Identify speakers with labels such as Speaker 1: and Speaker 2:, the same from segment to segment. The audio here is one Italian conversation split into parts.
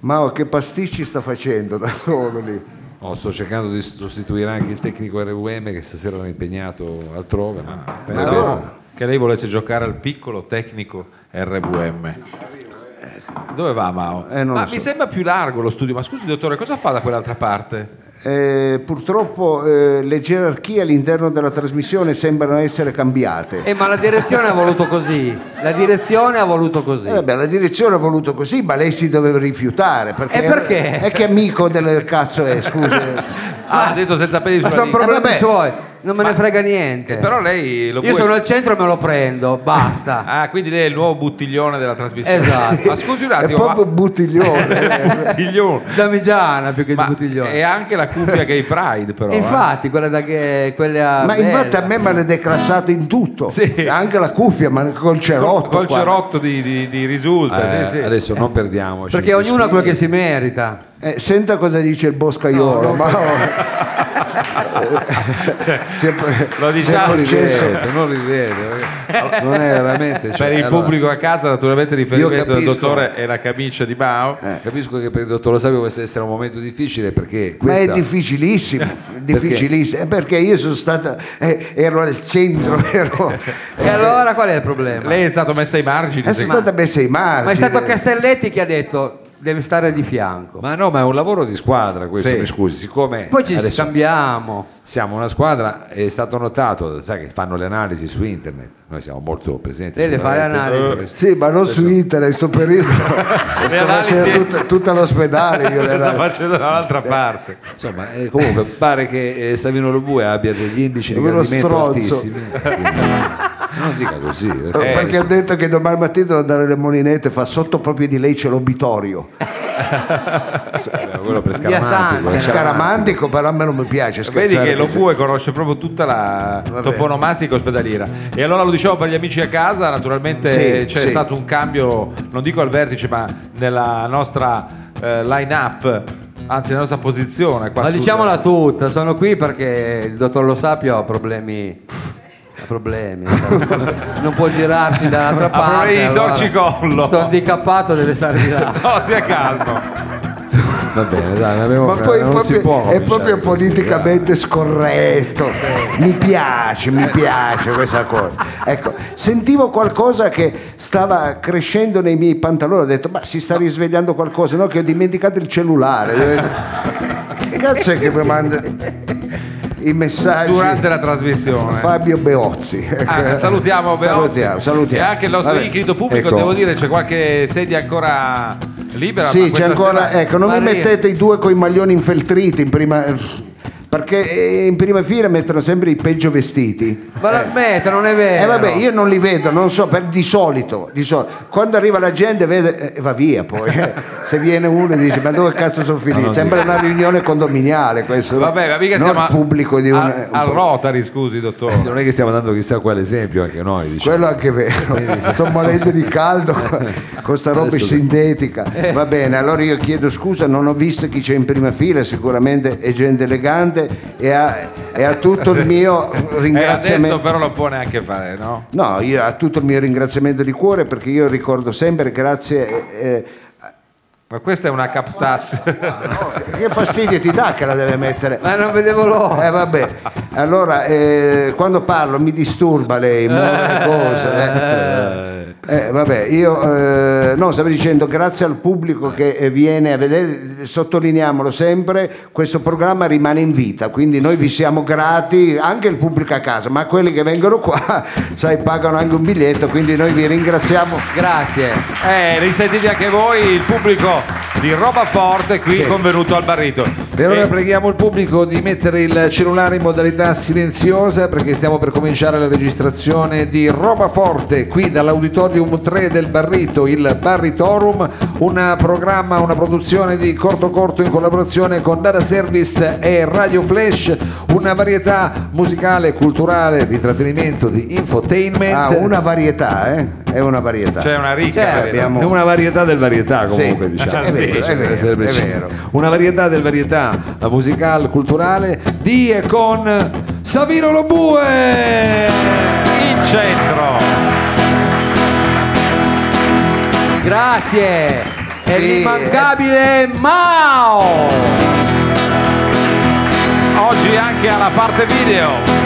Speaker 1: Mao, che pasticci sta facendo da solo lì?
Speaker 2: Oh, sto cercando di sostituire anche il tecnico RUM che stasera era impegnato altrove, ma
Speaker 3: Ah,
Speaker 2: penso
Speaker 1: no.
Speaker 2: che sia-
Speaker 3: Che lei volesse giocare al piccolo tecnico RVM. Eh, Dove va Mao?
Speaker 1: Eh, non
Speaker 3: ma
Speaker 1: lo
Speaker 3: mi
Speaker 1: so.
Speaker 3: sembra più largo lo studio, ma scusi dottore, cosa fa da quell'altra parte?
Speaker 1: Eh, purtroppo eh, le gerarchie all'interno della trasmissione sembrano essere cambiate.
Speaker 4: Eh, ma la direzione ha voluto così. La direzione ha voluto così.
Speaker 1: Eh, vabbè, la direzione ha voluto così, ma lei si doveva rifiutare. Perché
Speaker 3: Eh,
Speaker 4: E perché?
Speaker 1: E che amico del cazzo è, scusi.
Speaker 3: Ah, ha detto senza peli
Speaker 4: ma
Speaker 3: sulla
Speaker 4: sono
Speaker 3: lingua.
Speaker 4: problemi
Speaker 1: vabbè.
Speaker 4: suoi, non me ne frega niente.
Speaker 3: Eh, Però lei lo
Speaker 4: Io
Speaker 3: può-
Speaker 4: sono al centro e me lo prendo, basta.
Speaker 3: Ah, quindi lei è il nuovo buttiglione della trasmissione.
Speaker 4: Esatto.
Speaker 3: Ma scusi un
Speaker 1: È
Speaker 3: attimo, ma...
Speaker 1: proprio buttiglione.
Speaker 3: buttiglione.
Speaker 4: Damigiana più che
Speaker 3: Ma
Speaker 4: di bottiglione.
Speaker 3: è anche la cuffia gay pride però.
Speaker 4: E
Speaker 3: eh.
Speaker 4: infatti, quella da che quella
Speaker 1: ma
Speaker 4: bella.
Speaker 1: infatti a me me l'ha declassato in tutto.
Speaker 3: Sì.
Speaker 1: Anche la cuffia, ma col cerotto.
Speaker 3: Col
Speaker 1: qua.
Speaker 3: cerotto di, di- di risulta,
Speaker 2: Eh,
Speaker 3: sì, sì.
Speaker 2: Adesso non perdiamoci.
Speaker 4: perché ognuno ha quello che si merita.
Speaker 1: Eh, senta cosa dice il boscaiolo. ma... Sempre-
Speaker 3: Lo diciamo
Speaker 2: Non
Speaker 1: Sì.
Speaker 2: ridete, non ridete, ragazzi. non è veramente... cioè,
Speaker 3: per il
Speaker 2: allora,
Speaker 3: pubblico a casa naturalmente il riferimento del
Speaker 2: capisco.
Speaker 3: dottore è la camicia di Mao.
Speaker 2: eh, Capisco che per il dottor Lo Sapio questo deve essere un momento difficile perché
Speaker 1: Ma
Speaker 2: questa...
Speaker 1: è difficilissimo, difficilissimo, Eh, perché io sono stata, eh, ero al centro, ero,
Speaker 4: E allora qual è il problema?
Speaker 3: Lei è stato messo ai margini.
Speaker 1: eh,
Speaker 3: sì.
Speaker 1: sono stata messa ai margini.
Speaker 4: Ma è stato Castelletti che ha detto deve stare di fianco.
Speaker 2: Ma no, ma è un lavoro di squadra questo,
Speaker 3: Sì.
Speaker 2: mi scusi, siccome
Speaker 4: Poi ci
Speaker 2: adesso
Speaker 4: scambiamo.
Speaker 2: siamo una squadra, è stato notato, sai che fanno le analisi su internet, noi siamo molto presenti.
Speaker 4: Lei le
Speaker 2: sulla
Speaker 4: fa le
Speaker 2: rete.
Speaker 4: analisi.
Speaker 1: Sì, ma non su internet, in sto periodo sto facendo
Speaker 3: analisi-
Speaker 1: tutta, tutta l'ospedale. Io le
Speaker 3: sta
Speaker 1: analisi.
Speaker 3: facendo dall'altra
Speaker 1: Eh,
Speaker 3: parte.
Speaker 2: Insomma, eh, comunque pare che eh, Savino Lobue abbia degli indici di
Speaker 1: Uno
Speaker 2: gradimento
Speaker 1: stronzo.
Speaker 2: altissimi. Quindi, non dica così. eh.
Speaker 1: Eh, perché ha
Speaker 2: Adesso-
Speaker 1: detto che domani mattina devo andare alle molinette, fa sotto proprio di lei c'è l'obitorio.
Speaker 2: eh, quello
Speaker 1: È
Speaker 2: per Scaramantico, eh,
Speaker 4: Via Santa.
Speaker 2: Scaramantico.
Speaker 1: scaramantico, però a me non mi piace.
Speaker 3: Vedi
Speaker 1: scherzare
Speaker 3: che lo
Speaker 1: così.
Speaker 3: bue conosce proprio tutta la
Speaker 1: Vabbè.
Speaker 3: toponomastica ospedaliera. E allora lo dicevo per gli amici a casa, naturalmente
Speaker 1: Sì,
Speaker 3: c'è
Speaker 1: sì.
Speaker 3: stato un cambio, non dico al vertice, ma nella nostra line-up, anzi nella nostra posizione. Qua
Speaker 4: Ma
Speaker 3: scusa.
Speaker 4: diciamola tutta, sono qui perché il dottor Lo Sapio ha problemi. Ha problemi. non può girarsi dall'altra
Speaker 3: Ha
Speaker 4: parte.
Speaker 3: problemi di torcicollo.
Speaker 4: Sto handicappato, deve stare di là.
Speaker 3: No, sia calmo.
Speaker 1: Eh,
Speaker 2: Va bene, dai, ne abbiamo-
Speaker 1: Ma poi
Speaker 2: non
Speaker 1: proprio-
Speaker 2: si può
Speaker 1: è
Speaker 2: cominciare
Speaker 1: proprio
Speaker 2: così, eh.
Speaker 1: politicamente scorretto. Mi piace, mi piace questa cosa. Ecco, sentivo qualcosa che stava crescendo nei miei pantaloni, ho detto "Ma si sta risvegliando qualcosa, no che ho dimenticato il cellulare". Che cazzo è che mi manda i messaggi
Speaker 3: Durante la trasmissione.
Speaker 1: Fabio Beozzi.
Speaker 3: Ah, salutiamo Beozzi.
Speaker 1: Salutiamo, salutiamo.
Speaker 3: E anche il nostro
Speaker 1: Vabbè.
Speaker 3: incrito pubblico,
Speaker 2: Ecco.
Speaker 3: devo dire, c'è qualche sedia ancora libera. ma
Speaker 1: Sì, c'è
Speaker 3: questa
Speaker 1: ancora.
Speaker 3: sera-
Speaker 1: Ecco, non mi
Speaker 4: Maria.
Speaker 1: mettete i due coi maglioni infeltriti in prima. Perché eh, in prima fila mettono sempre i peggio vestiti.
Speaker 4: Ma la smetta, non è
Speaker 3: Eh,
Speaker 4: vero.
Speaker 1: E Eh, vabbè, io non li vedo, non so, per, di, solito, di solito. Quando arriva la gente vede, e va via poi. eh. Se viene uno e dice, ma dove cazzo sono finiti? Sembra una riunione condominiale questo.
Speaker 3: Vabbè, ma mica
Speaker 1: non
Speaker 3: siamo a-
Speaker 1: pubblico di un...
Speaker 3: a, a
Speaker 1: un-
Speaker 3: Rotary, scusi,
Speaker 2: eh. Sì,
Speaker 3: dottore.
Speaker 2: Non è che stiamo dando chissà quale esempio anche noi. Diciamo.
Speaker 1: Quello è
Speaker 3: Cioè,
Speaker 1: anche vero, sto morendo di caldo con sta roba
Speaker 2: Adesso-
Speaker 1: sintetica.
Speaker 3: Eh.
Speaker 1: Va bene, allora io chiedo scusa, non ho visto chi c'è in prima fila, sicuramente è gente elegante e ha, e ha tutto il mio
Speaker 3: Eh, adesso
Speaker 1: ringraziamento.
Speaker 3: però non può neanche fare, no?
Speaker 1: No, io ha tutto il mio ringraziamento di cuore perché io ricordo sempre, grazie. eh,
Speaker 3: Ma questa è una captazione.
Speaker 1: eh, che fastidio ti dà che la deve mettere?
Speaker 4: Ma non vedevo l'ora.
Speaker 1: Eh vabbè, allora eh, quando parlo mi disturba lei, molte cose. eh. Eh, vabbè, io eh, no, stavo dicendo grazie al pubblico che eh, viene a vedere, sottolineiamolo sempre, questo programma rimane in vita, quindi noi vi siamo grati, anche il pubblico a casa, ma quelli che vengono qua, sai, pagano anche un biglietto, quindi noi vi ringraziamo.
Speaker 4: Grazie.
Speaker 3: Eh, risentite anche voi il pubblico di Roba Forte qui
Speaker 1: Sì.
Speaker 3: convenuto al barrito.
Speaker 2: Per
Speaker 3: Eh,
Speaker 2: ora preghiamo il pubblico di mettere il cellulare in modalità silenziosa perché stiamo per cominciare la registrazione di Roba Forte qui dall'Auditorium 3 del Barrito, il Barritorum, un programma, una produzione di Corto Corto in collaborazione con Data Service e Radio Flash, una varietà musicale, culturale, di intrattenimento, di infotainment.
Speaker 1: Ah, una varietà, eh? È una varietà.
Speaker 3: C'è una ricca.
Speaker 1: Eh,
Speaker 3: varietà.
Speaker 1: abbiamo-
Speaker 2: È una varietà del varietà comunque
Speaker 1: Sì,
Speaker 2: diciamo.
Speaker 1: è vero, è vero,
Speaker 2: Bisogna essere
Speaker 1: è
Speaker 2: precisi.
Speaker 1: vero.
Speaker 2: Una varietà del varietà musicale, culturale di e con Savino Lobue.
Speaker 3: in centro.
Speaker 4: Grazie. è
Speaker 1: Sì,
Speaker 4: l'immancabile Mao.
Speaker 3: Oggi anche alla parte video.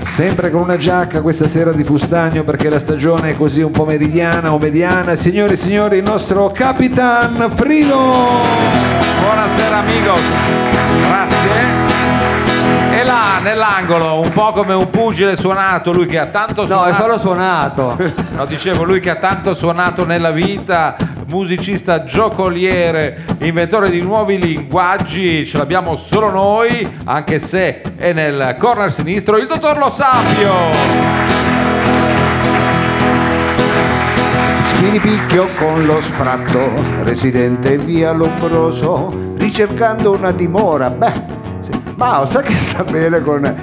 Speaker 2: Sempre con una giacca questa sera di fustagno perché la stagione è così un po' meridiana o mediana. Signori e signori, il nostro Capitan Frido!
Speaker 3: Buonasera amigos. Grazie. E là nell'angolo, un po' come un pugile suonato, lui che ha tanto
Speaker 4: No,
Speaker 3: suonato.
Speaker 4: è solo suonato. Eh,
Speaker 3: No, dicevo, lui che ha tanto suonato nella vita, musicista, giocoliere, inventore di nuovi linguaggi, ce l'abbiamo solo noi, anche se è nel corner sinistro il dottor Lo Sapio.
Speaker 1: Spiripicchio con lo sfratto, residente in via Lombroso, ricercando una dimora. Beh, se- ma sa che sta bene con...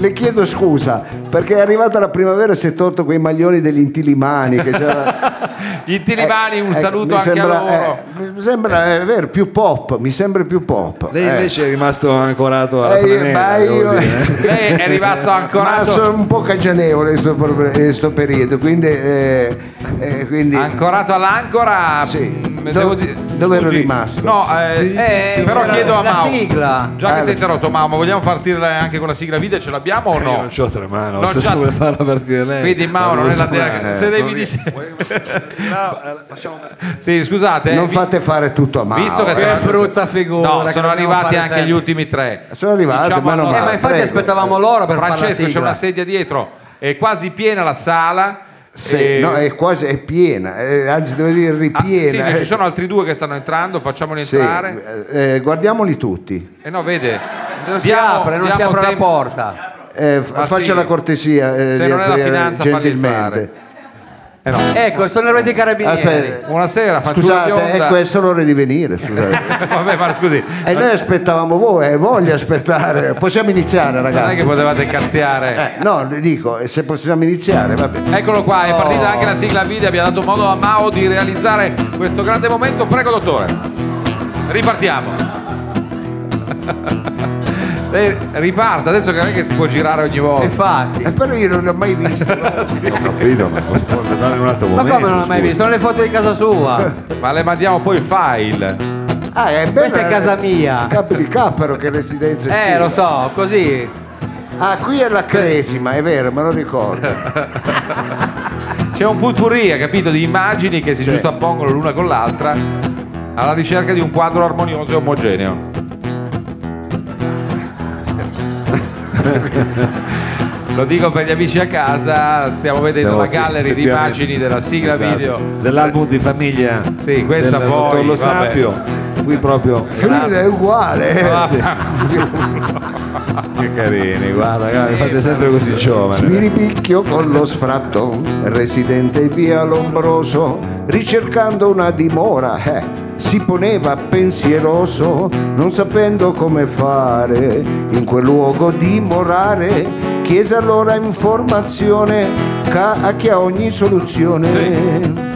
Speaker 1: Le chiedo scusa, perché è arrivata la primavera e si è tolto quei maglioni degli intilimani che c'era...
Speaker 3: Gli Tilimani, un
Speaker 1: Eh, eh,
Speaker 3: saluto
Speaker 1: mi
Speaker 3: anche
Speaker 1: sembra-
Speaker 3: a loro.
Speaker 1: eh, mi sembra, è vero, più pop, mi sembra più pop.
Speaker 2: Lei
Speaker 1: eh.
Speaker 2: invece è rimasto ancorato alla
Speaker 1: Eh, io-
Speaker 2: franella,
Speaker 1: ma
Speaker 2: devo
Speaker 1: io-
Speaker 2: dire. eh.
Speaker 3: Lei è rimasto
Speaker 1: eh. Ma
Speaker 3: ancorato,
Speaker 1: sono un po' cagionevole in questo periodo, quindi... eh, eh, quindi-
Speaker 3: ancorato all'ancora.
Speaker 1: Sì.
Speaker 3: mm,
Speaker 1: Dove-
Speaker 3: devo dire-
Speaker 1: dove ero
Speaker 3: scusi.
Speaker 1: rimasto?
Speaker 3: No, eh, eh, però
Speaker 4: La-
Speaker 3: chiedo a
Speaker 4: la
Speaker 3: Mau.
Speaker 4: sigla.
Speaker 3: Già che
Speaker 1: Ah,
Speaker 3: sei interrotto, Mau, ma vogliamo partire anche con la sigla video? Ce l'abbiamo o
Speaker 2: Io
Speaker 3: no?
Speaker 2: non c'ho tre mani, non
Speaker 3: Non
Speaker 2: so
Speaker 3: c'ha-
Speaker 2: come farla partire lei.
Speaker 3: Vedi Mauro, non è la te- se lei mi dice-
Speaker 2: eh,
Speaker 3: Sì, scusate. eh,
Speaker 1: non
Speaker 3: vi-
Speaker 1: fate fare tutto a eh. mano.
Speaker 3: Visto che
Speaker 4: Che
Speaker 3: sono-
Speaker 4: brutta figura.
Speaker 3: No,
Speaker 4: che
Speaker 3: sono
Speaker 4: dobbiamo
Speaker 3: arrivati
Speaker 4: fare
Speaker 3: anche
Speaker 4: sempre.
Speaker 3: gli ultimi tre.
Speaker 1: Sono arrivati,
Speaker 3: Diciamo
Speaker 1: meno
Speaker 3: a
Speaker 1: male.
Speaker 4: Eh, ma infatti
Speaker 1: Prego.
Speaker 4: aspettavamo loro per fare la
Speaker 3: Francesco, c'è
Speaker 4: sigla.
Speaker 3: una sedia dietro, è quasi piena la sala.
Speaker 1: Sì,
Speaker 3: e-
Speaker 1: no, è quasi è piena, eh, anzi devo dire
Speaker 3: Ehm, Ah, sì,
Speaker 1: ripiena.
Speaker 3: ci sono altri due che stanno entrando, facciamoli
Speaker 1: Sì,
Speaker 3: entrare.
Speaker 1: eh, guardiamoli tutti.
Speaker 3: E no, vede,
Speaker 4: Non si
Speaker 3: diamo-
Speaker 4: apre, non si
Speaker 3: diamo
Speaker 4: apre la
Speaker 3: tempo-
Speaker 4: porta.
Speaker 1: Eh, f-
Speaker 3: Ma
Speaker 1: faccia
Speaker 3: Ah, sì.
Speaker 1: la cortesia eh,
Speaker 3: Se
Speaker 1: di
Speaker 3: non è la
Speaker 1: aprire
Speaker 3: finanza, falli
Speaker 1: gentilmente.
Speaker 3: Eh no.
Speaker 4: Ecco, sono i re dei carabinieri.
Speaker 1: Aspetta,
Speaker 3: Buonasera, fanciulla
Speaker 1: Scusate, ecco,
Speaker 3: bionda.
Speaker 1: è questo l'ora di venire. Scusate.
Speaker 3: Vabbè, ma scusi,
Speaker 1: e noi aspettavamo voi, eh, voglio aspettare. Possiamo iniziare,
Speaker 3: non è che
Speaker 1: ragazzi.
Speaker 3: potevate cazziare.
Speaker 1: Eh, no, le dico, eh, se possiamo iniziare, va bene.
Speaker 3: Eccolo qua, è
Speaker 4: Oh.
Speaker 3: partita anche la sigla video, abbiamo dato modo a Mao di realizzare questo grande momento. Prego dottore, ripartiamo. Lei riparta, adesso che non è che si può girare ogni volta.
Speaker 4: Infatti.
Speaker 1: Eh, però io non l'ho mai visto.
Speaker 2: Ho capito, ma si può andare in un altro
Speaker 4: Ma
Speaker 2: momento.
Speaker 4: come non l'hai mai
Speaker 2: scusi.
Speaker 4: visto? Sono le foto di casa sua.
Speaker 3: Ma le mandiamo poi il file.
Speaker 1: Ah, è bella-
Speaker 4: Questa è casa mia.
Speaker 1: Capo di cappero che residenza
Speaker 4: Eh,
Speaker 1: estiva.
Speaker 4: lo so, così.
Speaker 1: Ah, qui è la cresima, è vero, me lo ricordo.
Speaker 3: C'è un putpurri, hai capito, di immagini che si giustappongono l'una con l'altra alla ricerca di un quadro armonioso e omogeneo. Lo dico per gli amici a casa, stiamo
Speaker 2: Stiamo-
Speaker 3: vedendo la
Speaker 2: sì,
Speaker 3: gallery di
Speaker 2: effettivamente.
Speaker 3: immagini della sigla
Speaker 2: Esatto.
Speaker 3: video.
Speaker 2: Dell'album di famiglia.
Speaker 3: Sì, questa
Speaker 2: del
Speaker 3: poi,
Speaker 2: dottor Lo
Speaker 3: vabbè.
Speaker 2: Sapio. Qui proprio.
Speaker 1: Quindi è uguale. eh.
Speaker 2: Che carini, guarda, guarda, mi fate sempre così giovane.
Speaker 1: Spiripicchio con lo sfratto, residente in via Lombroso, ricercando una dimora, eh, si poneva pensieroso, non sapendo come fare in quel luogo dimorare, chiese allora informazione ca- a chi ha ogni soluzione.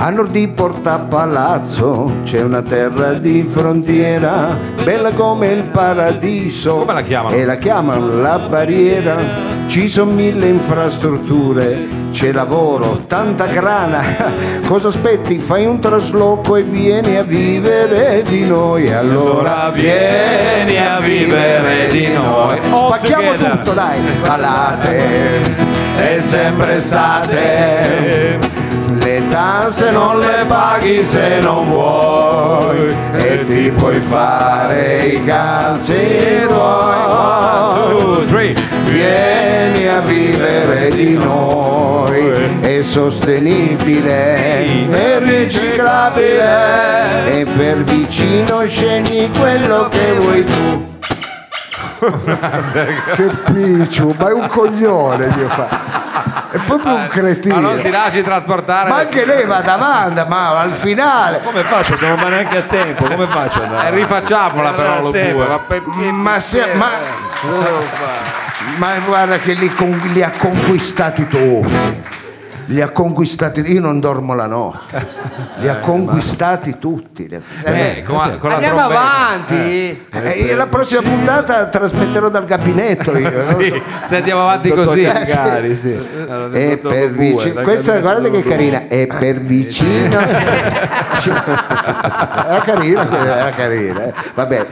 Speaker 1: A nord di Porta Palazzo c'è una terra di frontiera, bella come il paradiso.
Speaker 3: Come la chiamano?
Speaker 1: E la chiamano la barriera. Ci sono mille infrastrutture, c'è lavoro, tanta grana. Cosa aspetti? Fai un trasloco e vieni a vivere di noi. Allora
Speaker 3: vieni a vivere di noi. All
Speaker 1: Spacchiamo
Speaker 3: together.
Speaker 1: tutto, dai.
Speaker 2: Eh,
Speaker 1: Palate, è sempre estate. Le tasse non le paghi se non vuoi e ti puoi fare i cazzi tuoi.
Speaker 3: Two, three.
Speaker 1: Vieni a vivere di noi, è sostenibile, è riciclabile e per vicino scegli quello che vuoi tu. che picciu, ma è un coglione Dio fa. È proprio un
Speaker 3: Ma non si
Speaker 1: cretino.
Speaker 3: lasci trasportare.
Speaker 1: Ma anche lei va davanti, ma al finale.
Speaker 2: Come faccio? Siamo ma neanche a tempo, come faccio ad
Speaker 3: Eh,
Speaker 2: andare?
Speaker 3: rifacciamola però lo
Speaker 2: tempo, ma
Speaker 3: due.
Speaker 2: per-
Speaker 1: Mm, Ma se- ma-
Speaker 2: Cosa devo fare?
Speaker 1: Ma guarda che li, con- li ha conquistati tu. Li ha conquistati, io non dormo la notte, li ha conquistati tutti. Eh,
Speaker 3: Eh, con, la- con la
Speaker 4: Andiamo
Speaker 3: trombetta.
Speaker 4: avanti.
Speaker 1: eh, io la prossima puntata trasmetterò dal gabinetto io,
Speaker 3: Sì,
Speaker 1: no?
Speaker 3: se andiamo avanti
Speaker 2: Dottor
Speaker 3: così.
Speaker 2: Gangari, sì. Allora,
Speaker 1: E
Speaker 2: dottor
Speaker 1: Eh, per
Speaker 2: Bue,
Speaker 1: vicino,
Speaker 2: la
Speaker 1: questa
Speaker 2: gabinetta
Speaker 1: guardate che
Speaker 2: dottor Bue.
Speaker 1: carina, è per vicino. Era carina, quella, era carina. eh. Vabbè,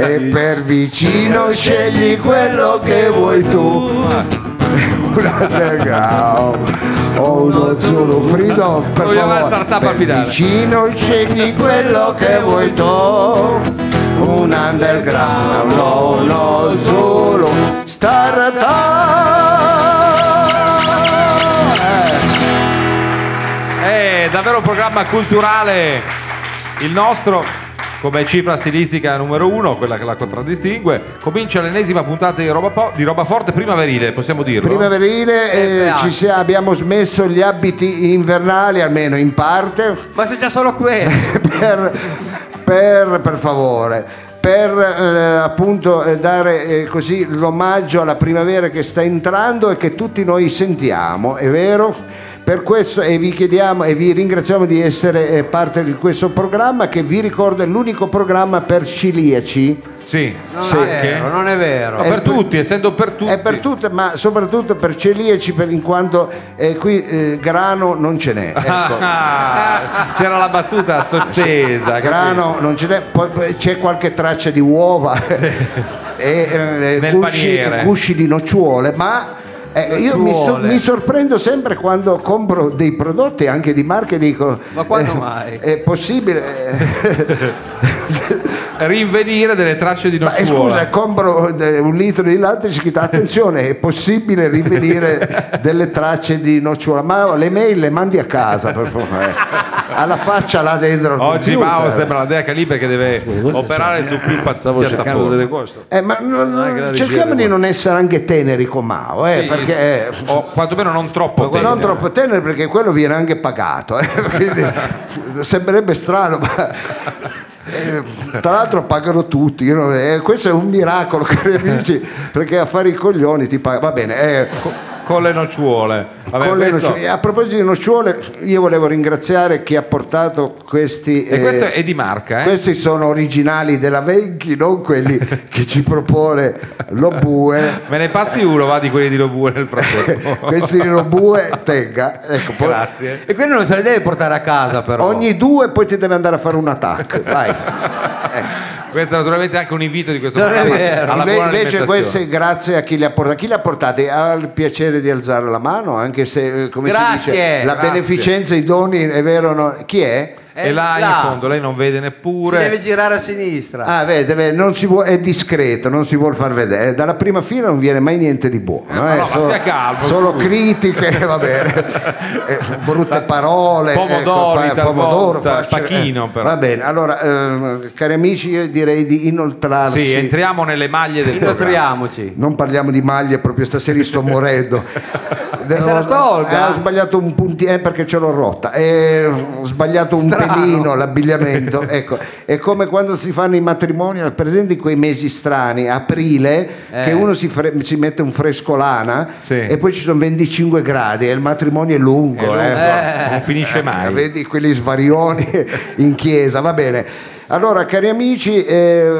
Speaker 1: e per vicino scegli quello che vuoi tu. Un underground o uno solo frido per
Speaker 3: Vogliamo la
Speaker 1: favore.
Speaker 3: startup
Speaker 1: Per
Speaker 3: al finale.
Speaker 1: vicino scegli quello che vuoi tu. Un underground o uno solo startup.
Speaker 3: È davvero un programma culturale il nostro. Come cifra stilistica numero uno, quella che la contraddistingue, comincia l'ennesima puntata di roba, Po- di roba forte primaverile, possiamo dirlo.
Speaker 1: Primaverile eh,
Speaker 4: Eh,
Speaker 1: ci sia- abbiamo smesso gli abiti invernali, almeno in parte,
Speaker 4: Ma se già solo quello.
Speaker 1: per, per- per favore, per eh, appunto eh, dare eh, così l'omaggio alla primavera che sta entrando e che tutti noi sentiamo, è vero? Per questo e vi chiediamo e vi ringraziamo di essere eh, parte di questo programma che vi ricordo è l'unico programma per ciliaci.
Speaker 3: Sì,
Speaker 4: Non
Speaker 1: Sì. Eh,
Speaker 4: è vero, non è vero.
Speaker 3: No,
Speaker 1: È
Speaker 3: per
Speaker 1: per-
Speaker 3: tutti, essendo per tutti.
Speaker 1: È per tutte, ma soprattutto per celiaci, per- in quanto eh, qui eh, grano non ce n'è. ecco.
Speaker 3: Ah, c'era la battuta sottesa. capito?
Speaker 1: grano non ce n'è, poi poi c'è qualche traccia di uova e eh,
Speaker 3: Nel
Speaker 1: gusci,
Speaker 3: paniere.
Speaker 1: gusci di nocciuole, ma. eh, io mi, sto-
Speaker 4: Nocciuole.
Speaker 1: mi sorprendo sempre quando compro dei prodotti anche di marche e dico
Speaker 4: Ma quando
Speaker 1: eh,
Speaker 4: mai?
Speaker 1: è possibile eh,
Speaker 3: Rinvenire delle tracce di
Speaker 1: Ma eh,
Speaker 3: nocciola.
Speaker 1: scusa, compro eh, un litro di latte c'è scritto attenzione, è possibile rivenire delle tracce di nocciola, ma le mail le mandi a casa per favore. Alla faccia là dentro. eh. al
Speaker 3: Oggi
Speaker 1: computer.
Speaker 3: Mao sembra la Dea Calibre che deve operare su più pa-
Speaker 2: Stavo cercando
Speaker 3: piattaforme.
Speaker 2: Certo, delle cose.
Speaker 1: Eh, ma no, no,
Speaker 2: che la regia
Speaker 1: cerchiamo
Speaker 2: vuole.
Speaker 1: di non essere anche teneri con Mao, eh,
Speaker 3: Sì,
Speaker 1: perché eh,
Speaker 3: o quantomeno non troppo.
Speaker 1: non
Speaker 3: tenere.
Speaker 1: troppo teneri perché quello viene anche pagato. eh, quindi sembrerebbe strano, ma. eh, tra l'altro pagano tutti, io non- eh, questo è un miracolo cari amici perché a fare i coglioni ti pagano. Va bene, eh,
Speaker 3: Con le nocciuole. Vabbè,
Speaker 1: Con le
Speaker 3: questo-
Speaker 1: nocciole. A proposito di nocciole, io volevo ringraziare chi ha portato questi.
Speaker 3: E
Speaker 1: eh,
Speaker 3: questo è di marca, eh?
Speaker 1: Questi sono originali della Venchi, non quelli che ci propone Lobue.
Speaker 3: Me ne passi uno, va di quelli di Lobue nel frattempo.
Speaker 1: Questi di Lobue, tenga. Ecco, poi-
Speaker 3: Grazie.
Speaker 4: E quindi non se le deve portare a casa però.
Speaker 1: Ogni due poi ti deve andare a fare un attacco. Vai.
Speaker 3: Questo è naturalmente anche un invito di questo
Speaker 4: Non è
Speaker 3: programma
Speaker 4: vero.
Speaker 3: alla
Speaker 1: Inve-
Speaker 3: buona
Speaker 1: invece
Speaker 3: alimentazione.
Speaker 1: queste grazie a chi le ha portate. Chi le ha portate ha il piacere di alzare la mano, anche se eh, come si
Speaker 4: Grazie,
Speaker 1: dice la
Speaker 3: grazie.
Speaker 1: beneficenza, i doni, è vero? No? Chi è?
Speaker 3: E
Speaker 4: Eh,
Speaker 3: là,
Speaker 4: là.
Speaker 3: in fondo lei non vede
Speaker 4: Si
Speaker 3: neppure.
Speaker 4: deve girare a sinistra.
Speaker 1: Ah, vede, vede, non si vuo- è discreto, non si vuol far vedere. Eh, Dalla prima fila non viene mai niente di buono.
Speaker 3: ma
Speaker 1: eh,
Speaker 3: no, ma stia calmo,
Speaker 1: solo
Speaker 3: scusi.
Speaker 1: critiche, va bene. Eh, brutte parole.
Speaker 3: pomodori,
Speaker 1: ecco, pomodoro,
Speaker 3: talvolta,
Speaker 1: faccio-
Speaker 3: tacchino, però.
Speaker 1: Va bene, allora, ehm, cari amici, io direi di inoltrarci.
Speaker 3: Sì, entriamo nelle maglie del programma.
Speaker 4: Inoltriamoci.
Speaker 1: Non parliamo di maglie, proprio stasera io sto morendo.
Speaker 4: E se la tolga?
Speaker 1: Eh, ha sbagliato un puntino, eh, perché ce l'ho rotta. Eh, ho sbagliato un
Speaker 4: Strano.
Speaker 1: pelino l'abbigliamento. ecco. È come quando si fanno i matrimoni, per esempio in quei mesi strani, aprile,
Speaker 4: Eh.
Speaker 1: che uno si, fre- si mette un frescolana
Speaker 3: Sì.
Speaker 1: e poi ci sono 25 gradi e il matrimonio è lungo.
Speaker 3: È lungo,
Speaker 1: eh.
Speaker 3: Non finisce
Speaker 1: Eh,
Speaker 3: mai.
Speaker 1: Vedi quelli svarioni in chiesa, va bene. Allora, cari amici, eh,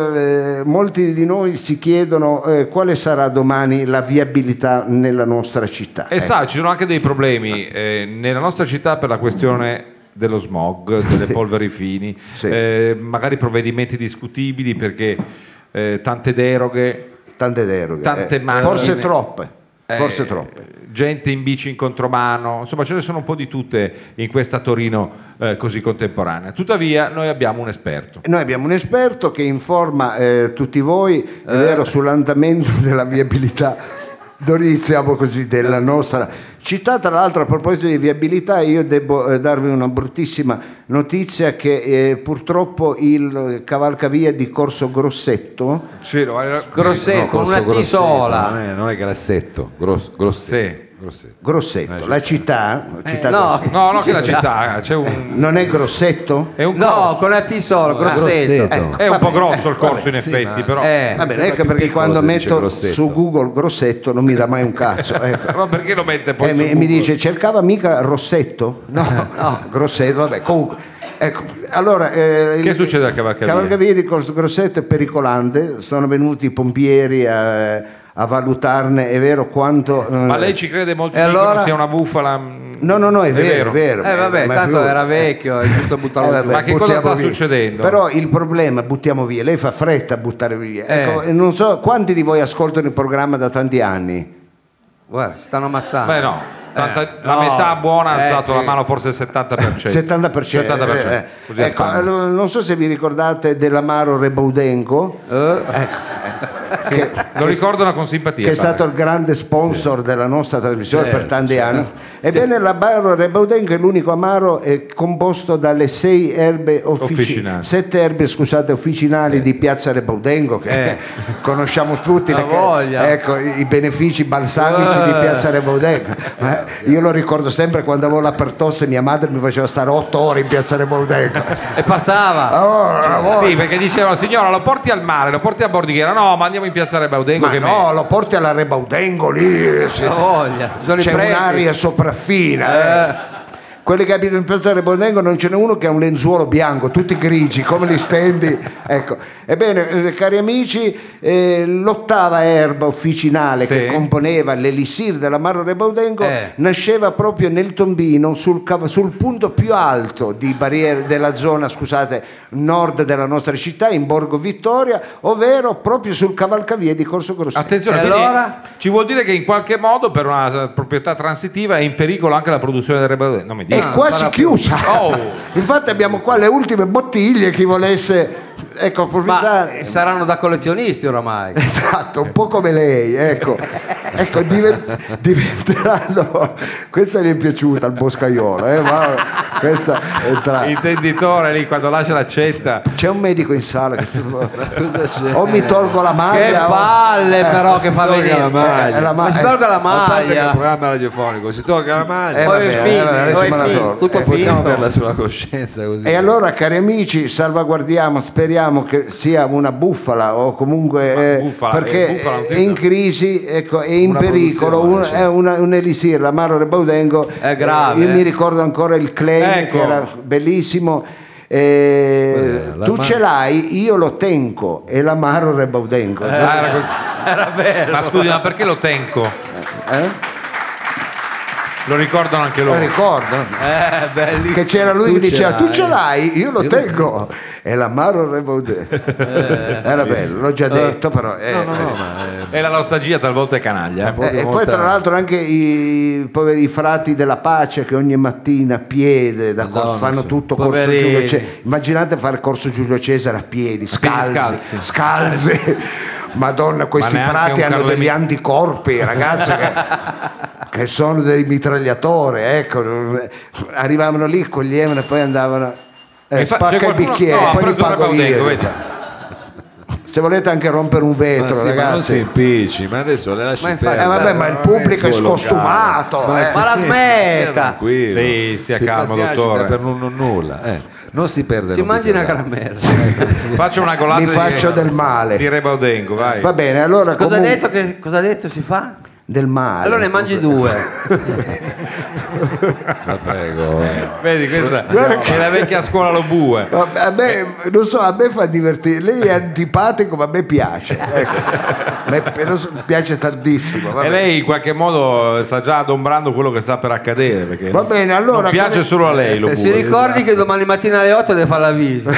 Speaker 1: eh, molti di noi si chiedono eh, quale sarà domani la viabilità nella nostra città.
Speaker 3: E sa, ci sono anche dei problemi eh, nella nostra città per la questione dello smog, delle polveri fini,
Speaker 1: Sì.
Speaker 3: eh, magari provvedimenti discutibili perché eh, tante deroghe,
Speaker 1: Eh, tante deroghe.
Speaker 3: Tante
Speaker 1: eh.
Speaker 3: macchine.
Speaker 1: Forse troppe,
Speaker 3: eh,
Speaker 1: forse troppe.
Speaker 3: gente in bici in contromano, insomma ce ne sono un po' di tutte in questa Torino eh, così contemporanea. Tuttavia noi abbiamo un esperto.
Speaker 1: Noi abbiamo un esperto che informa eh, tutti voi, è vero, sull'andamento della viabilità. Noi iniziamo così della nostra città. Tra l'altro, a proposito di viabilità, io devo eh, darvi una bruttissima notizia che eh, purtroppo il cavalcavia di Corso Grossetto
Speaker 3: Sì, lo-
Speaker 4: Grossetto,
Speaker 2: No,
Speaker 4: con
Speaker 2: grosso,
Speaker 4: una T
Speaker 2: grossetto,
Speaker 4: sola.
Speaker 2: Non è, non è grassetto, grosso, grossetto.
Speaker 3: Sì.
Speaker 2: Grosseto.
Speaker 1: Grosseto, la città, città
Speaker 4: no.
Speaker 1: Grosseto.
Speaker 3: No, no, che la città c'è un.
Speaker 1: non è Grossetto?
Speaker 3: È un,
Speaker 4: No, con la T solo, grossetto.
Speaker 2: Grosseto.
Speaker 3: è un po' grosso il corso, in
Speaker 2: vabbè, sì,
Speaker 3: effetti,
Speaker 2: ma-
Speaker 3: però.
Speaker 4: Eh,
Speaker 1: Va bene,
Speaker 2: sembra
Speaker 1: ecco
Speaker 2: più
Speaker 1: perché
Speaker 2: piccolo
Speaker 1: quando
Speaker 2: se dice
Speaker 1: metto
Speaker 2: Grosseto.
Speaker 1: su Google Grossetto non mi dà mai un cazzo. ecco.
Speaker 3: Ma perché lo mette poi?
Speaker 1: Eh,
Speaker 3: su
Speaker 1: mi, mi
Speaker 3: Google?
Speaker 1: dice cercava mica Rossetto? No,
Speaker 3: Eh.
Speaker 1: no. Grossetto, vabbè, comunque. Ecco, allora, eh,
Speaker 3: Che
Speaker 1: il-
Speaker 3: succede al Cavalcavia?
Speaker 1: Cavalcavia con Grossetto è pericolante, sono venuti i pompieri a, a valutarne, è vero quanto... eh,
Speaker 3: Ma lei ci crede molto
Speaker 4: E
Speaker 3: che
Speaker 4: allora?
Speaker 3: sia una bufala? mm,
Speaker 1: No, no, no, è, vero, è vero.
Speaker 4: Eh, vabbè,
Speaker 1: ma-
Speaker 4: tanto
Speaker 1: ma-
Speaker 4: era vecchio, è giusto buttarlo
Speaker 1: Eh,
Speaker 4: giù.
Speaker 1: vabbè.
Speaker 3: Ma che cosa
Speaker 1: buttiamo
Speaker 3: sta
Speaker 1: via.
Speaker 3: succedendo?
Speaker 1: Però il problema, buttiamo via, lei fa fretta a buttare via.
Speaker 4: Eh.
Speaker 1: Ecco, e non so quanti di voi ascoltano il programma da tanti anni.
Speaker 4: Guarda, si stanno ammazzando.
Speaker 3: Beh, no. Tanta-
Speaker 4: Eh,
Speaker 3: la
Speaker 4: no.
Speaker 3: metà buona ha
Speaker 4: Eh,
Speaker 3: alzato la
Speaker 4: sì.
Speaker 3: mano, forse il 70%.
Speaker 1: 70%.
Speaker 3: 70%,
Speaker 1: eh,
Speaker 3: così a
Speaker 1: ecco,
Speaker 3: spanne.
Speaker 1: allora, non so se vi ricordate dell'amaro Ecco, eh. Rebaudenko.
Speaker 3: Eh. Sì, lo ricordano con simpatia.
Speaker 1: che è
Speaker 3: pare.
Speaker 1: stato il grande sponsor della nostra trasmissione
Speaker 2: Certo,
Speaker 1: per tanti anni. Ebbene, l'amaro Rebaudenco è l'unico amaro eh, composto dalle sei erbe offici-
Speaker 3: Officinali.
Speaker 1: sette erbe scusate, officinali di Piazza Rebaudengo che
Speaker 4: Eh.
Speaker 1: conosciamo tutti
Speaker 4: La
Speaker 1: perché,
Speaker 4: voglia.
Speaker 1: ecco, i i benefici balsamici di
Speaker 4: Eh.
Speaker 1: Piazza Rebaudengo. Ma Io lo ricordo sempre quando avevo la pertosse, mia madre mi faceva stare otto ore in Piazza Rebaudengo.
Speaker 4: E passava.
Speaker 1: Oh, la voglia.
Speaker 3: Sì, perché dicevano, signora, lo porti al mare, lo porti a Bordighera. No, ma andiamo in piazza Rebaudengo.
Speaker 1: Ma
Speaker 3: che
Speaker 1: no, lo porti alla Rebaudengo lì. eh, sì.
Speaker 4: La voglia. Ci Sono i
Speaker 1: c'è
Speaker 4: preti.
Speaker 1: un'aria sopraffina. eh. Quelli che abitano in Piazza del Bondengo non ce n'è uno che ha un lenzuolo bianco, tutti grigi, come li stendi. Ecco. Ebbene, eh, cari amici, eh, l'ottava erba officinale
Speaker 3: Sì.
Speaker 1: che componeva l'elisir dell'amaro del Bondengo
Speaker 4: Eh.
Speaker 1: nasceva proprio nel tombino, sul, cav- sul punto più alto di barriere- della zona scusate, nord della nostra città, in Borgo Vittoria, ovvero proprio sul cavalcavie di Corso Grosseto.
Speaker 3: Attenzione,
Speaker 4: E
Speaker 3: quindi
Speaker 4: allora?
Speaker 3: ci vuol dire che in qualche modo per una eh, proprietà transitiva è in pericolo anche la produzione del Rebaudengo. Non mi
Speaker 1: è
Speaker 3: dica.
Speaker 4: Ah,
Speaker 1: quasi
Speaker 4: ancora più.
Speaker 1: chiusa.
Speaker 3: Oh.
Speaker 1: Infatti abbiamo qua le ultime bottiglie, chi volesse ecco,
Speaker 4: Ma eh,
Speaker 1: approfittare.
Speaker 4: saranno da collezionisti oramai.
Speaker 1: Esatto, un po' come lei, ecco, ecco diven- diventeranno. Questa gli è piaciuta al boscaiolo, eh, ma questa è tra-
Speaker 3: Intenditore lì quando lascia l'accetta.
Speaker 1: C'è un medico in sala che si-
Speaker 2: Cosa c'è?
Speaker 1: o mi tolgo la maglia.
Speaker 4: Che
Speaker 1: o-
Speaker 4: palle però che fa
Speaker 2: tolga
Speaker 4: venire.
Speaker 2: la maglia.
Speaker 1: Eh, la ma-
Speaker 4: Ma si
Speaker 1: eh,
Speaker 4: tolga la
Speaker 2: A parte che è un
Speaker 4: maglia.
Speaker 2: programma radiofonico, si tocca la maglia.
Speaker 1: Eh,
Speaker 4: Poi
Speaker 1: vabbè,
Speaker 4: i figli,
Speaker 1: eh, adesso
Speaker 4: poi i
Speaker 1: me la
Speaker 4: figli,
Speaker 1: tolgo.
Speaker 4: tutto
Speaker 2: Eh, possiamo
Speaker 4: finito.
Speaker 2: averla sulla coscienza così.
Speaker 1: E allora, cari amici, salvaguardiamo, speriamo che sia una bufala o comunque eh,
Speaker 3: bufala,
Speaker 1: perché
Speaker 3: eh, bufala non
Speaker 1: è
Speaker 3: c'entra.
Speaker 1: in crisi, ecco, è in
Speaker 2: Una
Speaker 1: pericolo, un,
Speaker 2: produzione,
Speaker 1: è una- un elisir, l'amaro rebaudengo.
Speaker 4: È grave,
Speaker 1: io
Speaker 4: eh.
Speaker 1: mi ricordo ancora il claim
Speaker 3: Ecco.
Speaker 1: che era bellissimo. eh,
Speaker 2: Quello era,
Speaker 1: tu
Speaker 2: l'amaro-
Speaker 1: ce l'hai, io lo tengo e l'amaro rebaudengo.
Speaker 3: Ah, era col- Ma scusi, ma perché lo tenco?
Speaker 1: Eh?
Speaker 3: Lo ricordano anche
Speaker 1: Lo
Speaker 3: loro.
Speaker 1: ricordo.
Speaker 4: Eh, belli.
Speaker 1: Che c'era lui che
Speaker 2: ce
Speaker 1: diceva
Speaker 2: l'hai.
Speaker 1: tu ce l'hai, io lo tengo e l'amaro rebaudengo. Era bello, l'ho già detto però. eh,
Speaker 2: No, no, no, ma eh,
Speaker 3: E la nostalgia talvolta è canaglia. eh.
Speaker 1: Eh, e poi
Speaker 2: molta-
Speaker 1: tra l'altro anche i poveri frati della pace che ogni mattina a piedi da
Speaker 2: Madonna,
Speaker 1: cor- fanno
Speaker 2: sì.
Speaker 1: tutto corso
Speaker 4: Poverini.
Speaker 1: Giulio Cesare. Immaginate fare corso Giulio Cesare a piedi, scalzi,
Speaker 3: scalzi. Eh,
Speaker 1: scalzi. Madonna, questi
Speaker 3: neanche
Speaker 1: frati
Speaker 3: un
Speaker 1: hanno
Speaker 3: Carlo
Speaker 1: degli
Speaker 3: Emi-
Speaker 1: anticorpi, ragazzi, che, che sono dei mitragliatori. Ecco. Arrivavano lì, coglievano e poi andavano. Eh,
Speaker 3: Infa-
Speaker 1: spacca
Speaker 3: c'è
Speaker 1: il
Speaker 3: qualcuno-
Speaker 1: bicchiere,
Speaker 3: no, ha
Speaker 1: poi li
Speaker 3: preso un
Speaker 1: pago
Speaker 3: Rebaudengo,
Speaker 1: io.
Speaker 3: vedi.
Speaker 1: Se volete anche rompere un
Speaker 2: ma
Speaker 1: vetro,
Speaker 2: sì, ma non
Speaker 1: ragazzi.
Speaker 2: si impicci, ma adesso le lasci
Speaker 4: Ma infatti-
Speaker 2: perdere,
Speaker 1: Eh, vabbè, ma il
Speaker 2: non
Speaker 1: pubblico è
Speaker 2: il suo
Speaker 1: scostumato,
Speaker 2: locale.
Speaker 1: eh.
Speaker 2: sì,
Speaker 4: Ma la
Speaker 2: stia
Speaker 4: smetta.
Speaker 2: tranquillo.
Speaker 3: Sì, stia
Speaker 2: Si
Speaker 3: calmo,
Speaker 2: fa- si
Speaker 3: dottore.
Speaker 2: agita per non, non nulla. eh. Non si perde
Speaker 4: Ci
Speaker 2: non
Speaker 4: mangi
Speaker 2: dico
Speaker 4: una
Speaker 2: la-
Speaker 4: caramella.
Speaker 3: Faccio una colata
Speaker 1: Mi
Speaker 3: di-
Speaker 1: faccio del male.
Speaker 3: Di Rebaudengo, vai.
Speaker 1: Va bene, allora
Speaker 4: Cosa ha
Speaker 1: comunque- Ah, ecco,
Speaker 4: detto? Che, cosa ha detto si fa?
Speaker 1: del male.
Speaker 4: Allora ne mangi due.
Speaker 2: La prego. eh.
Speaker 3: Vedi, questa è la vecchia scuola lo bue.
Speaker 1: Vabbè, A me, non so, a me fa divertire. Lei è antipatico, ma a me piace. Ecco. A me pe- non so, piace tantissimo. va
Speaker 3: E
Speaker 1: bene.
Speaker 3: lei in qualche modo sta già adombrando quello che sta per accadere. Perché
Speaker 1: Va bene, allora,
Speaker 3: non piace
Speaker 1: come- Eh,
Speaker 3: solo a lei lo
Speaker 4: E
Speaker 3: bue.
Speaker 4: si ricordi che domani mattina alle 8 deve fare la visita.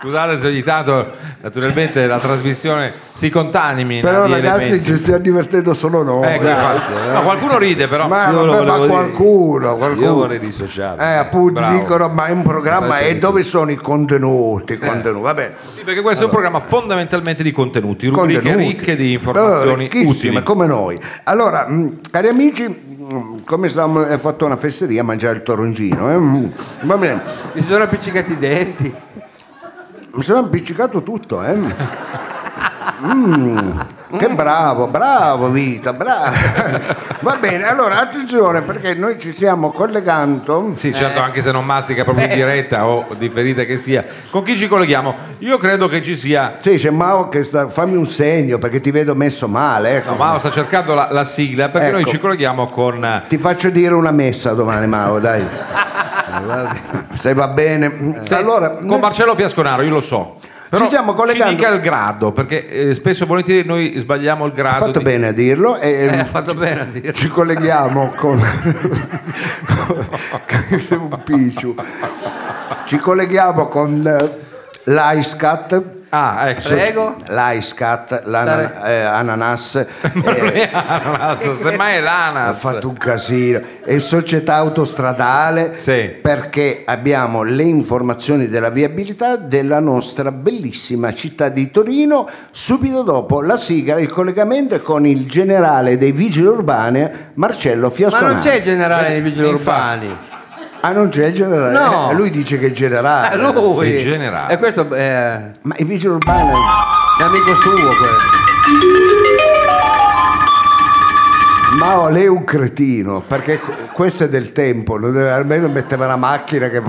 Speaker 3: Scusate se ogni tanto naturalmente la trasmissione si contanimina
Speaker 1: Però
Speaker 3: di
Speaker 1: ragazzi
Speaker 3: elementi.
Speaker 1: ci stiamo divertendo solo noi.
Speaker 3: Ecco,
Speaker 2: Esatto,
Speaker 3: infatti.
Speaker 2: eh.
Speaker 3: No, qualcuno ride però.
Speaker 1: ma,
Speaker 2: Io
Speaker 1: vabbè,
Speaker 2: lo
Speaker 1: ma
Speaker 2: volevo dire.
Speaker 1: qualcuno, qualcuno.
Speaker 2: Io vorrei dissociarmi.
Speaker 1: Eh, appunto,
Speaker 3: Bravo.
Speaker 1: dicono, ma è un programma
Speaker 2: Faccio
Speaker 1: e
Speaker 2: che
Speaker 1: dove sono i contenuti? i contenuti? Va bene.
Speaker 3: Sì, perché questo è un programma fondamentalmente di contenuti, rubriche
Speaker 1: Contenuti.
Speaker 3: ricche di informazioni
Speaker 1: Eh, ricchissime,
Speaker 3: utili.
Speaker 1: come noi. Allora, mh, cari amici, mh, come stavamo, ho fatto una fesseria a mangiare il toroncino. eh, mh, Va bene.
Speaker 4: Mi si sono appiccicati i denti.
Speaker 1: Mi sono appiccicato tutto, eh. Mm. Che bravo, bravo Vita, bravo. Va bene, allora attenzione perché noi ci stiamo collegando.
Speaker 3: Sì, certo, anche se non mastica proprio
Speaker 1: Eh.
Speaker 3: in diretta o differita che sia. Con chi ci colleghiamo? Io credo che ci sia.
Speaker 1: Sì, c'è Mao che sta... fammi un segno perché ti vedo messo male. Ecco.
Speaker 3: No, Mao sta cercando la, la sigla perché noi
Speaker 1: Ecco.
Speaker 3: ci colleghiamo con. eh,
Speaker 1: Ti faccio dire una messa domani Mao, dai. Se va bene. allora,
Speaker 3: con Marcello Fiasconaro, io lo so. Però
Speaker 1: Ci stiamo collegando-
Speaker 3: Ci dica il grado, perché eh, spesso e volentieri noi sbagliamo il
Speaker 1: ha
Speaker 3: grado.
Speaker 1: fatto
Speaker 3: di-
Speaker 1: bene a dirlo. E, ehm,
Speaker 4: Eh, ha fatto bene a dire.
Speaker 1: Ci colleghiamo con Sei un picciu. Ci colleghiamo con eh, l'ISCAT.
Speaker 3: Ah, ecco.
Speaker 4: Prego.
Speaker 1: L'ISCAT, l'ananas,
Speaker 3: Ma
Speaker 1: eh,
Speaker 3: non è Ananas, semmai è
Speaker 1: ha
Speaker 3: l'ANAS.
Speaker 1: fatto un casino, è società autostradale
Speaker 3: Sì.
Speaker 1: perché abbiamo le informazioni della viabilità della nostra bellissima città di Torino subito dopo la sigla, il collegamento è con il generale dei vigili urbani Marcello
Speaker 4: Ma
Speaker 1: Fiasconaro.
Speaker 4: non c'è il generale dei vigili
Speaker 3: Infatti.
Speaker 4: urbani.
Speaker 1: Ah, non c'è il generale?
Speaker 4: No.
Speaker 1: Eh, lui dice che è il
Speaker 4: Ah,
Speaker 1: generale.
Speaker 4: lui.
Speaker 3: Il generale.
Speaker 4: E questo eh,
Speaker 1: Ma i vigili urbani...
Speaker 4: è amico suo questo.
Speaker 1: Ma oh, lei è un cretino, perché qu- questo è del tempo, non deve- almeno metteva la macchina che...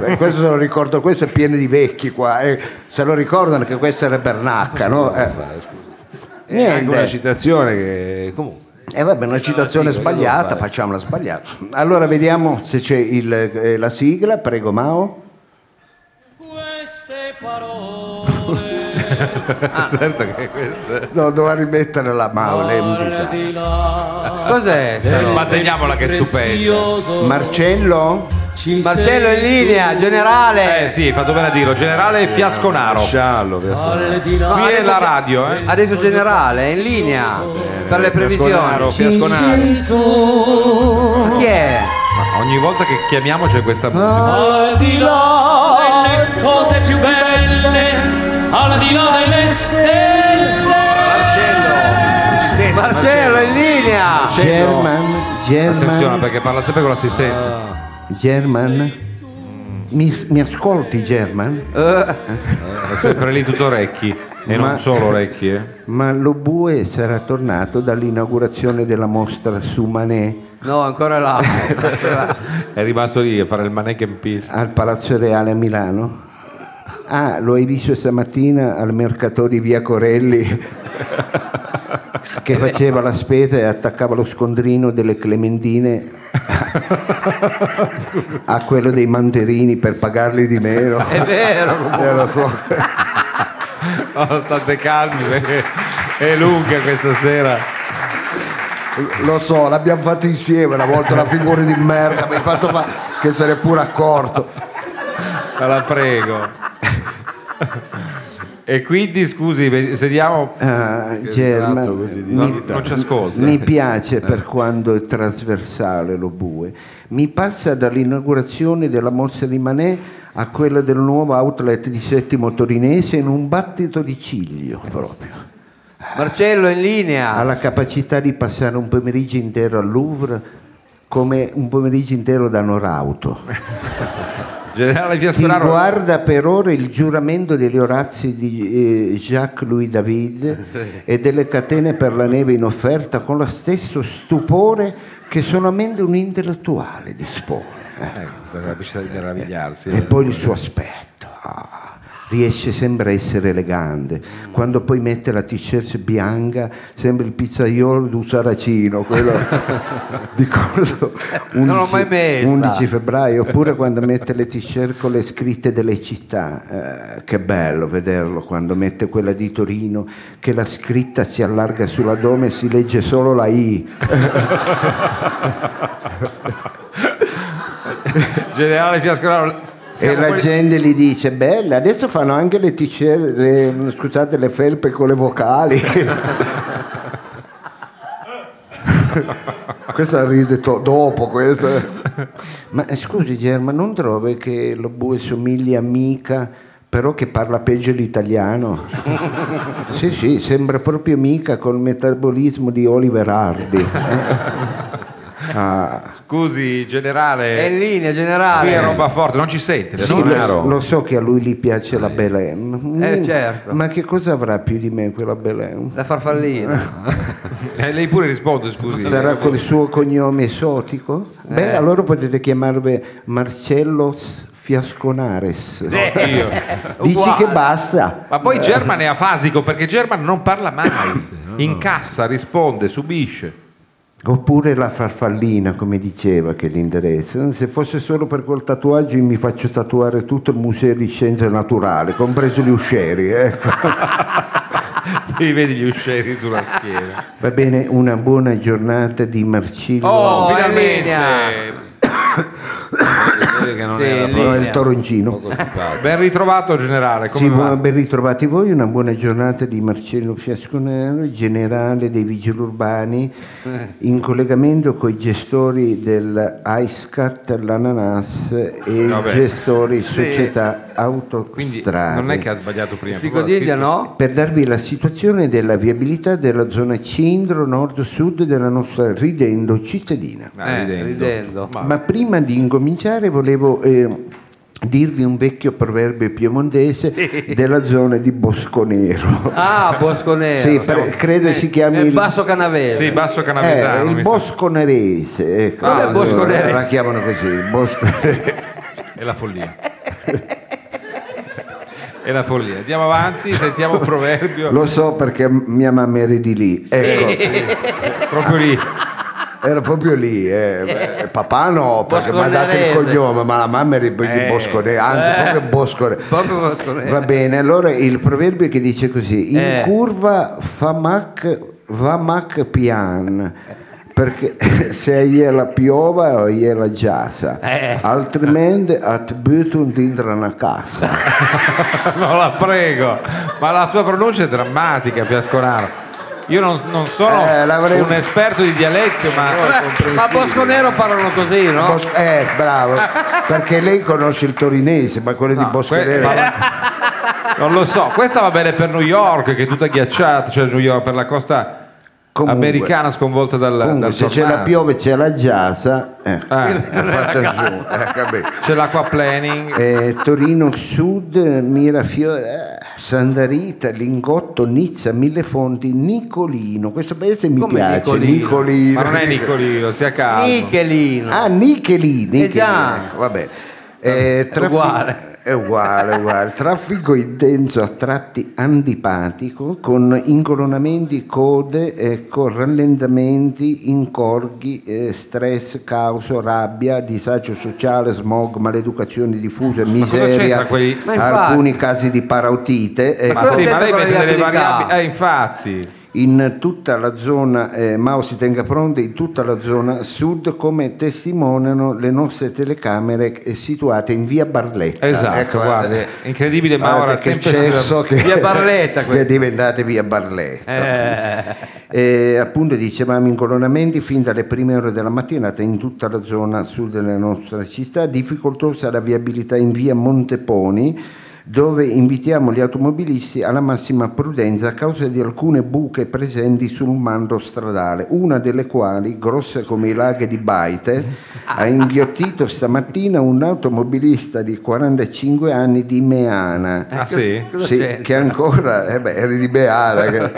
Speaker 1: Eh, questo se lo ricordo, questo è pieno di vecchi qua, eh, se lo ricordano che questa era Bernacca, no? Eh,
Speaker 2: È anche una
Speaker 1: niente.
Speaker 2: citazione che comunque.
Speaker 1: Eh, vabbè, una citazione
Speaker 2: sigla, che devo
Speaker 1: sbagliata,
Speaker 2: fare?
Speaker 1: facciamola sbagliata. Allora vediamo se c'è il, eh, la sigla, prego Mao.
Speaker 5: queste parole
Speaker 3: Certo che questo è-
Speaker 1: No, doveva rimettere la Mao, lei è un
Speaker 5: al
Speaker 1: disastro.
Speaker 5: di là
Speaker 4: Cos'è? sta roba?
Speaker 3: Eh, Ma teniamola che è stupendo.
Speaker 5: prezioso
Speaker 1: Marcello?
Speaker 5: ci
Speaker 4: Marcello in
Speaker 5: sei
Speaker 4: linea,
Speaker 5: tu.
Speaker 4: generale.
Speaker 3: Eh sì, fatto bene a dirlo, generale
Speaker 4: Ah,
Speaker 3: Fiasconaro.
Speaker 2: Sciallo,
Speaker 5: al di là
Speaker 3: Qui
Speaker 4: No,
Speaker 3: è la
Speaker 4: adesso-
Speaker 3: radio, eh.
Speaker 4: Ha detto generale, è in linea eh, per le
Speaker 2: Fiasconaro,
Speaker 4: previsioni.
Speaker 2: Fiasconaro.
Speaker 5: sei tu
Speaker 4: Ma Chi è?
Speaker 3: Ma ogni volta che chiamiamo c'è questa musica.
Speaker 5: al di là delle cose più belle al di là delle stelle
Speaker 2: Marcello, ci senti?
Speaker 4: Marcello in linea.
Speaker 2: Marcello.
Speaker 1: German, German.
Speaker 3: Attenzione perché parla sempre con l'assistente.
Speaker 1: German, mi, mi ascolti German?
Speaker 3: È sempre lì tutto orecchi. E
Speaker 1: Ma-
Speaker 3: non solo orecchi, eh.
Speaker 1: Ma lo bue sarà tornato dall'inaugurazione della mostra su Manet
Speaker 4: No, ancora là.
Speaker 3: È rimasto lì a fare il mannequin and peace.
Speaker 1: al Palazzo Reale a Milano? Ah, lo hai visto stamattina al mercatore di Via Corelli che faceva la spesa e attaccava lo scondrino delle clementine a quello dei manterini per pagarli di meno.
Speaker 4: È vero.
Speaker 1: Eh, lo so.
Speaker 3: Oh, state calmi perché è lunga questa sera.
Speaker 1: Lo so, l'abbiamo fatto insieme una volta una figura di merda, mi hai fatto fa- che se ne è pure accorto.
Speaker 3: Te la prego. E quindi scusi, ve- sediamo.
Speaker 1: Ah, Germa,
Speaker 2: ritratto così di Eh.
Speaker 1: mi,
Speaker 3: Non, non ci ascolta.
Speaker 1: mi piace per quanto è trasversale lo bue. Mi passa dall'inaugurazione della mostra di Manè a quella del nuovo outlet di Settimo Torinese in un battito di ciglio proprio.
Speaker 4: Marcello in linea.
Speaker 3: Ah,
Speaker 1: Ha la capacità di passare un pomeriggio intero al Louvre come un pomeriggio intero da Norauto.
Speaker 3: Generale
Speaker 1: Si
Speaker 3: Fiasconaro.
Speaker 1: guarda per ore il giuramento degli orazi di eh, Jacques-Louis David e delle catene per la neve in offerta con lo stesso stupore che solamente un intellettuale dispone.
Speaker 3: Eh, questa capacità di meravigliarsi. eh.
Speaker 1: E poi il suo aspetto. ah, riesce sempre a essere elegante. Quando poi mette la t-shirt bianca sembra il pizzaiolo di un saracino, quello di coso.
Speaker 4: Non l'ho mai messa.
Speaker 1: 11 febbraio, oppure quando mette le t-shirt con le scritte delle città. eh, che bello vederlo quando mette quella di Torino, che la scritta si allarga sull'addome e si legge solo la I.
Speaker 3: Generale Fiasconaro.
Speaker 1: E
Speaker 3: siamo
Speaker 1: la
Speaker 3: quelli-
Speaker 1: gente gli dice, bella, adesso fanno anche le t-shirt, le- scusate, le felpe con le vocali. questo ride to- dopo, questo. Ma eh, scusi Germa, non trovi che lo bue somiglia a mica, però che parla peggio l'italiano? sì, sì, sembra proprio mica col metabolismo di Oliver Hardy.
Speaker 3: Scusi, generale.
Speaker 4: È in linea
Speaker 3: Qui è
Speaker 4: generale.
Speaker 3: roba forte, non ci sente,
Speaker 1: Sì,
Speaker 3: non
Speaker 1: lo, lo so che a lui gli piace la Belen.
Speaker 4: Eh,
Speaker 1: Mm,
Speaker 4: certo.
Speaker 1: Ma che cosa avrà più di me quella Belen?
Speaker 4: La farfallina.
Speaker 3: Eh, lei pure risponde, scusi.
Speaker 1: Sarà col suo cognome esotico?
Speaker 4: Eh.
Speaker 1: Beh, allora potete chiamarvi Marcello Fiasconares.
Speaker 3: Eh, io.
Speaker 1: Dici
Speaker 4: uguale.
Speaker 1: che basta.
Speaker 3: Ma poi German è afasico perché German non parla mai, incassa, risponde, subisce.
Speaker 1: Oppure la farfallina, come diceva che l'indirizzo. Se fosse solo per quel tatuaggio io mi faccio tatuare tutto il museo di scienze naturali, compreso gli uscieri. Ecco.
Speaker 3: Sì, vedi gli uscieri sulla schiena.
Speaker 1: Va bene, una buona giornata di Marcillo.
Speaker 3: Oh,
Speaker 4: Oh, è in linea.
Speaker 3: finalmente!
Speaker 2: Vedi che non
Speaker 4: Sì,
Speaker 2: era
Speaker 4: lì.
Speaker 1: no, il
Speaker 4: linea.
Speaker 1: toroncino.
Speaker 2: poco simpatico.
Speaker 3: Ben ritrovato generale, come
Speaker 1: Sì,
Speaker 3: va?
Speaker 1: ben ritrovati voi, una buona giornata di Marcello Fiasconaro, generale dei vigili urbani,
Speaker 3: Eh.
Speaker 1: in collegamento con i gestori del ISCAT, l'Ananas e
Speaker 3: Vabbè.
Speaker 1: i gestori società autostrade.
Speaker 3: Quindi non è che ha sbagliato prima.
Speaker 4: Ficodiglia no?
Speaker 1: per darvi la situazione della viabilità della zona cindro nord-sud della nostra ridendo cittadina.
Speaker 3: Ah,
Speaker 4: Eh,
Speaker 3: ridendo.
Speaker 4: ridendo.
Speaker 1: Ma prima di incominciare volevo eh, dirvi un vecchio proverbio piemontese della zona di Bosco Nero.
Speaker 4: Ah, Bosco Nero.
Speaker 1: Sì, per- credo si chiami
Speaker 4: Nel
Speaker 1: il,
Speaker 4: eh, Basso Canavese.
Speaker 3: Sì, basso
Speaker 1: eh,
Speaker 3: canavesano.
Speaker 1: il
Speaker 3: mi
Speaker 1: Bosco Nerese. Ecco,
Speaker 4: Ah, il Bosco
Speaker 1: allora,
Speaker 4: Nerese.
Speaker 1: La chiamano così, il Bosco Nerese.
Speaker 3: sa. È la follia. È la follia. Andiamo avanti, sentiamo un proverbio.
Speaker 1: Lo so perché mia mamma era di lì. Ecco,
Speaker 3: Proprio lì.
Speaker 1: Era proprio lì, eh. Beh, papà no, perché mi ha dato il
Speaker 4: Bosconerese.
Speaker 1: cognome, ma la mamma era di
Speaker 3: Eh.
Speaker 1: Bosco Nerese, anzi proprio Bosco Nerese.
Speaker 4: Proprio Bosco Nero.
Speaker 1: Va bene, allora il proverbio che dice così: in
Speaker 4: Eh.
Speaker 1: curva fa mac, va mac pian. Perché se è la piova o è la giasa, altrimenti at button dentro una casa.
Speaker 3: No, la prego, ma la sua pronuncia è drammatica, Fiasconaro. Io non, non sono
Speaker 1: Eh, l'avrei-
Speaker 3: un esperto di dialetto, ma
Speaker 4: Ma Bosco Nero parlano così, no?
Speaker 1: Bos- eh, bravo, perché lei conosce il torinese, ma quello di Bosco
Speaker 3: Ah, que- eh,
Speaker 1: Nero-
Speaker 3: ma- non lo so. Questa va bene per New York, che è tutta ghiacciata, cioè New York, per la costa
Speaker 1: Comunque.
Speaker 3: americana sconvolta dal,
Speaker 1: Comunque,
Speaker 3: dal
Speaker 1: se c'è la
Speaker 3: tornado.
Speaker 1: piove c'è la giasa, eh,
Speaker 3: Eh,
Speaker 1: è fatta giù, eh, capito?
Speaker 3: c'è l'acqua planning.
Speaker 1: Eh, Torino Sud, Mirafiore, eh, Sandarita, Lingotto, Nizza, Millefonti, Nicolino. Questo paese mi
Speaker 4: Come
Speaker 1: piace.
Speaker 4: Nicolino?
Speaker 3: Ma non è Nicolino, sia calmo.
Speaker 4: Michelino.
Speaker 1: Ah, Nichelì,
Speaker 3: Eh,
Speaker 1: Nichelì.
Speaker 4: già.
Speaker 1: ecco, Vabbè. Eh, traffi-
Speaker 4: uguale.
Speaker 1: È uguale, è uguale. Traffico intenso a tratti antipatico con incolonamenti, code, ecco, rallentamenti, incorghi, eh, stress, caos, rabbia, disagio sociale, smog, maleducazione diffusa,
Speaker 3: cosa
Speaker 1: miseria,
Speaker 3: c'entra quei-
Speaker 4: Ma infatti-
Speaker 1: alcuni casi di parautite.
Speaker 3: Ma
Speaker 1: ecco.
Speaker 3: sì, ma
Speaker 4: c'entra
Speaker 3: lei
Speaker 4: con la
Speaker 3: mette delle
Speaker 4: viabilità?
Speaker 3: variabili. Eh, infatti.
Speaker 1: In tutta la zona, eh, Mao si tenga pronto, in tutta la zona sud, come testimoniano le nostre telecamere eh, situate in via Barletta.
Speaker 3: Esatto,
Speaker 1: Ecco,
Speaker 3: guarda, è incredibile, ma
Speaker 1: guardate
Speaker 3: ora
Speaker 1: che
Speaker 3: tempestiva-
Speaker 1: cesso che
Speaker 4: Via Barletta,
Speaker 1: che è
Speaker 4: questa. Eh,
Speaker 1: diventata via Barletta. E, appunto dicevamo incolonamenti fin dalle prime ore della mattinata in tutta la zona sud della nostra città, difficoltosa la viabilità in via Monteponi dove invitiamo gli automobilisti alla massima prudenza a causa di alcune buche presenti sul mando stradale, una delle quali, grossa come i laghi di Baite, ha inghiottito stamattina un automobilista di 45 anni di Meana.
Speaker 3: Ah sì?
Speaker 4: Cosa
Speaker 1: Sì,
Speaker 4: c'entra?
Speaker 1: che ancora, eh beh, eri di Beara, che,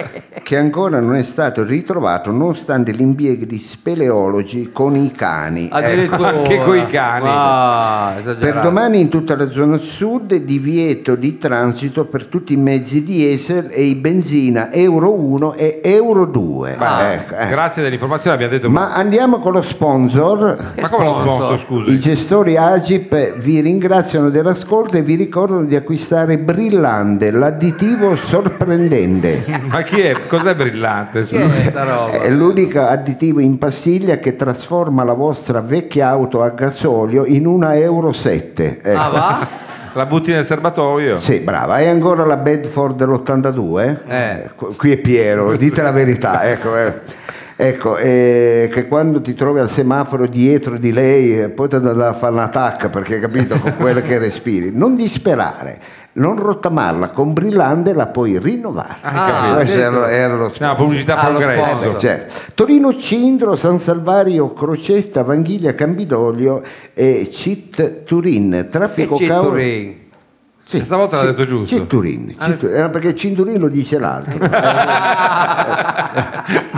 Speaker 1: che ancora non è stato ritrovato nonostante l'impiego di speleologi con i cani. Ecco.
Speaker 4: eh, Addirittura.
Speaker 3: Anche coi cani.
Speaker 4: Ah, esagerato.
Speaker 1: Per domani in tutta la zona sud divieto di transito per tutti i mezzi diesel e i benzina Euro 1 e Euro 2.
Speaker 3: Ma-
Speaker 1: Ecco, eh.
Speaker 3: Grazie dell'informazione, abbiamo detto.
Speaker 1: Ma andiamo con lo sponsor.
Speaker 3: ma come lo sponsor, scusi?
Speaker 1: I gestori Agip eh, vi ringraziano dell'ascolto e vi ricordano di acquistare Brillante, l'additivo sorprendente.
Speaker 3: Ma chi è? Cos'è brillante?
Speaker 4: Che è sta roba?
Speaker 1: È l'unico additivo in pastiglia che trasforma la vostra vecchia auto a gasolio in una Euro 7. Ecco.
Speaker 4: Ah, va?
Speaker 3: La butti nel serbatoio?
Speaker 1: Sì, brava. Hai ancora la Bedford dell'82?
Speaker 4: Eh.
Speaker 1: Qui è Piero, dite la verità. Ecco, eh. Ecco, eh, che quando ti trovi al semaforo dietro di lei, eh, poi ti da da fare un attacco perché hai capito con quello che respiri. Non disperare. non rottamarla con brillante la puoi rinnovare.
Speaker 3: Ah, hai capito.
Speaker 1: Questo era, era lo
Speaker 3: C'è una pubblicità
Speaker 4: Ah, lo
Speaker 3: progresso.
Speaker 4: sponsor.
Speaker 1: Certo. Torino Cindro, San Salvario, Crocetta, Vanghiglia, Campidoglio e Cit Turin. Traffico
Speaker 4: Che
Speaker 1: cau-
Speaker 4: Citturin.
Speaker 1: Sì,
Speaker 3: Questa volta l'ha
Speaker 1: Cit-
Speaker 3: detto giusto. Ah,
Speaker 1: Citturin, Citturin. Era Eh, perché Cinturin lo dice l'altro. certo.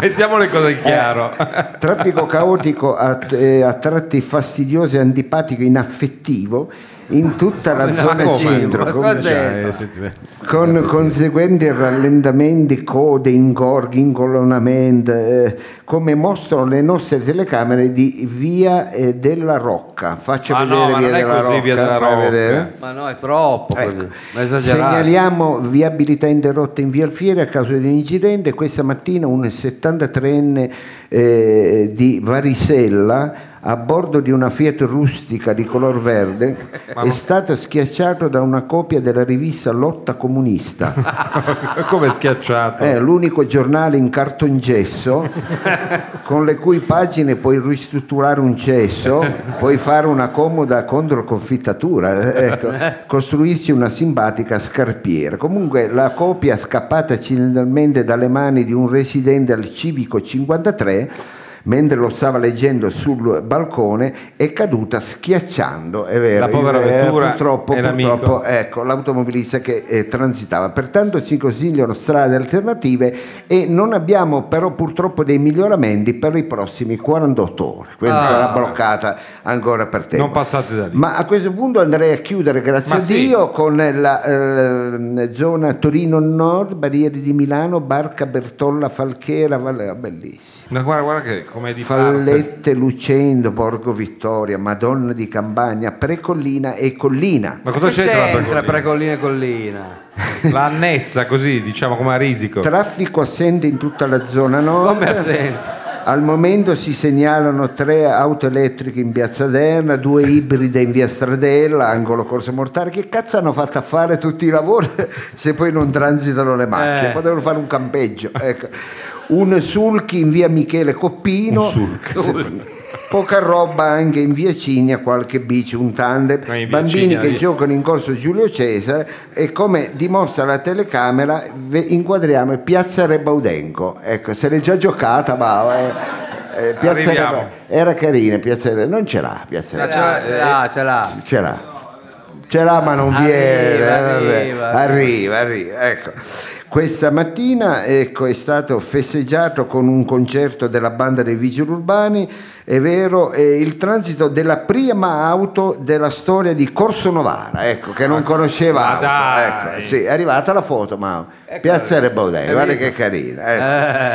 Speaker 3: Mettiamo le cose in
Speaker 1: Eh.
Speaker 3: chiaro.
Speaker 1: Traffico caotico a, eh, a tratti fastidioso e antipatico, inaffettivo in tutta la zona
Speaker 3: come?
Speaker 1: Cindro.
Speaker 4: Ma
Speaker 1: Come-
Speaker 4: cos'è?
Speaker 2: Cioè, eh, senti, beh.
Speaker 1: con conseguenti rallentamenti, code, ingorghi, incolonamenti, eh, come mostrano le nostre telecamere di Via eh, della Rocca. Faccio
Speaker 3: Ah, no,
Speaker 1: vedere Via,
Speaker 3: ma non è
Speaker 1: della
Speaker 3: così, Via
Speaker 1: Rocca,
Speaker 3: della
Speaker 1: fai
Speaker 3: Rocca.
Speaker 1: vedere.
Speaker 4: Ma no, è troppo
Speaker 1: Ecco.
Speaker 4: così. Ma è esagerato.
Speaker 1: Segnaliamo viabilità interrotta in via Alfieri a causa di un incidente. Questa mattina un 73enne eh, di Varisella a bordo di una Fiat rustica di color verde è stato schiacciato da una copia della rivista Lotta Comunista.
Speaker 3: Come schiacciato.
Speaker 1: È Eh, l'unico giornale in cartongesso con le cui pagine puoi ristrutturare un cesso, puoi fare una comoda controconfittatura, eh, ecco, costruirci una simpatica scarpiera. Comunque la copia scappata accidentalmente dalle mani di un residente al civico 53 mentre lo stava leggendo sul balcone è caduta schiacciando è vero,
Speaker 3: La povera
Speaker 1: eh,
Speaker 3: vettura
Speaker 1: purtroppo,
Speaker 3: e l'amico.
Speaker 1: purtroppo ecco, l'automobilista che eh, transitava. Pertanto si consigliano strade alternative e non abbiamo però purtroppo dei miglioramenti per i prossimi 48 ore, quindi
Speaker 4: Ah.
Speaker 1: sarà bloccata ancora per tempo.
Speaker 3: Non passate da lì.
Speaker 1: Ma a questo punto andrei a chiudere, grazie
Speaker 3: Ma
Speaker 1: a
Speaker 3: sì.
Speaker 1: Dio, con la ehm, zona Torino Nord, Barriere di Milano, Barca Bertolla Falchera, Valle- ah, bellissimo.
Speaker 3: Ma guarda, guarda che come di parte.
Speaker 1: Fallette, Lucendo, Borgo Vittoria, Madonna di Campagna, Precollina e Collina.
Speaker 3: Ma cosa
Speaker 4: Che
Speaker 3: c'entra,
Speaker 4: c'entra
Speaker 3: la Pergolini?
Speaker 4: Precollina e Collina?
Speaker 3: La annessa così, diciamo come a risico.
Speaker 1: Traffico assente in tutta la zona nord.
Speaker 4: Come assente?
Speaker 1: Al momento si segnalano tre auto elettriche in piazza Derna, due ibride in via Stradella, angolo Corso Mortare. Che cazzo hanno fatto a fare tutti i lavori se poi non transitano le macchine?
Speaker 4: Eh.
Speaker 1: Potevano fare un campeggio. ecco. Un sulchi in via Michele Coppino.
Speaker 3: Un sulchi.
Speaker 1: Se- Poca roba anche in via Cigna, qualche bici, un tandem,
Speaker 3: Ma in via
Speaker 1: bambini
Speaker 3: Cigna,
Speaker 1: che
Speaker 3: lì-
Speaker 1: giocano in corso Giulio Cesare e come dimostra la telecamera ve- inquadriamo Piazza Rebaudenco. Ecco, se l'è già giocata, ma eh, eh, Piazza
Speaker 3: Arriviamo.
Speaker 1: Reba- era carina, Piazza Re- non ce l'ha, Piazza
Speaker 4: Ce
Speaker 1: Re-
Speaker 4: l'ha, ce l'ha, ce l'ha.
Speaker 1: ce l'ha. Ce l'ha ma non viene, eh,
Speaker 4: Arriva,
Speaker 1: vabbè.
Speaker 4: arriva.
Speaker 1: arriva, arriva, ecco. Questa mattina ecco, è stato festeggiato con un concerto della banda dei vigili urbani, è vero, è il transito della prima auto della storia di Corso Novara, ecco, che
Speaker 4: Ah,
Speaker 1: non conosceva
Speaker 3: ma
Speaker 1: auto,
Speaker 3: dai.
Speaker 1: ecco, sì, è arrivata la foto, ma Piazza Rebaudelli, guarda che carina.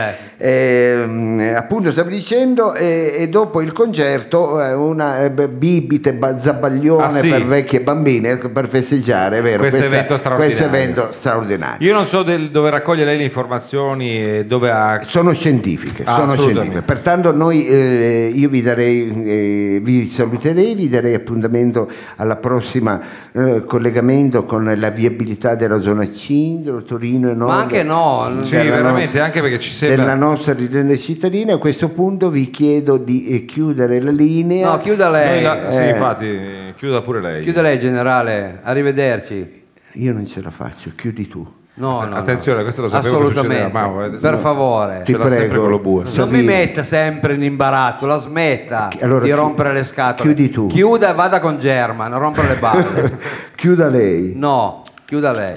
Speaker 1: ecco.
Speaker 4: Ecco. Eh,
Speaker 1: Ehm, appunto stavo dicendo e, e dopo il concerto eh, una eh, beh, bibite ba- zabaglione
Speaker 3: Ah, sì?
Speaker 1: per vecchie bambine ecco, per festeggiare è vero,
Speaker 3: Questo evento straordinario.
Speaker 1: questo evento straordinario.
Speaker 3: Io non so del- dove raccoglie lei le informazioni e dove ha...
Speaker 1: sono scientifiche,
Speaker 3: Ah,
Speaker 1: sono
Speaker 3: assolutamente.
Speaker 1: scientifiche. pertanto noi, eh, io vi, darei, eh, vi saluterei, vi darei appuntamento alla prossima eh, collegamento con la viabilità della zona Cindro, Torino e Nord.
Speaker 4: anche no,
Speaker 3: Sì,
Speaker 1: della
Speaker 3: veramente,
Speaker 1: nostra-
Speaker 3: anche perché ci
Speaker 1: certo, della
Speaker 3: sembra...
Speaker 1: nostra ridenda cittadina. A questo punto vi chiedo di eh, chiudere la linea.
Speaker 4: No, chiuda
Speaker 3: Noi
Speaker 4: lei.
Speaker 3: la- Sì,
Speaker 1: eh.
Speaker 3: infatti, chiuda pure lei. Ecco,
Speaker 4: Chiuda lei, generale. Arrivederci.
Speaker 1: Io non ce la faccio, chiudi tu.
Speaker 4: No, no, no.
Speaker 3: Attenzione, questo lo sapevo che
Speaker 4: Assolutamente.
Speaker 3: succederà, ma- eh,
Speaker 4: per favore.
Speaker 1: Ti
Speaker 3: Ce l'ha sempre
Speaker 1: prego.
Speaker 3: con lo bue. Non
Speaker 4: Non mi
Speaker 1: Savino.
Speaker 4: metta sempre in imbarazzo, la smetta
Speaker 1: Chi- allora
Speaker 4: di
Speaker 1: chi-
Speaker 4: rompere le scatole.
Speaker 1: chiudi tu.
Speaker 4: Chiuda e vada con German, non rompere le balle.
Speaker 1: Chiuda lei.
Speaker 4: no, chiuda lei.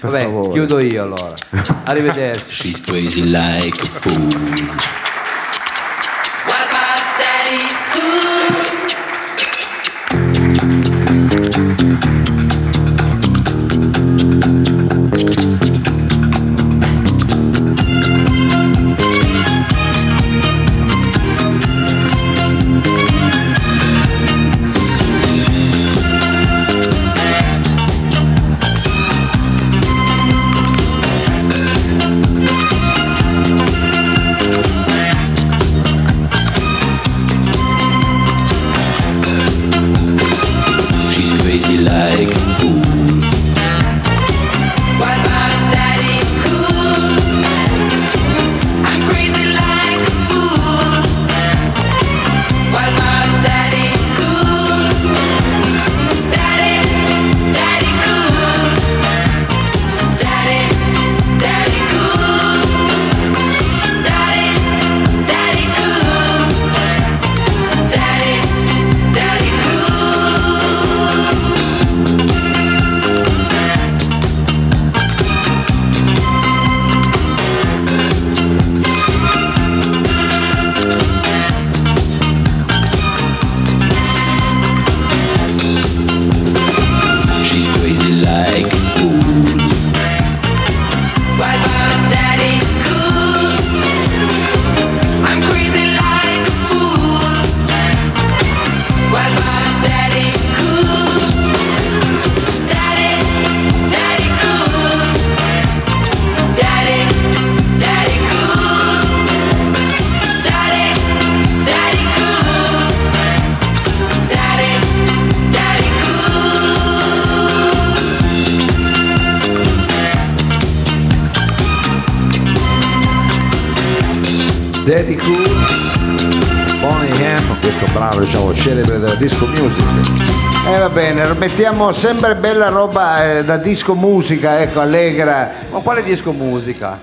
Speaker 1: Per
Speaker 4: Vabbè,
Speaker 1: favore.
Speaker 4: chiudo io allora. Arrivederci.
Speaker 6: She's crazy like a fool.
Speaker 7: What about Daddy Cool?
Speaker 6: She's
Speaker 2: Daddy Cool Bonnie M questo brano diciamo celebre della disco music
Speaker 1: Eh, va bene, mettiamo sempre bella roba eh, da disco musica, ecco, allegra.
Speaker 4: Ma quale disco musica?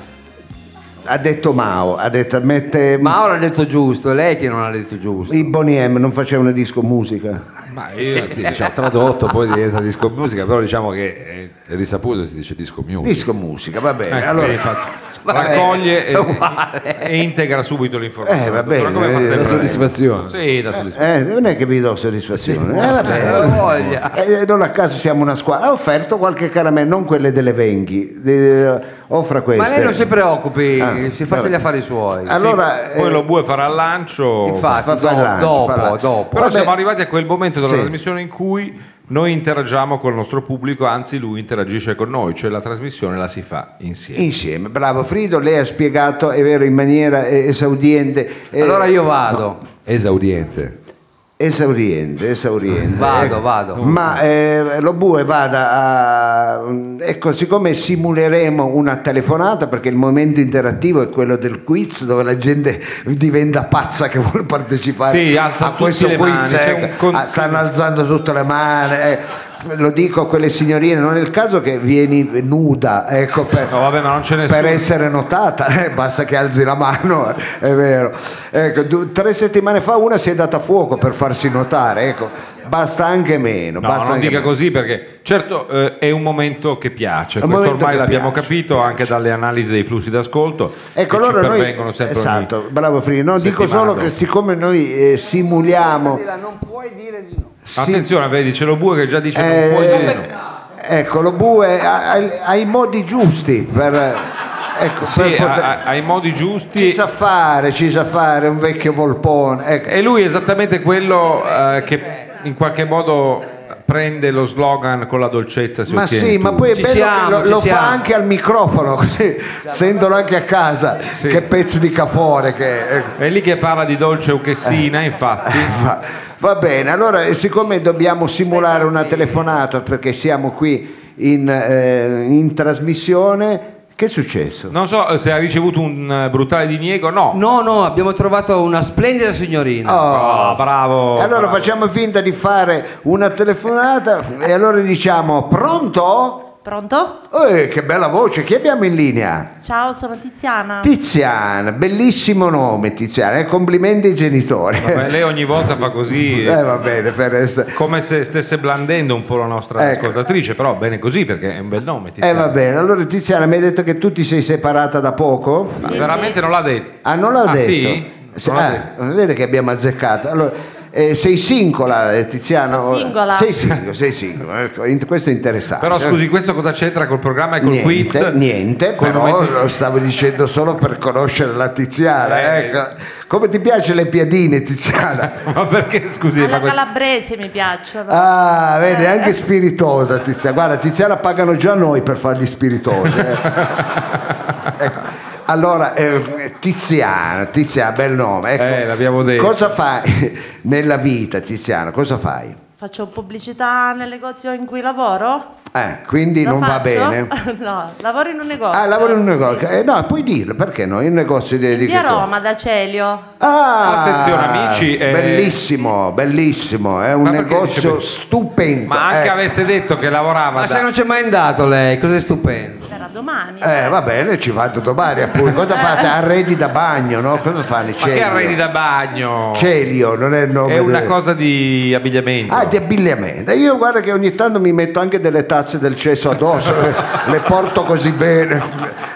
Speaker 1: Ha detto Mao, ha detto mette
Speaker 4: Mauro ha detto giusto, è lei che non ha detto giusto.
Speaker 1: i Boniem non facevano disco musica.
Speaker 2: ma io sì, diciamo, tradotto poi diventa disco musica però diciamo che è risaputo si dice disco music
Speaker 1: Disco musica, va bene.
Speaker 3: Ecco,
Speaker 1: allora,
Speaker 3: vedi, infatti, raccoglie
Speaker 4: è
Speaker 3: e,
Speaker 4: uguale.
Speaker 3: e integra subito l'informazione.
Speaker 1: Eh, va
Speaker 3: Dottore,
Speaker 1: bene,
Speaker 3: come fa
Speaker 1: vedi,
Speaker 2: la
Speaker 3: sempre
Speaker 2: soddisfazione.
Speaker 3: lei? Sì, da soddisfazione.
Speaker 1: eh, non è che vi do soddisfazione. eh, va bene.
Speaker 4: Eh, voglia.
Speaker 1: Eh, non a caso siamo una squadra. Ha offerto qualche caramella, non quelle delle Venghi. Eh, offra queste.
Speaker 4: Ma lei non si preoccupi,
Speaker 1: Ah,
Speaker 4: si faccia
Speaker 1: vabbè.
Speaker 4: gli affari suoi.
Speaker 1: Ah, Allora,
Speaker 3: poi
Speaker 1: eh,
Speaker 3: lo bue farà il lancio.
Speaker 4: Infatti,
Speaker 1: fa- fa
Speaker 4: do-
Speaker 1: l'anno,
Speaker 4: dopo,
Speaker 1: fa l'anno.
Speaker 4: dopo.
Speaker 3: Però
Speaker 1: Vabbè.
Speaker 3: siamo arrivati a quel momento della
Speaker 1: Sì.
Speaker 3: trasmissione in cui noi interagiamo col nostro pubblico, anzi lui interagisce con noi, cioè la trasmissione la si fa insieme.
Speaker 1: Insieme, bravo Frido, lei ha spiegato, è vero, in maniera eh, esaudiente. eh,
Speaker 4: Allora io vado.
Speaker 2: esaudiente
Speaker 1: Esauriente, esauriente.
Speaker 4: Vado,
Speaker 1: Ecco.
Speaker 4: vado.
Speaker 1: Ma eh, lo bue vada a... Ecco, siccome simuleremo una telefonata, perché il momento interattivo è quello del quiz, dove la gente diventa pazza che vuole partecipare
Speaker 3: Sì, alza
Speaker 1: a
Speaker 3: tutti
Speaker 1: questo
Speaker 3: le
Speaker 1: quiz.
Speaker 3: mani, c'è
Speaker 1: ecco.
Speaker 3: un con-
Speaker 1: Ah, stanno alzando tutte le mani. eh. Lo dico a quelle signorine, non è il caso che vieni nuda, ecco, per,
Speaker 3: No, vabbè, ma non ce ne
Speaker 1: per essere notata, eh, basta che alzi la mano, eh, è vero. Ecco, du- tre settimane fa una si è data a fuoco per farsi notare, ecco, basta anche meno.
Speaker 3: No,
Speaker 1: basta
Speaker 3: non
Speaker 1: anche
Speaker 3: dica
Speaker 1: meno.
Speaker 3: così perché certo eh, è un momento che piace,
Speaker 1: È un
Speaker 3: questo
Speaker 1: momento
Speaker 3: ormai
Speaker 1: che
Speaker 3: l'abbiamo
Speaker 1: piace,
Speaker 3: capito anche dalle analisi dei flussi d'ascolto
Speaker 1: Ecco,
Speaker 3: che
Speaker 1: allora
Speaker 3: ci
Speaker 1: noi,
Speaker 3: pervengono sempre ogni-
Speaker 1: esatto, bravo Fridi, no, dico
Speaker 3: settimana.
Speaker 1: solo che siccome noi eh, simuliamo...
Speaker 4: Non puoi dire di no.
Speaker 1: si-
Speaker 3: Attenzione, vedi, c'è lo bue che già dice
Speaker 1: eh,
Speaker 3: non puoi dire no.
Speaker 1: Ecco, lo bue ha, ha- ha i modi giusti per... Ecco,
Speaker 3: Sì,
Speaker 1: per
Speaker 3: ha-
Speaker 1: poter-
Speaker 3: ha- ai modi
Speaker 1: Ci
Speaker 3: giusti
Speaker 1: sa fare, ci sa fare, un vecchio volpone. Ecco.
Speaker 3: e lui è esattamente quello eh, che in qualche modo prende lo slogan con la dolcezza si
Speaker 1: Ma
Speaker 3: ottiene
Speaker 1: sì, ma
Speaker 3: tutto.
Speaker 1: poi è
Speaker 8: Ci
Speaker 1: bello
Speaker 8: siamo,
Speaker 1: che lo,
Speaker 8: ci
Speaker 1: lo
Speaker 8: siamo.
Speaker 1: fa anche al microfono, così sentono anche a casa che pezzi di cafone che... eh,
Speaker 3: È lì che parla di dolce uchessina, infatti.
Speaker 1: fa. Va bene, allora eh, siccome dobbiamo simulare una telefonata perché siamo qui in, eh, in trasmissione, che è successo?
Speaker 3: Non so se ha ricevuto un eh, brutale diniego, no.
Speaker 8: No, no, abbiamo trovato una splendida signorina.
Speaker 1: Oh.
Speaker 3: Ah, bravo.
Speaker 1: E allora
Speaker 3: bravo.
Speaker 1: facciamo finta di fare una telefonata e allora diciamo pronto?
Speaker 9: Pronto?
Speaker 1: Eh, che bella voce, chi abbiamo in linea?
Speaker 9: Ciao, sono Tiziana.
Speaker 1: Tiziana, bellissimo nome Tiziana, eh, complimenti ai genitori.
Speaker 3: Vabbè, lei ogni volta fa così,
Speaker 1: Eh, va bene, per essere...
Speaker 3: come se stesse blandendo un po' la nostra
Speaker 1: Ecco.
Speaker 3: ascoltatrice, però bene così perché è un bel nome.
Speaker 1: Eh
Speaker 3: Tiziana.
Speaker 1: va bene, allora Tiziana mi hai detto che tu ti sei separata da poco?
Speaker 3: Ma veramente non l'ha detto.
Speaker 1: Ah, non l'ha
Speaker 3: Ah,
Speaker 1: detto?
Speaker 3: sì?
Speaker 1: Se-
Speaker 3: Non l'ha
Speaker 1: ah, vedi che abbiamo azzeccato. Allora, eh, sei singola eh, Tiziana?
Speaker 9: Sono singola.
Speaker 1: Sei singola, sei singola, ecco, in- questo è interessante.
Speaker 3: Però scusi, questo cosa c'entra col programma e col
Speaker 1: Niente,
Speaker 3: quiz?
Speaker 1: niente
Speaker 3: Col
Speaker 1: però
Speaker 3: momento-
Speaker 1: lo stavo dicendo solo per conoscere la Tiziana.
Speaker 3: Eh.
Speaker 1: ecco. Come ti piace le piadine, Tiziana?
Speaker 3: Ma perché scusi?
Speaker 9: Alla
Speaker 3: fa questo-
Speaker 9: calabrese mi piacciono.
Speaker 1: Ah, vedi, è
Speaker 9: Eh.
Speaker 1: anche spiritosa Tiziana. Guarda, Tiziana pagano già noi per fargli spiritosi. eh. Ecco, Allora, eh, Tiziana, Tiziana, bel nome. ecco.
Speaker 3: Eh, l'abbiamo detto.
Speaker 1: Cosa fai nella vita, Tiziana? Cosa fai?
Speaker 9: Faccio pubblicità nel negozio in cui lavoro?
Speaker 1: Eh, quindi
Speaker 9: Lo
Speaker 1: non va
Speaker 9: faccio?
Speaker 1: bene.
Speaker 9: no, lavoro in un negozio.
Speaker 1: Ah, lavoro in un negozio.
Speaker 9: Sì, sì,
Speaker 1: Eh, no, puoi dirlo, perché no? In un negozio di,
Speaker 9: sì.
Speaker 1: di
Speaker 9: Via
Speaker 1: che cosa?
Speaker 9: Roma, da Celio.
Speaker 1: Ah,
Speaker 3: Attenzione, amici, eh,
Speaker 1: Bellissimo, bellissimo. È un
Speaker 3: Ma perché dice
Speaker 1: negozio
Speaker 3: bello?
Speaker 1: stupendo.
Speaker 3: Ma anche
Speaker 1: eh.
Speaker 3: avesse detto che lavorava
Speaker 8: Ma
Speaker 3: da-
Speaker 8: se non c'è mai andato lei, cos'è stupendo.
Speaker 9: Sarà domani.
Speaker 1: Eh, va bene, ci vado domani appunto. Cosa fate? Arredi da bagno, no? Cosa fanno?
Speaker 3: Ma che
Speaker 1: Celio?
Speaker 3: arredi da bagno?
Speaker 1: Celio, non è il nome.
Speaker 3: È una
Speaker 1: del-
Speaker 3: cosa di abbigliamento.
Speaker 1: Ah, di abbigliamento. Io guarda che ogni tanto mi metto anche delle tazze del cesso addosso, le, le porto così bene.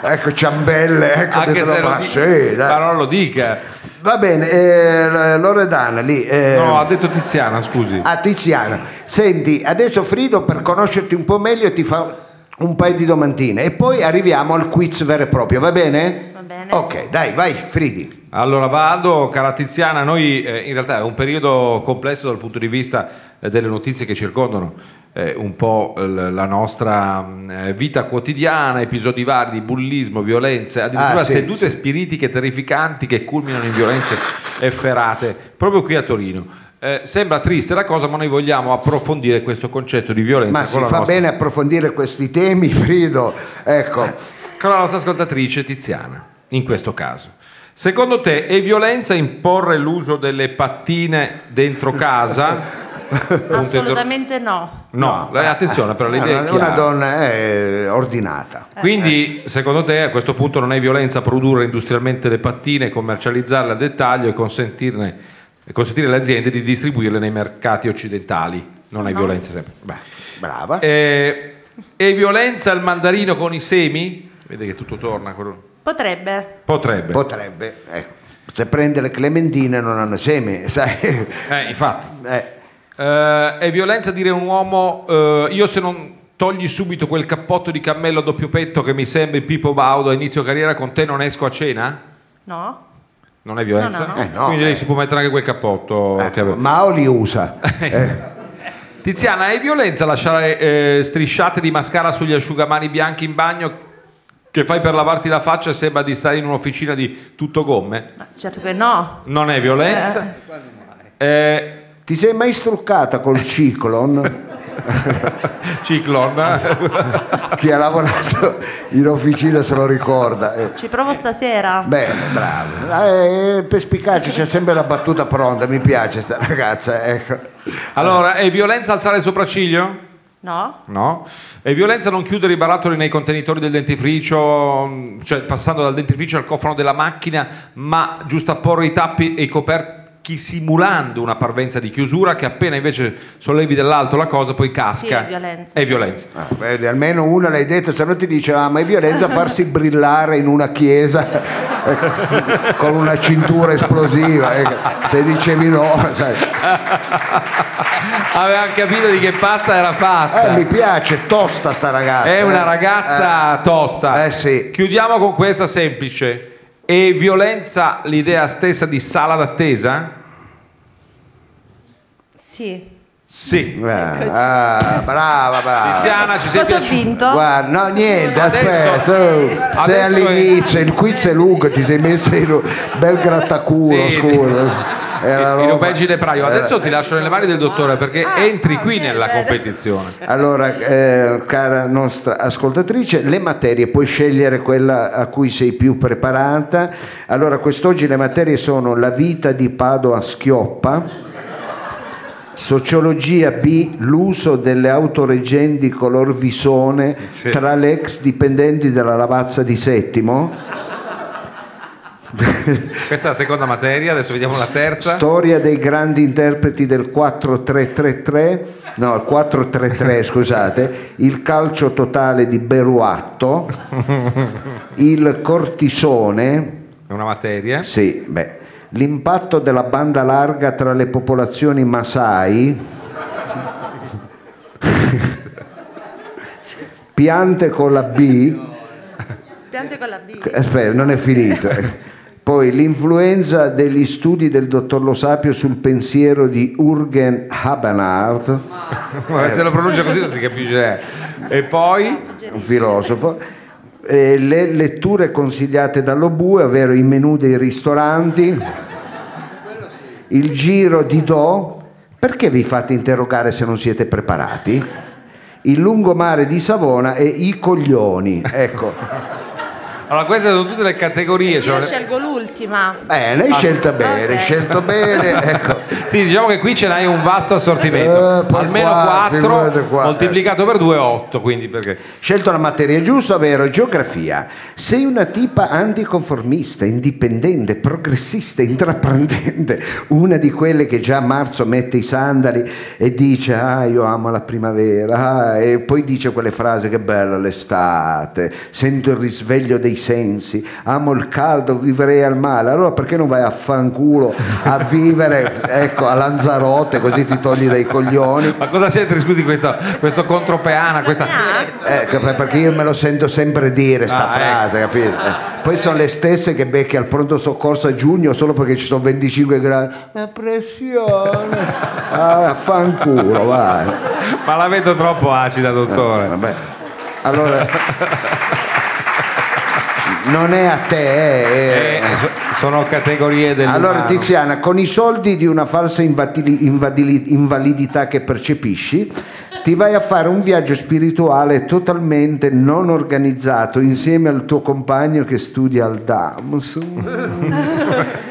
Speaker 1: Ecco, ciambelle, ecco,
Speaker 3: Anche
Speaker 1: dicono,
Speaker 3: se lo
Speaker 1: ma
Speaker 3: dica,
Speaker 1: sì, dai.
Speaker 3: ma non lo dica.
Speaker 1: Va bene, eh, Loredana lì. eh,
Speaker 3: No, ha detto Tiziana, scusi.
Speaker 1: A Tiziana, senti, adesso Frido per conoscerti un po' meglio ti fa un paio di domandine e poi arriviamo al quiz vero e proprio, va bene?
Speaker 9: Va bene.
Speaker 1: Ok, dai, vai Fridi.
Speaker 3: Allora vado, cara Tiziana, noi eh, in realtà è un periodo complesso dal punto di vista eh, delle notizie che circondano eh, un po' l- la nostra mh, eh, vita quotidiana, episodi vari di bullismo, violenze, addirittura
Speaker 1: Ah, sì,
Speaker 3: sedute spiritiche terrificanti che culminano in violenze efferate, proprio qui a Torino. Eh, sembra triste la cosa, ma noi vogliamo approfondire questo concetto di violenza
Speaker 1: Ma
Speaker 3: con
Speaker 1: si fa
Speaker 3: la nostra-
Speaker 1: bene approfondire questi temi, Frido. Ecco,
Speaker 3: con la nostra ascoltatrice Tiziana, in questo caso. Secondo te è violenza imporre l'uso delle pattine dentro casa?
Speaker 9: Assolutamente no.
Speaker 3: No, eh, attenzione però l'idea è
Speaker 1: Una, una
Speaker 3: chiara.
Speaker 1: donna eh, ordinata.
Speaker 3: Quindi, secondo te, a questo punto non è violenza produrre industrialmente le pattine, commercializzarle a dettaglio e consentirne- e consentire alle aziende di distribuirle nei mercati occidentali? Non è violenza sempre. Beh.
Speaker 1: Brava.
Speaker 3: Eh, è violenza il mandarino con i semi? Vede che tutto torna. quello-
Speaker 9: Potrebbe.
Speaker 3: Potrebbe.
Speaker 1: Potrebbe. Ecco. Se prende le clementine non hanno seme, sai?
Speaker 3: eh, infatti.
Speaker 1: Eh,
Speaker 3: Eh, è violenza dire a un uomo eh, io se non togli subito quel cappotto di cammello a doppio petto che mi sembri Pippo Baudo a inizio carriera con te non esco a cena?
Speaker 9: No.
Speaker 3: Non è violenza?
Speaker 9: No, no, no.
Speaker 1: Eh, no,
Speaker 3: Quindi lei
Speaker 1: eh.
Speaker 3: si può mettere anche quel cappotto che aveva.
Speaker 1: Mao li ecco, usa. Eh,
Speaker 3: Tiziana, è violenza lasciare eh, strisciate di mascara sugli asciugamani bianchi in bagno che fai per lavarti la faccia e sembra di stare in un'officina di tutto gomme?
Speaker 9: Ma Certo che no.
Speaker 3: Non è violenza. Eh,
Speaker 1: ti sei mai struccata col ciclon
Speaker 3: ciclone.
Speaker 1: Chi ha lavorato in officina se lo ricorda. eh.
Speaker 9: Ci provo stasera.
Speaker 1: Bene, bravo. Eh, perspicace, c'è sempre la battuta pronta, mi piace sta ragazza, ecco.
Speaker 3: Allora, è violenza alzare il sopracciglio?
Speaker 9: No.
Speaker 3: No. È violenza non chiudere i barattoli nei contenitori del dentifricio, mh, cioè passando dal dentifricio al cofano della macchina, ma giustapporre i tappi e i coperchi simulando una parvenza di chiusura che appena invece sollevi dall'alto la cosa poi casca.
Speaker 9: Sì, è violenza.
Speaker 3: È violenza.
Speaker 1: Ah, vedi, almeno una l'hai detto, se no ti diceva ma è violenza farsi brillare in una chiesa ecco, con una cintura esplosiva. ecco. Se dicevi no, sai,
Speaker 3: Avevamo capito di che pasta era
Speaker 1: eh,
Speaker 3: fatta.
Speaker 1: mi piace, tosta sta ragazza.
Speaker 3: È una
Speaker 1: eh.
Speaker 3: ragazza tosta.
Speaker 1: Eh, sì.
Speaker 3: Chiudiamo con questa semplice. È violenza l'idea stessa di sala d'attesa?
Speaker 9: Sì.
Speaker 3: Sì.
Speaker 1: Eh, ah, brava, brava.
Speaker 3: Tiziana, ci sei
Speaker 9: Cosa ho
Speaker 3: piaciuta?
Speaker 9: vinto?
Speaker 1: Guarda, no, niente,
Speaker 3: Adesso-
Speaker 1: aspetta. oh, sei
Speaker 3: adesso è-
Speaker 1: all'inizio, il quiz è lungo, ti sei messo in un bel grattaculo,
Speaker 3: Sì.
Speaker 1: scusa. Era
Speaker 3: Il
Speaker 1: roba-
Speaker 3: Rubeggi De Praio. Adesso ti lascio nelle mani del dottore perché entri qui nella competizione.
Speaker 1: Allora, eh, cara nostra ascoltatrice, le materie, puoi scegliere quella a cui sei più preparata. Allora, quest'oggi le materie sono la vita di Padoa Schioppa, sociologia B, l'uso delle autoreggenti color visone
Speaker 3: Sì.
Speaker 1: tra le ex dipendenti della Lavazza di Settimo,
Speaker 3: Questa è la seconda materia, adesso vediamo la terza.
Speaker 1: storia dei grandi interpreti del 4333, no, il 433, scusate, il calcio totale di Beruatto, il cortisone,
Speaker 3: È una materia.
Speaker 1: sì, beh, l'impatto della banda larga tra le popolazioni Masai. Piante con la B,
Speaker 9: Piante con la B.
Speaker 1: Aspetta, Eh, non è finito. eh. Poi l'influenza degli studi del dottor Lo Sapio sul pensiero di Urgen Habermas, Eh.
Speaker 3: Ma Se lo pronuncia così non si capisce. E poi
Speaker 1: un filosofo. eh, le letture consigliate dall'Obue, ovvero i menù dei ristoranti, il giro di Do, perché vi fate interrogare se non siete preparati? Il lungomare di Savona e i coglioni, ecco.
Speaker 3: allora queste sono tutte le categorie.
Speaker 9: Io
Speaker 3: cioè-
Speaker 9: scelgo l'ultima.
Speaker 1: Bene, Eh, hai scelto bene, hai
Speaker 9: ok.
Speaker 1: scelto bene, ecco.
Speaker 3: Sì, diciamo che qui ce n'hai un vasto assortimento.
Speaker 1: Eh, poi
Speaker 3: Almeno
Speaker 1: qua,
Speaker 3: 4
Speaker 1: figurate qua, eh.
Speaker 3: moltiplicato per 2 8, quindi perché
Speaker 1: Scelto la materia giusta, ovvero geografia. Sei una tipa anticonformista, indipendente, progressista, intraprendente, una di quelle che già a marzo mette i sandali e dice ah io amo la primavera ah", e poi dice quelle frasi che bella l'estate, sento il risveglio dei sensi, amo il caldo, vivrei al mare, allora perché non vai a fanculo a vivere ecco, a Lanzarote così ti togli dai coglioni?
Speaker 3: Ma cosa siete, scusi, questa, questo contropeana, questa...
Speaker 1: Eh, cap- perché io me lo sento sempre dire sta
Speaker 3: Ah, ecco.
Speaker 1: frase, capito? Eh, Poi sono le stesse che becchi al pronto soccorso a giugno solo perché ci sono 25 gradi. La pressione. Ah, fanculo, vai.
Speaker 3: Ma la vedo troppo acida, dottore.
Speaker 1: Eh, Vabbè. Allora Non è a te, eh, eh.
Speaker 3: Eh, so- sono categorie del
Speaker 1: Allora Tiziana, con i soldi di una falsa invadili- invadili- invalidità che percepisci, ti vai a fare un viaggio spirituale totalmente non organizzato insieme al tuo compagno che studia al Dams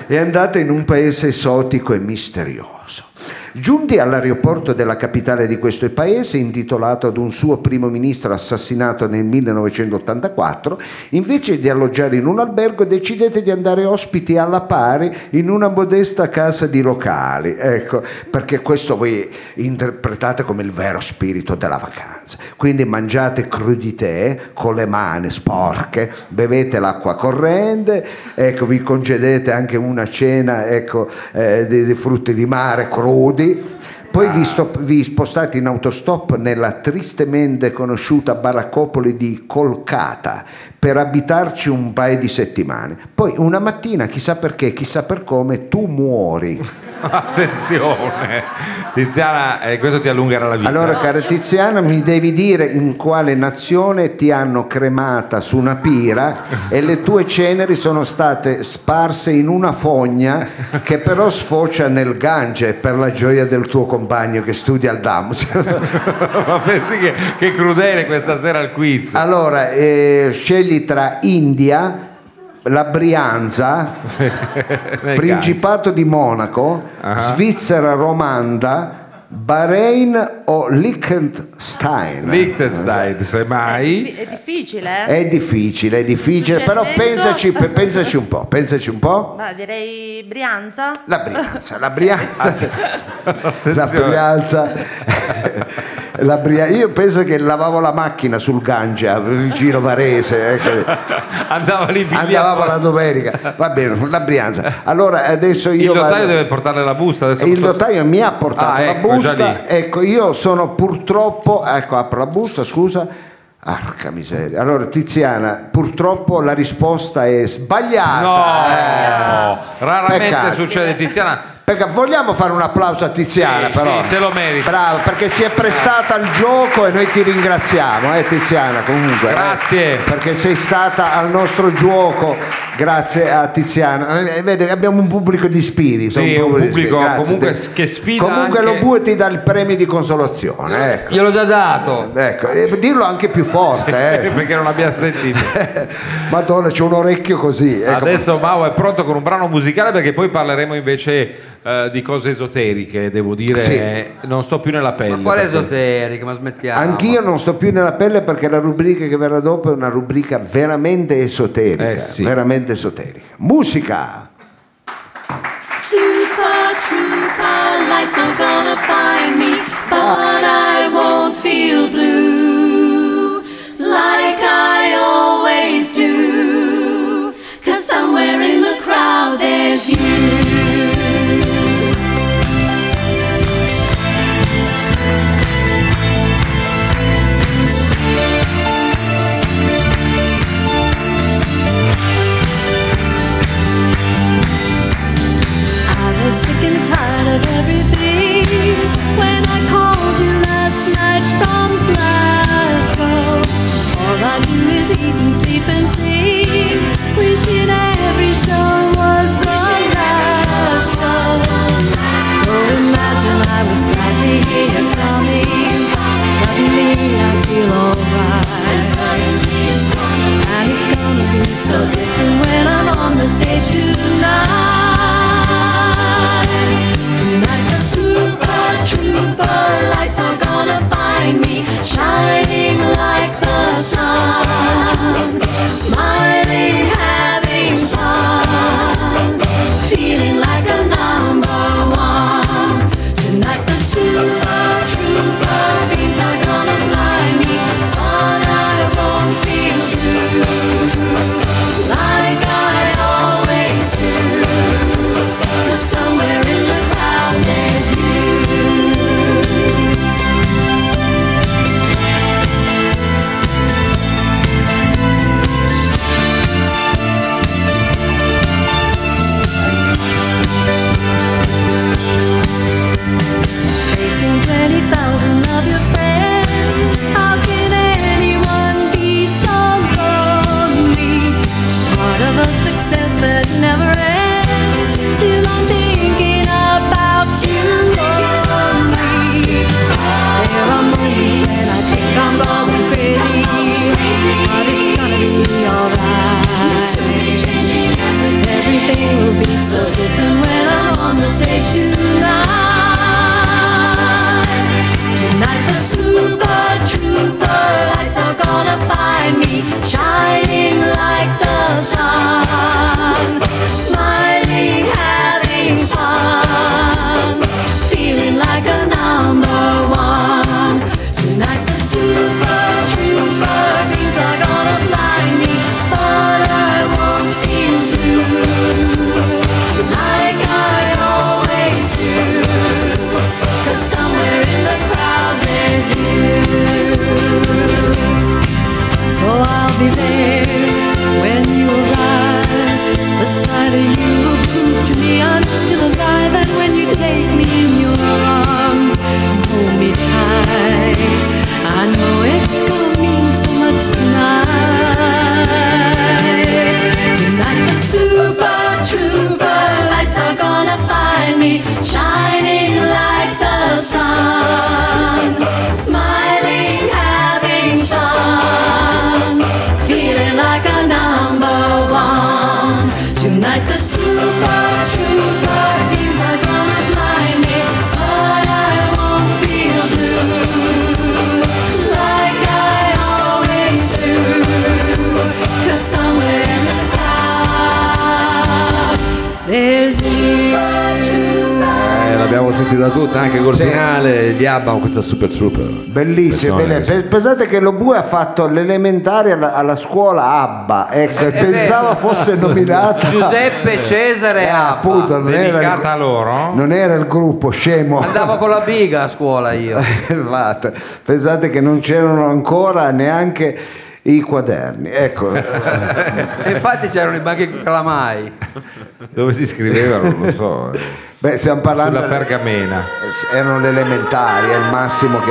Speaker 1: e andate in un paese esotico e misterioso. Giunti all'aeroporto della capitale di questo paese, intitolato ad un suo primo ministro assassinato nel 1984, invece di alloggiare in un albergo decidete di andare ospiti alla pari in una modesta casa di locali. Ecco, perché questo voi interpretate come il vero spirito della vacanza. Quindi mangiate crudité con le mani sporche, bevete l'acqua corrente, ecco, vi concedete anche una cena ecco, eh, di, di frutti di mare crudi. Poi vi, stop- vi spostate in autostop nella tristemente conosciuta baraccopoli di Kolkata per abitarci un paio di settimane. Poi una mattina, chissà perché, chissà per come, tu muori.
Speaker 3: Attenzione, Tiziana, eh, questo ti allungherà la vita.
Speaker 1: Allora, cara Tiziana, mi devi dire in quale nazione ti hanno cremata su una pira e le tue ceneri sono state sparse in una fogna che però sfocia nel Gange per la gioia del tuo compagno che studia al Dams.
Speaker 3: Ma pensi che, che crudele questa sera il quiz.
Speaker 1: Ah, Allora, eh, scegli tra India, la Brianza,
Speaker 3: Nel
Speaker 1: Principato di Monaco,
Speaker 3: Ah.
Speaker 1: Svizzera Romanda, Bahrain o Liechtenstein.
Speaker 3: caso. Liechtenstein,
Speaker 9: Fi-
Speaker 3: semmai.
Speaker 9: È difficile, eh?
Speaker 1: È difficile, è difficile,
Speaker 9: Succedendo-
Speaker 1: però pensaci, pe- pensaci un po', pensaci un po'.
Speaker 9: Ma direi Brianza.
Speaker 1: La Brianza, la Brianza, la
Speaker 3: Attenzione.
Speaker 1: Brianza. La Bria- Io penso che lavavo la macchina sul Gange a vicino Varese. ecco.
Speaker 3: Andava lì figlia.
Speaker 1: Andavamo la domenica, va bene, la Brianza. Allora adesso
Speaker 3: Il
Speaker 1: io
Speaker 3: notaio
Speaker 1: vado-
Speaker 3: deve portarle la busta. Adesso
Speaker 1: il
Speaker 3: non so-
Speaker 1: notaio mi ha portato
Speaker 3: Ah,
Speaker 1: la
Speaker 3: ecco, già lì.
Speaker 1: busta, ecco io sono purtroppo, ecco apro la busta, scusa. Arca miseria. Allora Tiziana, purtroppo la risposta è sbagliata.
Speaker 3: No,
Speaker 1: Eh,
Speaker 3: Oh, raramente
Speaker 1: peccato.
Speaker 3: succede, Tiziana.
Speaker 1: Perché vogliamo fare un applauso a Tiziana
Speaker 3: Sì,
Speaker 1: Eh, però.
Speaker 3: sì, se lo merita.
Speaker 1: Brava, perché si è prestata al gioco e noi ti ringraziamo, eh Tiziana comunque. eh.
Speaker 3: Grazie.
Speaker 1: perché sei stata al nostro gioco. Grazie a Tiziana. Eh, vede, abbiamo un pubblico di spirito.
Speaker 3: Sì, un
Speaker 1: di spirito.
Speaker 3: pubblico
Speaker 1: Grazie.
Speaker 3: comunque s- che sfida
Speaker 1: Comunque
Speaker 3: anche-
Speaker 1: lo bue ti dà il premio di consolazione. Ecco.
Speaker 8: Gliel'ho già dato.
Speaker 1: Ecco, e dirlo anche più forte, eh. Ecco.
Speaker 3: Perché non l'abbiamo sentito.
Speaker 1: Madonna, c'è un orecchio così. ecco.
Speaker 3: Adesso Mau è pronto con un brano musicale perché poi parleremo invece eh, di cose esoteriche, devo dire.
Speaker 1: Sì.
Speaker 3: eh, Non sto più nella pelle.
Speaker 4: Ma quale
Speaker 3: per questo.
Speaker 4: esoterica? Ma smettiamo.
Speaker 1: Anch'io non sto più nella pelle perché la rubrica che verrà dopo è una rubrica veramente esoterica.
Speaker 3: Eh sì.
Speaker 1: Veramente esoterica. Musica!
Speaker 7: Super trooper lights are gonna find me, but I won't feel blue like I always do. Cause somewhere in the crowd there's you. I was sick and tired of everything when I called you last night from Glasgow. All I knew is eat and sleep and sing, wishing every show was the last show. So imagine I was glad to hear you coming. Suddenly I feel alright. And it's gonna be so different when I'm on the stage tonight. Tonight the super trooper lights are gonna find me shining like the sun, smiling, having fun, feeling like a number one. Tonight the super trooper beams are gonna blind me, but I won't feel blue like I always do. 'Cause somewhere in the crowd there's you. Facing 20,000 of your friends, how can anyone be so lonely? Part of a success that never ends, still I'm thinking about you only. There oh, are many
Speaker 2: Eh, l'abbiamo sentita tutta anche col finale di Abba con questa super super
Speaker 1: Bellissimo,
Speaker 2: canzone
Speaker 1: bene.
Speaker 2: che si-
Speaker 1: Pe- pensate che lo Bue ha fatto l'elementare alla, alla scuola Abba, ecco, e pensavo fosse nominata.
Speaker 4: Giuseppe Cesare
Speaker 1: Eh,
Speaker 4: Appa.
Speaker 1: appunto, non era,
Speaker 3: dedicata a
Speaker 1: il,
Speaker 3: loro.
Speaker 1: non era il gruppo, scemo.
Speaker 4: Andavo con la biga a scuola io.
Speaker 1: Elevate. Pensate che non c'erano ancora neanche i quaderni. Ecco,
Speaker 4: E infatti c'erano i banchi con calamai.
Speaker 3: Dove si scriveva non lo so. eh.
Speaker 1: beh, stiamo parlando...
Speaker 3: Sulla pergamena.
Speaker 1: Eh, erano le elementari, è il massimo che...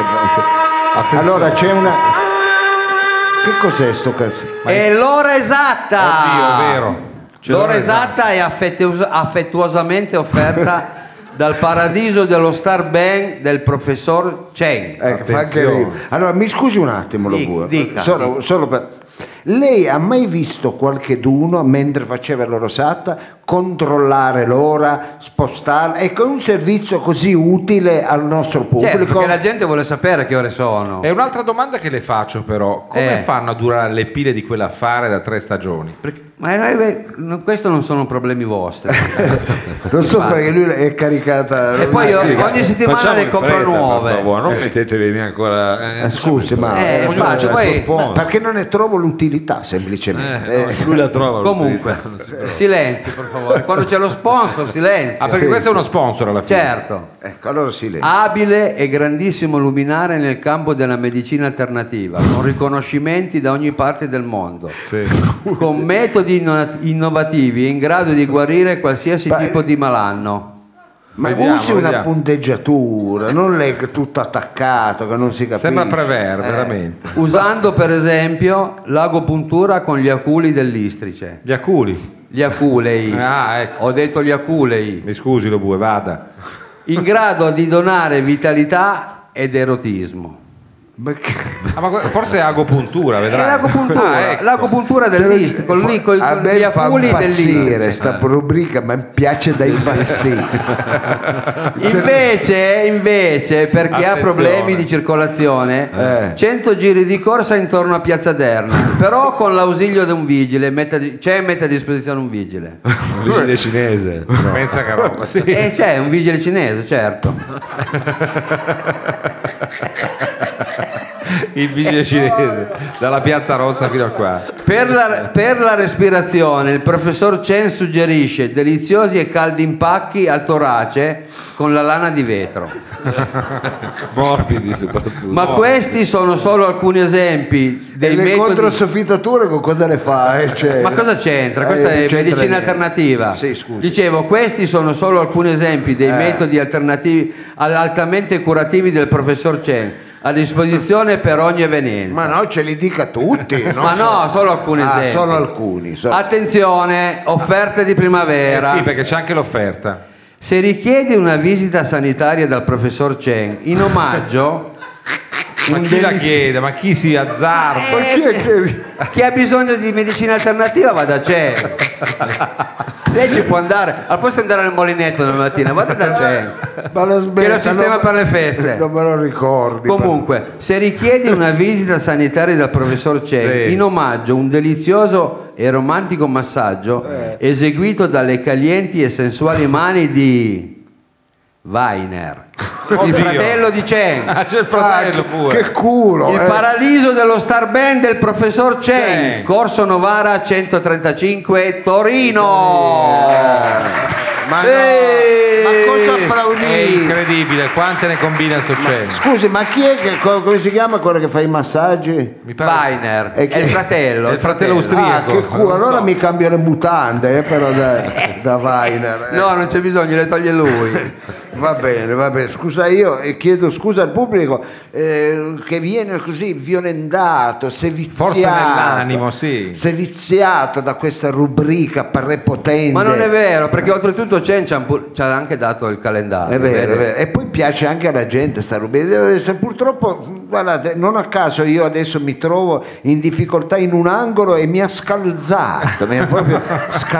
Speaker 1: Allora c'è una... Che cos'è sto cazzo?
Speaker 4: È l'ora esatta.
Speaker 3: Oddio, è vero. C'è
Speaker 4: l'ora
Speaker 3: l'ora
Speaker 4: esatta è affettuos- affettuosamente offerta dal paradiso dello star band del professor Cheng.
Speaker 1: Ecco, fa anche
Speaker 3: Attenzione.
Speaker 1: ridere. allora mi scusi un attimo, lo
Speaker 4: Dica,
Speaker 1: Bue.
Speaker 4: dica.
Speaker 1: Solo, solo per- Lei ha mai visto qualcheduno mentre faceva l'orosata controllare l'ora, spostarla? Ecco, è un servizio così utile al nostro
Speaker 4: Certo,
Speaker 1: pubblico.
Speaker 4: perché la gente vuole sapere che ore sono.
Speaker 3: È un'altra domanda che le faccio però, come
Speaker 4: Eh.
Speaker 3: fanno a durare le pile di quell'affare da tre stagioni? Ah,
Speaker 4: Perché- Ma eh, no, questo non sono problemi vostri.
Speaker 1: Non so perché lui è caricata.
Speaker 4: E poi io- ogni settimana
Speaker 2: Facciamo
Speaker 4: ne
Speaker 2: in
Speaker 4: compro
Speaker 2: fretta, per
Speaker 4: nuove.
Speaker 2: favore, non mettetevi ancora eh,
Speaker 1: Eh, scusi, ma
Speaker 4: Eh,
Speaker 1: ognuno
Speaker 4: faccio,
Speaker 1: ha il
Speaker 4: poi-
Speaker 1: suo sponsor. perché non ne trovo l'utilità semplicemente?
Speaker 2: eh, no, lui la trova
Speaker 4: Comunque,
Speaker 2: l'utilità, non si
Speaker 4: silenzio per favore. Quando c'è lo sponsor, silenzio.
Speaker 3: Ah, perché
Speaker 1: Sì,
Speaker 3: questo
Speaker 1: sì.
Speaker 3: è uno sponsor alla fine.
Speaker 4: Certo.
Speaker 1: Eh, ecco, allora si legge.
Speaker 4: Abile e grandissimo luminare nel campo della medicina alternativa, con riconoscimenti da ogni parte del mondo,
Speaker 3: Sì.
Speaker 4: con metodi inno- innovativi in grado di guarire qualsiasi
Speaker 1: Beh,
Speaker 4: tipo di malanno.
Speaker 1: ma
Speaker 3: vediamo,
Speaker 1: usi una
Speaker 3: vediamo.
Speaker 1: punteggiatura, non lei che è tutto attaccato, che non si capisce.
Speaker 3: Sembra Prever,
Speaker 1: Eh.
Speaker 3: veramente.
Speaker 4: Usando per esempio l'agopuntura con gli aculi dell'istrice.
Speaker 3: Gli aculi.
Speaker 4: Gli aculei.
Speaker 3: Ah, ecco.
Speaker 4: Ho detto gli aculei.
Speaker 3: Mi scusi lo bue, vada.
Speaker 4: In grado di donare vitalità ed erotismo.
Speaker 1: Ma che-
Speaker 3: Ah, ma que- forse è agopuntura,
Speaker 4: È
Speaker 3: vedrai.
Speaker 4: l'agopuntura,
Speaker 3: Ah, ecco.
Speaker 4: l'agopuntura dell'istrice, con, lì- con-
Speaker 1: a
Speaker 4: con
Speaker 1: me
Speaker 4: gli
Speaker 1: fa
Speaker 4: aculi dell'istrice.
Speaker 1: impazzire sta rubrica ma mi piace da impazzire
Speaker 4: Invece, invece, per chi ha
Speaker 3: Attenzione.
Speaker 4: problemi di circolazione,
Speaker 1: Eh.
Speaker 4: 100 giri di corsa intorno a Piazza Derna, però con l'ausilio di un vigile, mette a di- c'è e mette a disposizione un vigile.
Speaker 2: può. Un vigile cinese
Speaker 3: Pensa che roba, sì.
Speaker 4: E c'è un vigile cinese, certo.
Speaker 3: Il vigile cinese, dalla Piazza Rossa fino a qua.
Speaker 4: Per la, per la respirazione, il professor Chen suggerisce deliziosi e caldi impacchi al torace con la lana di vetro.
Speaker 2: morbidi soprattutto
Speaker 4: Ma questi sono solo alcuni esempi
Speaker 1: e
Speaker 4: dei
Speaker 1: le
Speaker 4: metodi
Speaker 1: controsoffittature con cosa le fa? eh? Cioè-
Speaker 4: Ma cosa c'entra? Questa
Speaker 1: Eh,
Speaker 4: è
Speaker 1: non c'entra
Speaker 4: medicina
Speaker 1: niente.
Speaker 4: alternativa.
Speaker 1: Sì, scusi.
Speaker 4: Dicevo, questi sono solo alcuni esempi dei
Speaker 1: Eh.
Speaker 4: metodi alternativi al- altamente curativi del professor Chen, a disposizione per ogni evenienza.
Speaker 1: ma no ce li dica tutti non
Speaker 4: Ma
Speaker 1: so-
Speaker 4: no, solo alcuni
Speaker 1: Ah,
Speaker 4: esempi.
Speaker 1: solo alcuni so-
Speaker 4: Attenzione, offerte di
Speaker 3: Eh
Speaker 4: primavera.
Speaker 3: sì, perché c'è anche l'offerta.
Speaker 4: Se richiedi una visita sanitaria dal professor Chen, in omaggio
Speaker 3: Ma
Speaker 4: un
Speaker 3: chi la
Speaker 4: deliz-
Speaker 3: chiede? Ma chi si azzarda?
Speaker 1: ma chi è che
Speaker 4: Chi ha bisogno di medicina alternativa va da Chen. Lei ci può andare, al posto di andare al molinetto la mattina, vada da Chen.
Speaker 1: ma la smetta,
Speaker 4: lo sistema
Speaker 1: non-
Speaker 4: per le feste.
Speaker 1: non me lo ricordi
Speaker 4: Comunque, se richiedi una visita sanitaria dal professor Chen,
Speaker 3: Sì.
Speaker 4: in omaggio un delizioso e romantico massaggio eseguito dalle calienti e sensuali mani di Weiner, il
Speaker 3: Oddio.
Speaker 4: fratello di Chen.
Speaker 3: Ah, c'è il
Speaker 1: Ah,
Speaker 3: fratello pure.
Speaker 1: che culo
Speaker 4: Il
Speaker 1: eh.
Speaker 4: paradiso dello star band del professor Chen,
Speaker 3: Chen.
Speaker 4: Corso Novara 135 Torino.
Speaker 1: ma, no,
Speaker 4: Eh.
Speaker 1: ma cosa
Speaker 3: È
Speaker 1: applaudire
Speaker 3: incredibile, quante ne combina sto Chen.
Speaker 1: scusi ma chi è che co- come si chiama quello che fa i massaggi?
Speaker 3: Mi pare-
Speaker 4: Weiner
Speaker 1: E
Speaker 4: è il
Speaker 1: chi-
Speaker 4: fratello,
Speaker 3: È il fratello austriaco.
Speaker 1: Ah, che culo,
Speaker 3: Non so.
Speaker 1: allora mi cambio le mutande eh, però da, da Weiner. eh.
Speaker 4: No, non c'è bisogno, le toglie lui.
Speaker 1: Va bene, va bene, scusa io e chiedo scusa al pubblico eh, che viene così violentato, seviziato.
Speaker 3: Forse nell'animo, sì.
Speaker 1: Seviziato da questa rubrica prepotente.
Speaker 4: Ma non è vero, perché oltretutto Chen ci ha pu- ci ha anche dato il calendario.
Speaker 1: È vero,
Speaker 4: vedi?
Speaker 1: è vero. E poi piace anche alla gente sta rubrica. Eh, se Purtroppo, guardate, non a caso io adesso mi trovo in difficoltà in un angolo e mi ha scalzato, mi ha proprio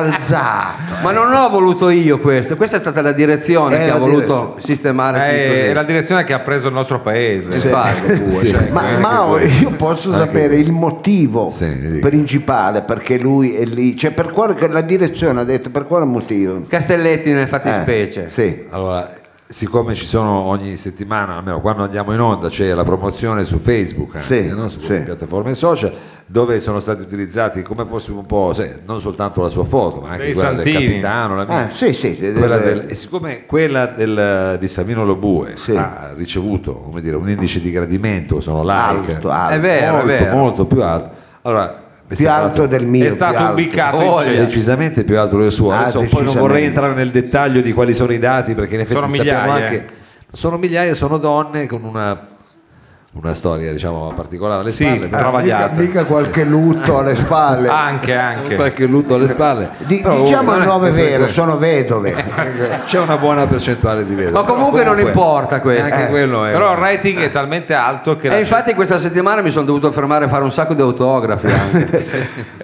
Speaker 1: scalzato.
Speaker 4: Ma non l'ho voluto io questo, questa è stata la direzione
Speaker 1: Eh,
Speaker 4: che
Speaker 1: la
Speaker 4: ha voluto
Speaker 1: direzione.
Speaker 4: sistemare.
Speaker 3: Eh,
Speaker 4: tutto
Speaker 3: è
Speaker 4: così.
Speaker 3: la direzione che ha preso il nostro paese.
Speaker 4: Sì.
Speaker 3: Infatti,
Speaker 2: Sì.
Speaker 3: cioè,
Speaker 1: Ma Mao, io posso sapere il motivo
Speaker 2: Sì, mi dica.
Speaker 1: principale perché lui è lì, cioè per quale, che la direzione ha detto per quale motivo?
Speaker 4: Castelletti nelle
Speaker 1: Eh,
Speaker 4: fattispecie.
Speaker 1: sì.
Speaker 2: allora Siccome ci sono ogni settimana, almeno quando andiamo in onda, c'è la promozione su Facebook, anche,
Speaker 1: Sì,
Speaker 2: no? su queste
Speaker 1: sì.
Speaker 2: piattaforme social, dove sono stati utilizzati come fossimo un po', sai, non soltanto la sua foto, ma anche
Speaker 3: Dei
Speaker 2: quella
Speaker 3: santini.
Speaker 2: del capitano, la mia.
Speaker 1: Ah, sì, sì, sì,
Speaker 2: Quella
Speaker 1: eh,
Speaker 2: del- e siccome quella del- di Savino Lobue
Speaker 1: Sì.
Speaker 2: ha ricevuto come dire, un indice di gradimento, sono like,
Speaker 1: Alto, alto.
Speaker 4: È vero,
Speaker 2: molto,
Speaker 4: è vero.
Speaker 2: molto più alto. Allora,
Speaker 1: più alto
Speaker 2: esatto.
Speaker 1: del mio.
Speaker 3: è
Speaker 1: più
Speaker 3: stato
Speaker 1: alto.
Speaker 3: ubicato
Speaker 4: Oh,
Speaker 3: in
Speaker 4: eh,
Speaker 3: cielo.
Speaker 2: decisamente più alto del suo.
Speaker 1: Ah,
Speaker 2: Adesso poi non
Speaker 1: decisamente.
Speaker 2: vorrei entrare nel dettaglio di quali sono i dati, perché in effetti
Speaker 3: Sono
Speaker 2: sappiamo
Speaker 3: migliaia.
Speaker 2: anche. Sono migliaia, sono donne con una, una storia, diciamo, particolare alle
Speaker 3: Sì,
Speaker 2: spalle.
Speaker 1: Ah,
Speaker 2: però
Speaker 1: mica,
Speaker 3: travagliato. Ah,
Speaker 1: mica qualche lutto alle spalle.
Speaker 3: Anche, anche.
Speaker 2: Qualche lutto alle spalle.
Speaker 1: Di-
Speaker 2: Però
Speaker 1: diciamo il
Speaker 2: comunque,
Speaker 1: nome
Speaker 2: eh,
Speaker 1: vero,
Speaker 2: comunque,
Speaker 1: sono vedove.
Speaker 2: C'è una buona percentuale di vedove.
Speaker 4: Ma
Speaker 2: Però
Speaker 4: comunque non importa questo.
Speaker 2: Anche
Speaker 4: Eh.
Speaker 2: quello è.
Speaker 3: Però il rating è talmente alto che
Speaker 4: E
Speaker 3: la-
Speaker 4: infatti questa settimana mi sono dovuto fermare a fare un sacco di autografi anche.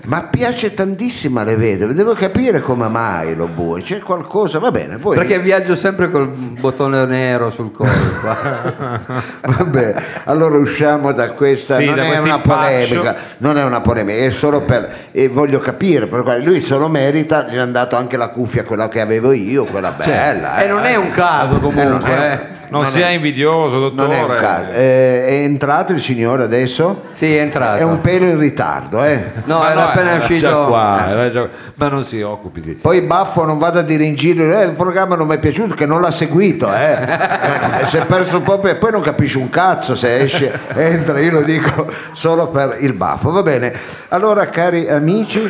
Speaker 1: Ma piace tantissimo alle vedove, devo capire come mai lo bue, c'è qualcosa, va bene, poi
Speaker 4: Perché viaggio sempre col bottone nero sul collo. qua.
Speaker 1: Vabbè, allora usciamo da questa,
Speaker 3: Sì,
Speaker 1: non
Speaker 3: da
Speaker 1: è
Speaker 3: questo
Speaker 1: una
Speaker 3: impaccio.
Speaker 1: polemica, non è una polemica, è solo per, e voglio capire, per quale- lui se lo merita, gli hanno dato anche la cuffia, quella che avevo io, quella
Speaker 3: Certo.
Speaker 1: bella.
Speaker 4: e
Speaker 1: eh.
Speaker 4: non è un caso
Speaker 1: Eh, non
Speaker 4: comunque.
Speaker 1: è-
Speaker 4: eh.
Speaker 3: non sia invidioso,
Speaker 1: Non
Speaker 3: dottore.
Speaker 1: è un caso. Eh, è entrato il signore adesso?
Speaker 4: Sì, è entrato.
Speaker 1: È un pelo in ritardo, eh.
Speaker 4: No,
Speaker 3: Ma
Speaker 4: era
Speaker 3: no,
Speaker 4: appena
Speaker 3: era già
Speaker 2: Era
Speaker 4: uscito.
Speaker 2: già qua, era già- ma non si occupi di.
Speaker 1: Poi baffo non vado a dire in giro, eh, il programma non mi è piaciuto, che non l'ha seguito, eh. Eh, si è perso un po' per- poi non capisci un cazzo se esce, entra, io lo dico solo per il baffo, va bene. Allora cari amici,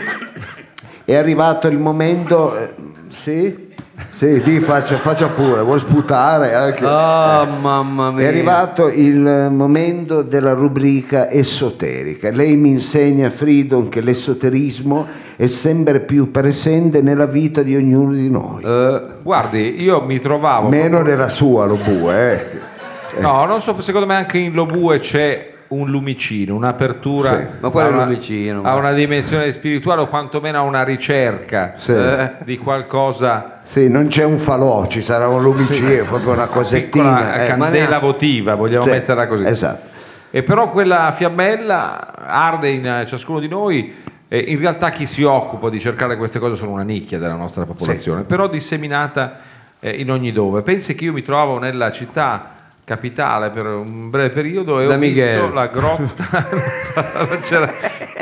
Speaker 1: è arrivato il momento, eh, sì? Sì, di faccia, faccia pure, vuol sputare anche.
Speaker 4: Oh, mamma
Speaker 1: È
Speaker 4: mia.
Speaker 1: arrivato il momento della rubrica esoterica. Lei mi insegna, Fridon, che l'esoterismo è sempre più presente nella vita di ognuno di noi.
Speaker 3: Eh, guardi, io mi trovavo.
Speaker 1: Meno nella sua, lo bue. eh.
Speaker 3: No, non so, secondo me anche in Lobue c'è un lumicino, un'apertura
Speaker 1: Sì,
Speaker 4: ma qual è
Speaker 3: a
Speaker 4: il
Speaker 3: una-
Speaker 4: lumicino?
Speaker 3: a una dimensione spirituale o quantomeno a una ricerca
Speaker 1: Sì.
Speaker 3: eh, di qualcosa
Speaker 1: Sì, non c'è un falò, ci sarà un lumicino, è proprio una
Speaker 3: piccola
Speaker 1: cosettina. eh. Cioè,
Speaker 3: candela votiva, vogliamo
Speaker 1: Sì,
Speaker 3: metterla così.
Speaker 1: Esatto.
Speaker 3: E però quella fiammella arde in eh, ciascuno di noi. E in realtà chi si occupa di cercare queste cose sono una nicchia della nostra popolazione, però disseminata eh, in ogni dove. Pensi che io mi trovavo nella città capitale per un breve periodo e
Speaker 4: Da
Speaker 3: ho
Speaker 4: Miguel.
Speaker 3: visto la grotta non c'era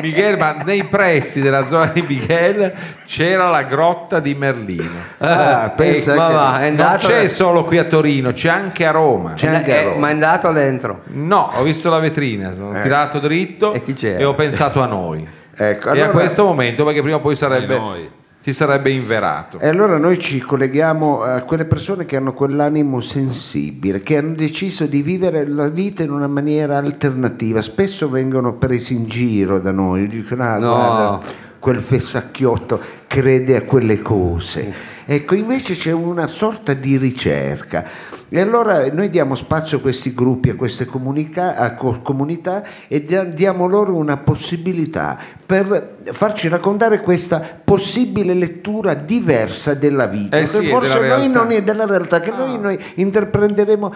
Speaker 3: Miguel, ma nei pressi della zona di Miguel c'era la grotta di Merlino.
Speaker 1: Ah, pensa
Speaker 4: eh, ma
Speaker 1: che-
Speaker 4: va, è
Speaker 3: Non
Speaker 4: andato.
Speaker 3: c'è solo qui a Torino, c'è anche a Roma.
Speaker 1: C'è anche a
Speaker 4: eh,
Speaker 1: Roma.
Speaker 4: ma è andato dentro.
Speaker 3: No, ho visto la vetrina, sono tirato dritto
Speaker 4: Eh. E chi c'era?
Speaker 3: ho pensato a noi.
Speaker 1: Ecco,
Speaker 3: e a
Speaker 1: allora-
Speaker 3: questo momento, perché prima o poi sarebbe,
Speaker 2: E noi.
Speaker 3: si sarebbe inverato.
Speaker 4: Eh,
Speaker 1: E allora noi ci colleghiamo a quelle persone che hanno quell'animo sensibile, che hanno deciso di vivere la vita in una maniera alternativa. Spesso vengono presi in giro da noi, dicono ah,
Speaker 4: No.
Speaker 1: guarda, quel fessacchiotto crede a quelle cose. Ecco, invece c'è una sorta di ricerca. E allora noi diamo spazio a questi gruppi, a queste comunica- a co- comunità e dia- diamo loro una possibilità per farci raccontare questa possibile lettura diversa della vita,
Speaker 3: Eh sì,
Speaker 1: che
Speaker 3: è
Speaker 1: forse
Speaker 3: della
Speaker 1: noi
Speaker 3: realtà. Ah.
Speaker 1: non è della realtà, che noi, noi interprenderemo.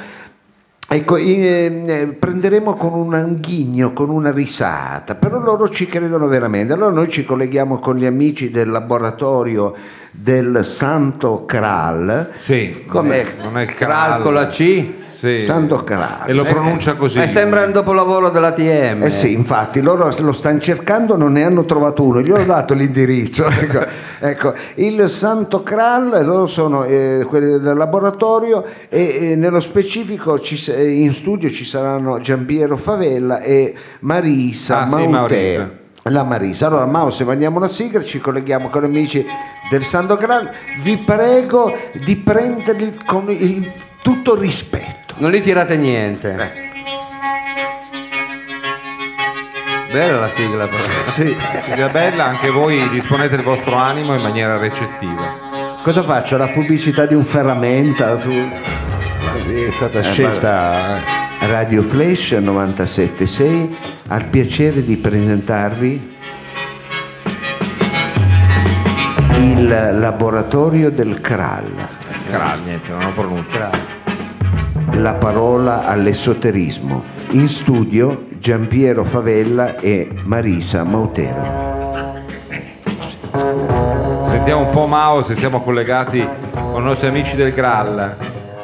Speaker 1: Ecco, eh, eh, prenderemo con un ghigno, con una risata, però loro ci credono veramente. Allora noi ci colleghiamo con gli amici del laboratorio del Santo Kral,
Speaker 3: Sì,
Speaker 1: Com'è?
Speaker 3: non è
Speaker 4: Kral con la
Speaker 3: calcola
Speaker 4: C.
Speaker 3: Sì.
Speaker 1: Santo Kral.
Speaker 3: E lo
Speaker 1: Eh,
Speaker 3: pronuncia così.
Speaker 4: Eh, sembra un dopolavoro dell'ATM.
Speaker 1: Eh sì, infatti, loro lo stanno cercando, non ne hanno trovato uno, gli ho dato l'indirizzo. Ecco, ecco. il Santo Kral, loro sono eh, quelli del laboratorio e eh, nello specifico ci s- eh, in studio ci saranno Giampiero Favella e Marisa
Speaker 3: Ah, sì,
Speaker 1: Mautè.
Speaker 3: Marisa.
Speaker 1: La Marisa, allora Mao se mandiamo una sigla ci colleghiamo con gli amici del Santo Kral, vi prego di prenderli con il tutto rispetto.
Speaker 4: Non li tirate niente. Bella la sigla però.
Speaker 1: Sì.
Speaker 3: Silvia Bella, anche voi disponete il vostro animo in maniera recettiva.
Speaker 1: Cosa faccio? La pubblicità di un ferramenta su
Speaker 2: È
Speaker 1: Eh,
Speaker 2: stata scelta. eh.
Speaker 1: Radio Flash 976 ha il piacere di presentarvi il laboratorio del Kral,
Speaker 3: Kral, niente, non lo pronuncio.
Speaker 1: la parola all'esoterismo. In studio Giampiero Favella e Marisa Mautero.
Speaker 3: Sentiamo un po' Mao se siamo collegati con i nostri amici del Kral.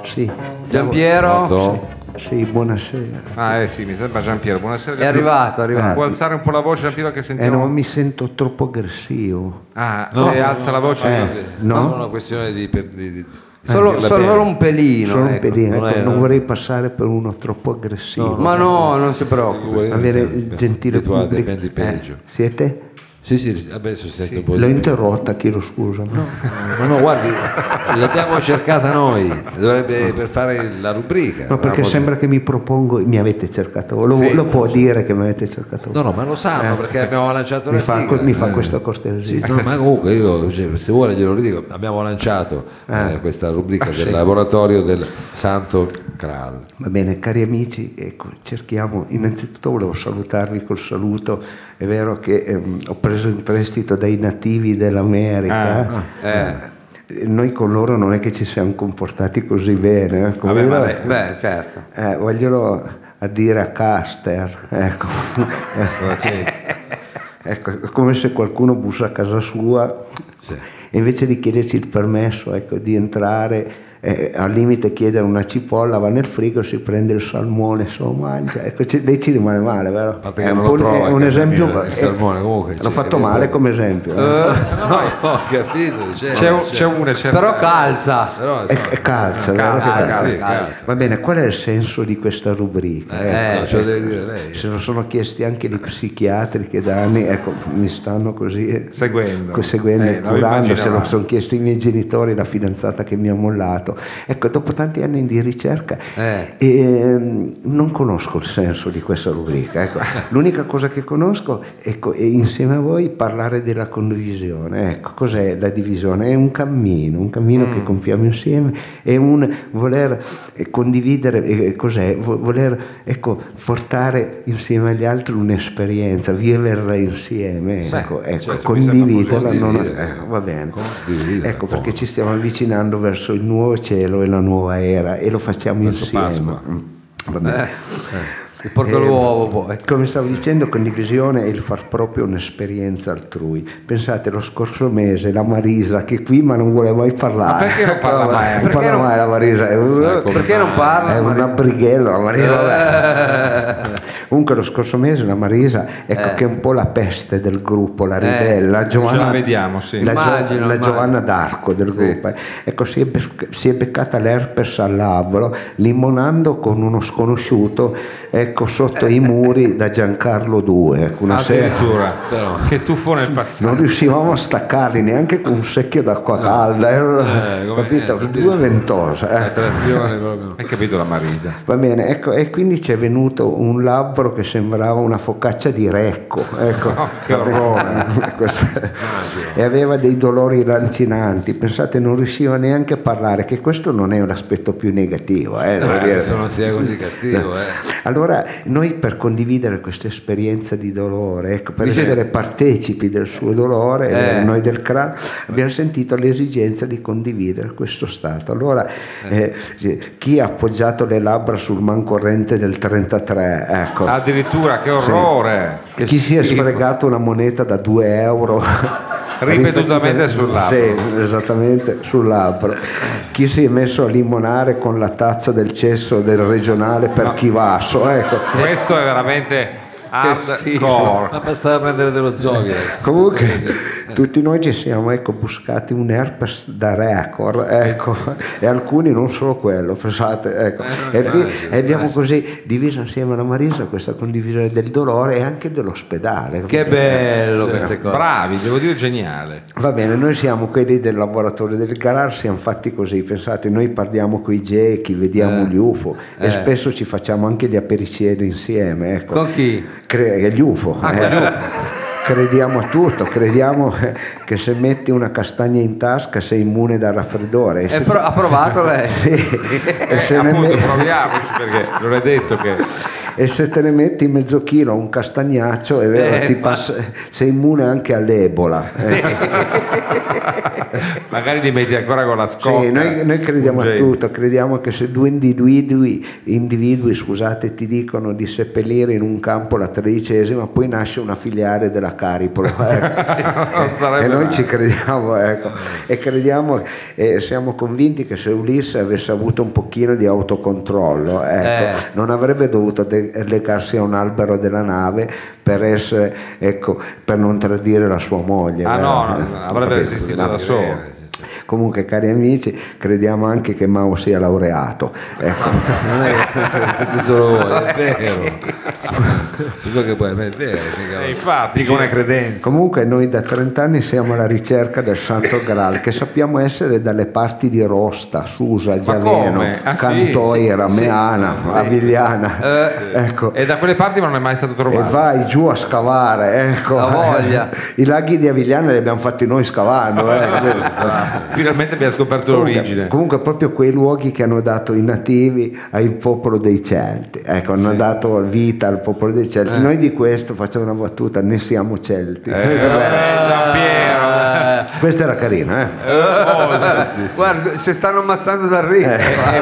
Speaker 1: Sì,
Speaker 2: Esatto.
Speaker 4: Giampiero?
Speaker 3: Pronto?
Speaker 1: sì, buonasera.
Speaker 3: Ah, eh sì, mi sembra Giampiero. Buonasera. Eh,
Speaker 4: È arrivato, è arrivato.
Speaker 3: Può alzare un po' la voce, Giampiero, che
Speaker 1: Eh,
Speaker 3: sentiamo.
Speaker 1: non mi sento troppo aggressivo.
Speaker 3: Ah, se alza la voce.
Speaker 1: Eh, no.
Speaker 2: Non è una questione di... per- di- di-
Speaker 4: Eh, Solo,
Speaker 2: dirla
Speaker 4: solo-
Speaker 2: bene.
Speaker 4: solo un pelino.
Speaker 1: Sono un
Speaker 4: ecco.
Speaker 1: pedino,
Speaker 2: non
Speaker 1: ecco,
Speaker 2: è-
Speaker 1: non vorrei passare per uno troppo aggressivo.
Speaker 4: Ma no, non si preoccupi.
Speaker 1: Avere
Speaker 2: Sì,
Speaker 1: il gentile
Speaker 2: abituati,
Speaker 1: pubblico.
Speaker 2: diventi
Speaker 1: Eh,
Speaker 2: peggio.
Speaker 1: siete?
Speaker 2: Sì, sì, adesso sento un po'
Speaker 1: L'ho
Speaker 2: di...
Speaker 1: interrotta, chiedo scusa. ma-
Speaker 2: Ma no, guardi, l'abbiamo cercata noi, dovrebbe per fare la rubrica.
Speaker 1: No, perché
Speaker 2: Eravamo-
Speaker 1: sembra che mi propongo, mi avete cercato, voi. lo, lo può dire che mi avete cercato. voi.
Speaker 2: No, no, ma lo sanno perché abbiamo lanciato
Speaker 1: Eh. mi,
Speaker 2: la
Speaker 1: fa,
Speaker 2: sigla.
Speaker 1: mi fa
Speaker 2: eh.
Speaker 1: questa cortesia.
Speaker 2: Sì, no, ma comunque io cioè, se vuole glielo ridico, abbiamo lanciato eh, questa rubrica
Speaker 1: Ah,
Speaker 2: del laboratorio del Santo Kral.
Speaker 1: Va bene, cari amici, ecco, cerchiamo, innanzitutto volevo salutarvi col saluto, è vero che ehm, ho preso in prestito dai nativi dell'America.
Speaker 2: Ah,
Speaker 1: Eh, Noi con loro non è che ci siamo comportati così bene, eh, come
Speaker 4: Vabbè,
Speaker 1: loro-
Speaker 4: vabbè, beh, certo.
Speaker 1: Eh, vogliono a dire a Caster, ecco.
Speaker 2: Oh,
Speaker 1: Ecco, è come se qualcuno bussa a casa sua
Speaker 2: Sì.
Speaker 1: e invece di chiederci il permesso ecco, di entrare, eh, al limite chiedere una cipolla, va nel frigo, si prende il salmone, se lo mangia, ecco, ci- lei ci rimane male, vero?
Speaker 2: parte che
Speaker 1: un,
Speaker 2: non lo
Speaker 1: po'
Speaker 2: trova
Speaker 1: è
Speaker 2: a
Speaker 1: un
Speaker 2: casa
Speaker 1: esempio...
Speaker 2: mia, il
Speaker 1: eh,
Speaker 2: salmone, comunque,
Speaker 1: l'ho
Speaker 2: cioè,
Speaker 1: fatto
Speaker 2: capito?
Speaker 1: male come esempio. eh.
Speaker 2: No, ho capito, c'è,
Speaker 3: C'è, un- c'è una, c'è
Speaker 4: Però calza.
Speaker 2: Però,
Speaker 1: È,
Speaker 2: insomma,
Speaker 1: è calcio, vero?
Speaker 3: calcio,
Speaker 1: Calcio.
Speaker 2: sì, calza.
Speaker 1: Va bene, qual è il senso di questa rubrica?
Speaker 2: eh,
Speaker 1: Ecco.
Speaker 2: no, ce lo deve dire lei.
Speaker 1: Se lo sono chiesti anche gli psichiatri che da anni ecco, mi stanno così eh,
Speaker 3: Seguendo.
Speaker 4: Ecco,
Speaker 1: co- seguendo
Speaker 3: Eh,
Speaker 1: e
Speaker 3: lo
Speaker 1: curando, se lo
Speaker 3: immaginavamo.
Speaker 1: sono chiesti i miei genitori, la fidanzata che mi ha mollato. Ecco, dopo tanti anni di ricerca
Speaker 4: Eh.
Speaker 1: ehm, non conosco il senso di questa rubrica. ecco. L'unica cosa che conosco ecco, è insieme a voi parlare della condivisione. Ecco, cos'è la divisione? È un cammino, un cammino
Speaker 3: Mm.
Speaker 1: che compiamo insieme, è un voler eh, condividere, eh, cos'è? Vo- Voler ecco, portare insieme agli altri un'esperienza, viverla insieme, ecco, ecco,
Speaker 2: certo, mi sembra
Speaker 1: condividerla. non-
Speaker 2: condividere.
Speaker 1: eh, va bene.
Speaker 2: Condividere,
Speaker 1: Ecco perché
Speaker 2: appunto.
Speaker 1: ci stiamo avvicinando verso il nuovo cielo e la nuova era e lo facciamo
Speaker 2: Verso
Speaker 1: insieme.
Speaker 2: Pasqua.
Speaker 1: Mm, va bene.
Speaker 4: Il porco
Speaker 1: Eh,
Speaker 4: l'uovo poi.
Speaker 1: Come stavo dicendo, condivisione è il far proprio un'esperienza altrui. Pensate, lo scorso mese la Marisa, che è qui ma non vuole mai parlare.
Speaker 3: Ma perché non parla
Speaker 1: No,
Speaker 3: mai?
Speaker 1: Non
Speaker 4: Perché
Speaker 1: parla
Speaker 4: non-
Speaker 1: mai la Marisa. Eh, È un-
Speaker 4: Perché non
Speaker 1: è
Speaker 4: parla?
Speaker 1: una brighella la
Speaker 4: Eh,
Speaker 1: Marisa. Eh, vabbè. Comunque lo scorso mese la Marisa, ecco
Speaker 4: Eh.
Speaker 1: che è un po' la peste del gruppo, la ribella. Giovanna,
Speaker 3: la vediamo, sì.
Speaker 1: La, Gio-
Speaker 4: Immagino,
Speaker 1: la
Speaker 4: immagino.
Speaker 1: Giovanna d'Arco del gruppo. eh. Ecco, si è, bec- si è beccata l'herpes al labbro, limonando con uno sconosciuto, ecco, sotto i muri da Giancarlo II. ecco, una sera
Speaker 3: Addirittura.
Speaker 2: Però-
Speaker 3: Che tuffo nel passato.
Speaker 1: non riuscivamo a staccarli neanche con un secchio d'acqua calda, eh,
Speaker 2: Eh, come-
Speaker 1: capito?
Speaker 2: eh,
Speaker 1: Due ventose. eh.
Speaker 2: Attrazione proprio.
Speaker 3: Hai capito la Marisa?
Speaker 1: Va bene, ecco, e quindi c'è venuto un labbro che sembrava una focaccia di recco, ecco,
Speaker 3: che
Speaker 1: orrore. Questo- e aveva dei dolori lancinanti, pensate non riusciva neanche a parlare, che questo non è l'aspetto più negativo, eh, devo
Speaker 2: Eh,
Speaker 1: dire.
Speaker 2: adesso non sia così cattivo, eh.
Speaker 1: Allora noi per condividere questa esperienza di dolore, ecco, per essere partecipi del suo dolore, eh, noi del CRA, abbiamo sentito l'esigenza di condividere questo stato. Allora eh, sì, chi ha appoggiato le labbra sul mancorrente del 33, ecco,
Speaker 3: Addirittura, che orrore! Ah, Che
Speaker 1: chi si è
Speaker 3: schifo.
Speaker 1: sfregato una moneta da 2 euro
Speaker 3: Ripetutamente sul labbro.
Speaker 1: Sì, esattamente sul labbro. Chi si è messo a limonare con la tazza del cesso del regionale per Chivasso, ecco.
Speaker 3: Questo è veramente hardcore.
Speaker 2: Ma bastava prendere dello Zoghirex.
Speaker 1: Comunque, tutti noi ci siamo ecco, buscati un herpes da record, ecco, e alcuni non solo quello, pensate,
Speaker 4: Eh,
Speaker 1: ecco. e, vi-
Speaker 2: immagino,
Speaker 1: e abbiamo così diviso insieme alla Marisa questa condivisione del dolore e anche dell'ospedale.
Speaker 4: Che
Speaker 1: capito?
Speaker 4: bello queste cose.
Speaker 3: Bravi, devo dire geniale.
Speaker 1: Va bene, noi siamo quelli del laboratorio del Garar, siamo fatti così, pensate, noi parliamo con i gechi,
Speaker 4: Eh.
Speaker 1: vediamo gli UFO e spesso ci facciamo anche gli apericieri insieme. Ecco.
Speaker 4: Con chi?
Speaker 1: Cre- gli UFO.
Speaker 4: Ah,
Speaker 1: eh. Crediamo a tutto, crediamo eh, che se metti una castagna in tasca sei immune dal raffreddore. E
Speaker 4: È
Speaker 1: se-
Speaker 4: pro- ha provato lei?
Speaker 1: e
Speaker 3: Eh,
Speaker 1: se ne me-
Speaker 3: appunto, proviamoci perché non è detto che
Speaker 1: e se te ne metti mezzo chilo, un castagnaccio, è vero,
Speaker 4: Eh,
Speaker 1: ti
Speaker 4: ma-
Speaker 1: passa- sei immune anche all'ebola. Eh,
Speaker 3: Magari li metti ancora con la scocca.
Speaker 1: sì, noi, noi crediamo a
Speaker 3: Ungenti.
Speaker 1: tutto, crediamo che se due individui, individui, scusate, ti dicono di seppellire in un campo la tredicesima, poi nasce una filiale della Caripolo. ecco.
Speaker 3: Non sarebbe
Speaker 1: e noi
Speaker 3: male.
Speaker 1: ci crediamo ecco. e crediamo e siamo convinti che se Ulisse avesse avuto un pochino di autocontrollo ecco,
Speaker 3: Eh.
Speaker 1: non avrebbe dovuto de- legarsi a un albero della nave per essere ecco, per non tradire la sua moglie
Speaker 3: Ah
Speaker 1: eh.
Speaker 3: no, no, avrebbe
Speaker 1: Capito?
Speaker 3: resistito
Speaker 1: Ma-
Speaker 3: da solo.
Speaker 2: cioè,
Speaker 1: comunque cari amici crediamo anche che Mao sia laureato ecco.
Speaker 2: cioè, non è che solo voi, è vero. Lo so che poi ma è vero. mica-
Speaker 3: Eh, infatti,
Speaker 2: Dico
Speaker 3: sì.
Speaker 2: una credenza.
Speaker 1: Comunque noi da 30 anni siamo alla ricerca del Santo Graal che sappiamo essere dalle parti di Rosta, Susa, Giaveno,
Speaker 3: come? Ah, sì, Eh,
Speaker 1: Cantoira, Meana, Avigliana. Ecco.
Speaker 3: E da quelle parti non è mai stato
Speaker 1: E
Speaker 3: trovato.
Speaker 1: vai giù a scavare, ecco.
Speaker 4: La voglia.
Speaker 1: I laghi di Avigliana li abbiamo fatti noi scavando. eh.
Speaker 3: Finalmente abbiamo scoperto
Speaker 1: Comunque,
Speaker 3: Ah, l'origine.
Speaker 1: comunque proprio quei luoghi che hanno dato i nativi al popolo dei Celti, ecco, hanno dato vita al popolo dei Celti. Noi di questo facciamo una battuta, ne siamo Celti.
Speaker 3: Eh, Giampiero.
Speaker 1: Questa era carina, eh?
Speaker 3: Oh,
Speaker 4: eh, Guarda, se stanno ammazzando dal
Speaker 1: Eh,
Speaker 4: ridere.
Speaker 3: Eh, È,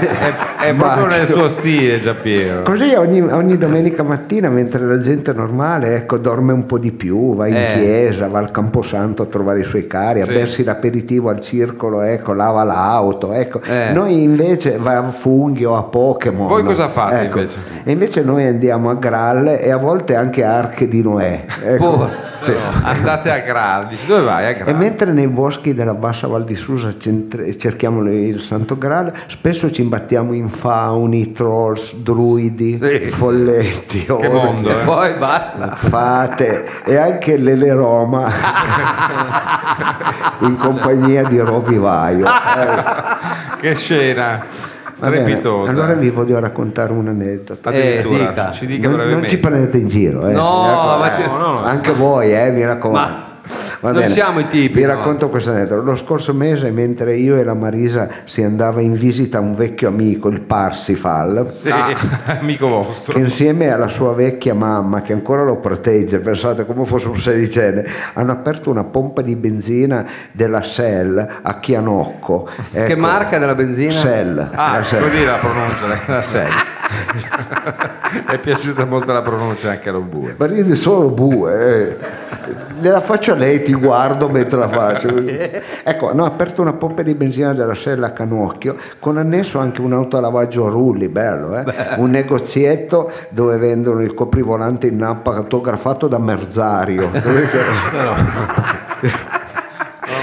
Speaker 3: è- è proprio
Speaker 1: Bacio.
Speaker 3: nel suo stile Giampiero.
Speaker 1: Così ogni, ogni domenica mattina, mentre la gente normale ecco, dorme un po' di più, va in
Speaker 4: Eh.
Speaker 1: chiesa, va al Camposanto a trovare i suoi cari, a
Speaker 3: Sì.
Speaker 1: bersi l'aperitivo al circolo, ecco, lava l'auto. Ecco.
Speaker 4: Eh.
Speaker 1: Noi invece va a funghi o a Pokémon.
Speaker 3: Voi cosa fate
Speaker 1: Ecco.
Speaker 3: invece?
Speaker 1: E invece noi andiamo a Graal e a volte anche a Arche di Noè. Ecco.
Speaker 4: Povero.
Speaker 1: Sì.
Speaker 3: Andate a Graal. Dici, dove vai a
Speaker 1: E
Speaker 3: Graal?
Speaker 1: mentre nei boschi della bassa Val di Susa centr- cerchiamo le- il Santo Graal, spesso ci imbattiamo in fauni, trolls, druidi,
Speaker 4: Sì.
Speaker 1: folletti,
Speaker 3: Che
Speaker 1: orchi,
Speaker 3: mondo, eh?
Speaker 4: Poi basta.
Speaker 1: fate e anche l'Ele Roma in compagnia di Roby Vaio.
Speaker 3: Che scena
Speaker 1: Va bene,
Speaker 3: strepitosa.
Speaker 1: Allora vi voglio raccontare un aneddoto.
Speaker 3: Addirittura,
Speaker 4: Eh, dica.
Speaker 3: ci dica
Speaker 1: non, non
Speaker 3: brevemente.
Speaker 1: ci prendete in giro, eh.
Speaker 4: No,
Speaker 1: Mi raccomando.
Speaker 4: ma ci- no, no, no.
Speaker 1: anche voi, eh, mi raccomando.
Speaker 4: Ma
Speaker 1: Va
Speaker 4: non
Speaker 1: bene.
Speaker 4: siamo i tipi,
Speaker 1: Vi
Speaker 4: no.
Speaker 1: racconto questo aneddoto. Lo scorso mese, mentre io e la Marisa si andava in visita a un vecchio amico, il Parsifal,
Speaker 3: Sì, Ah, amico vostro.
Speaker 1: che insieme alla sua vecchia mamma, che ancora lo protegge, pensate come fosse un sedicenne, hanno aperto una pompa di benzina della Shell a Chianocco.
Speaker 4: Che
Speaker 1: Ecco,
Speaker 4: marca della benzina?
Speaker 1: Shell.
Speaker 3: Ah,
Speaker 1: la Shell.
Speaker 3: così la pronuncia, la sei. è piaciuta molto la pronuncia anche allo bue.
Speaker 1: Ma ride solo bue. eh. Gliela faccio a lei, ti guardo mentre la faccio. Ecco, hanno aperto una pompa di benzina della Sella a Canocchio con annesso anche un autolavaggio a rulli, bello, eh? Un negozietto dove vendono il coprivolante in nappa autografato da Merzario.
Speaker 3: Non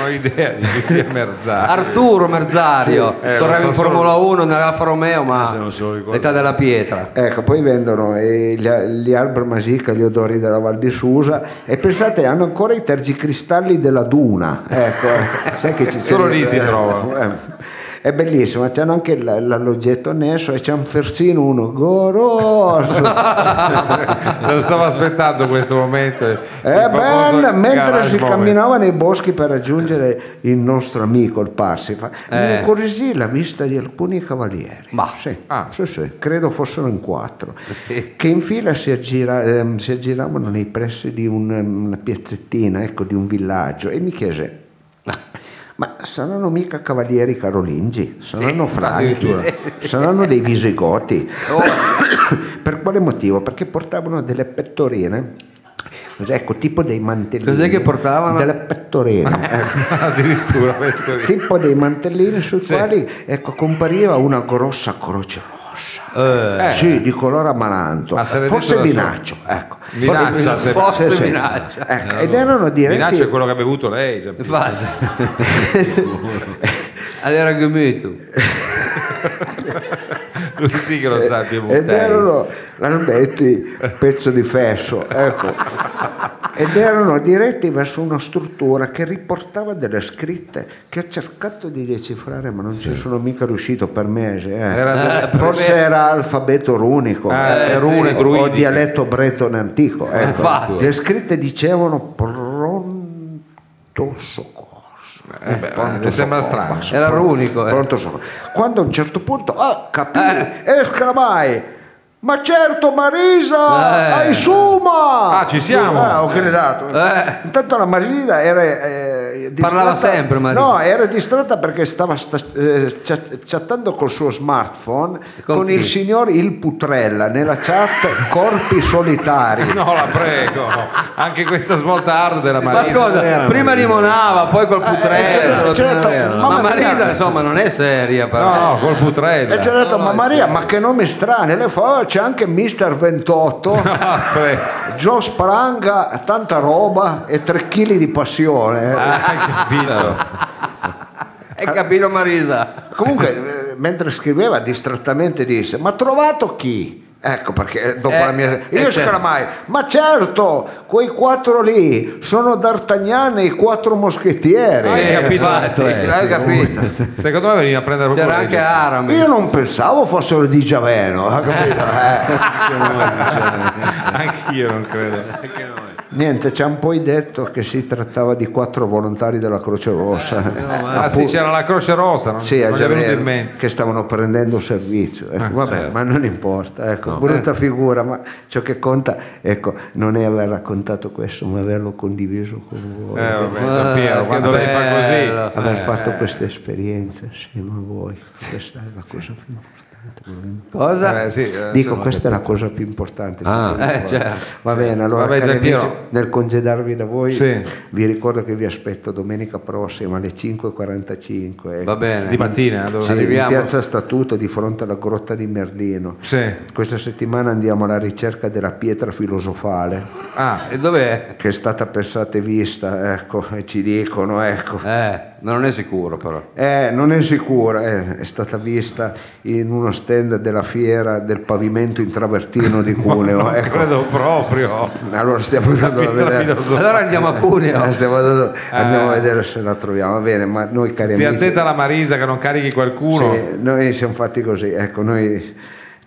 Speaker 3: ho idea di chi sia Merzani.
Speaker 4: Arturo Merzario,
Speaker 3: Sì, eh,
Speaker 4: correva
Speaker 3: lo
Speaker 4: in
Speaker 3: so
Speaker 4: Formula 1 nell'Alfa Romeo, ma
Speaker 2: se non se lo ricordo.
Speaker 4: l'età della pietra.
Speaker 1: Ecco, poi vendono eh, gli, gli albero masica, gli odori della Val di Susa e pensate, hanno ancora i tergicristalli della duna. Ecco, eh, sai che ci
Speaker 3: Solo lì si
Speaker 1: eh,
Speaker 3: trova.
Speaker 1: eh. È bellissimo, c'hanno anche l- l'alloggetto annesso e c'è un fersino uno goroso.
Speaker 3: Lo stavo aspettando questo momento. È
Speaker 1: Eh bella, mentre si camminava nei boschi per raggiungere il nostro amico, il Parsifa, mi
Speaker 4: Eh.
Speaker 1: incuriosì la vista di alcuni cavalieri.
Speaker 4: Ma-
Speaker 1: sì,
Speaker 3: Ah.
Speaker 1: sì, sì, credo fossero in quattro, che in fila si, aggira- ehm, si aggiravano nei pressi di un, ehm, una piazzettina, ecco, di un villaggio, e mi chiese... Ma saranno mica cavalieri carolingi? Saranno franchi? Saranno dei visigoti?
Speaker 3: Oh.
Speaker 1: per quale motivo? Perché portavano delle pettorine, ecco, tipo dei mantellini.
Speaker 4: Cos'è che portavano?
Speaker 1: Delle pettorine, ecco
Speaker 3: Addirittura questo lì.
Speaker 1: tipo dei mantellini sui quali ecco, compariva una grossa croce rossa,
Speaker 3: Eh.
Speaker 1: sì, di colore amaranto,
Speaker 3: Ma se l'è
Speaker 1: forse
Speaker 3: detto da
Speaker 1: vinaccio, ecco.
Speaker 3: Minaccia, se...
Speaker 4: Forse
Speaker 1: Sì, sì.
Speaker 4: minaccia.
Speaker 1: Ecco, Ed erano
Speaker 3: minaccia è
Speaker 1: diretti
Speaker 3: quello che ha bevuto lei. Giampiero.
Speaker 4: allora Gumutu.
Speaker 3: Lui sì che lo sa Piemonte.
Speaker 1: Eh, ed erano l'albetti pezzo di fesso, ecco. Ed erano diretti verso una struttura che riportava delle scritte che ho cercato di decifrare, ma non ci sono mica riuscito per mesi. eh.
Speaker 3: Era-
Speaker 1: Eh, Forse era alfabeto runico,
Speaker 3: Eh,
Speaker 1: eh,
Speaker 3: rune,
Speaker 1: o- o
Speaker 3: druidiche.
Speaker 1: dialetto bretone antico. ecco.
Speaker 4: infatti.
Speaker 1: Le scritte dicevano pronto soccorso.
Speaker 3: Eh, beh, mi sembra strano.
Speaker 4: Era l'unico. eh.
Speaker 1: Pronto soccorso. Quando a un certo punto ah, capì, esclamai. Ma certo Marisa,
Speaker 4: Eh.
Speaker 1: ai Suma!
Speaker 3: Ah, ci siamo.
Speaker 1: Ah, ho gridato.
Speaker 4: Eh.
Speaker 1: Intanto la Marisa era... eh, distratta-
Speaker 4: Parlava sempre, Marisa.
Speaker 1: No, era distratta perché stava sta- eh, chat- chattando col suo smartphone
Speaker 4: Con
Speaker 1: con,
Speaker 4: chi?
Speaker 1: il signor Il Putrella nella chat Corpi Solitari.
Speaker 3: No, la prego. Anche questa svolta hard della
Speaker 4: Ma
Speaker 3: Marisa.
Speaker 4: scusa,
Speaker 2: era
Speaker 4: prima limonava, poi col putrello.
Speaker 2: eh,
Speaker 1: certo,
Speaker 2: era.
Speaker 4: Ma
Speaker 1: Maria-
Speaker 4: Marisa, insomma, non è seria però.
Speaker 3: No, no, col
Speaker 1: E ci ho
Speaker 3: putrello.
Speaker 1: detto, ma Maria, ma che nomi strani, le fa, "Oh, c'è anche Mister 28,
Speaker 3: Ah, spre-
Speaker 1: Joe Spranga, tanta roba e 3 kg di passione.
Speaker 3: Hai capito?
Speaker 4: Hai capito Marisa?
Speaker 1: Comunque, eh, mentre scriveva, distrattamente disse: Ma trovato chi? Ecco perché dopo
Speaker 4: Eh,
Speaker 1: la mia.
Speaker 4: eh,
Speaker 1: Io
Speaker 4: certo.
Speaker 1: sclamai: Ma certo, quei quattro lì sono D'Artagnan e i quattro moschettieri.
Speaker 3: Hai
Speaker 1: Eh,
Speaker 3: capito? Eh,
Speaker 2: tre,
Speaker 1: Hai
Speaker 2: sì,
Speaker 1: capito?
Speaker 3: Secondo me veniva a prendere proprio la
Speaker 4: C'era anche
Speaker 3: gente.
Speaker 1: Io
Speaker 4: Aramis.
Speaker 1: non pensavo fossero di Giaveno, ha capito? Eh,
Speaker 2: eh.
Speaker 3: Anch'io non credo.
Speaker 1: niente, ci hanno poi detto che si trattava di quattro volontari della Croce Rossa.
Speaker 3: Ah sì, c'era la croce rossa, non,
Speaker 1: Sì, a
Speaker 3: non gli è venuto
Speaker 1: Giavero,
Speaker 3: in mente. Ah, certo.
Speaker 1: che stavano prendendo servizio. Ecco, vabbè, ma non importa, ecco, brutta
Speaker 3: Eh.
Speaker 1: figura, ma ciò che conta ecco, non è aver raccontato questo, ma averlo condiviso con voi. Ah,
Speaker 3: Eh vabbè, Giampiero,
Speaker 4: che
Speaker 3: quando lei fa
Speaker 4: bello.
Speaker 3: così. eh.
Speaker 1: Aver fatto questa esperienza insieme a voi, questa è la cosa più importante. che mi importa.
Speaker 4: Cosa?
Speaker 3: Eh, sì, eh,
Speaker 1: Dico, questa è la cosa più importante. secondo
Speaker 4: eh,
Speaker 1: me.
Speaker 4: certo.
Speaker 1: Va bene, allora
Speaker 3: Vabbè,
Speaker 1: cari
Speaker 3: Giampiero.
Speaker 1: amici, nel congedarvi da voi
Speaker 3: Sì.
Speaker 1: vi ricordo che vi aspetto domenica prossima alle 5.45. ecco.
Speaker 4: Va bene.
Speaker 3: Di mattina, dove
Speaker 1: Sì, in
Speaker 4: Arriviamo.
Speaker 1: piazza Statuto di fronte alla grotta di Merlino.
Speaker 3: Sì.
Speaker 1: Questa settimana andiamo alla ricerca della pietra filosofale
Speaker 3: Ah,
Speaker 4: E dov'è?
Speaker 1: che è stata pensata e vista, ecco, e ci dicono, ecco.
Speaker 4: Eh, ma non è sicuro però.
Speaker 1: Eh, non è sicura, eh, è stata vista in uno stand della fiera del pavimento in travertino di Cuneo.
Speaker 3: non
Speaker 1: ecco.
Speaker 3: credo proprio.
Speaker 1: Allora stiamo andando a
Speaker 3: Capito,
Speaker 1: vedere.
Speaker 3: filosofo.
Speaker 4: Allora andiamo a Cuneo.
Speaker 1: Eh, stiamo andando- andiamo a vedere se la troviamo, va bene, ma noi cari
Speaker 3: Stia
Speaker 1: amici...
Speaker 3: attenta alla Marisa che non carichi qualcuno.
Speaker 1: Sì, noi siamo fatti così, ecco, noi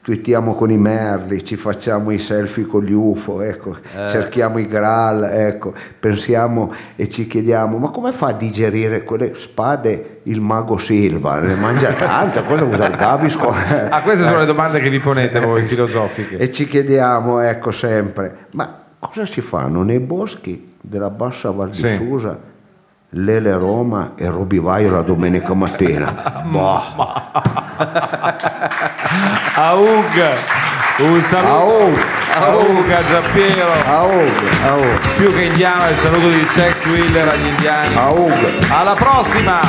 Speaker 1: twittiamo con i merli, ci facciamo i selfie con gli UFO, ecco, cerchiamo i Graal, ecco, pensiamo e ci chiediamo ma come fa a digerire quelle spade il mago Silva? Ne mangia tante, cosa usa il Gavisco?
Speaker 3: Ah, queste
Speaker 4: Eh.
Speaker 3: sono le domande che vi ponete voi filosofiche.
Speaker 1: e ci chiediamo, ecco sempre, ma cosa si fanno nei boschi della bassa Val di
Speaker 3: Sì.
Speaker 1: Susa? Lele Roma e Robivaio la domenica mattina. Boh.
Speaker 3: Aug, un saluto.
Speaker 1: Aug.
Speaker 3: Aug a Giampiero.
Speaker 1: Aug, aug,
Speaker 3: Più che indiano, il saluto di Tex Wheeler agli indiani.
Speaker 1: aug.
Speaker 3: Alla prossima!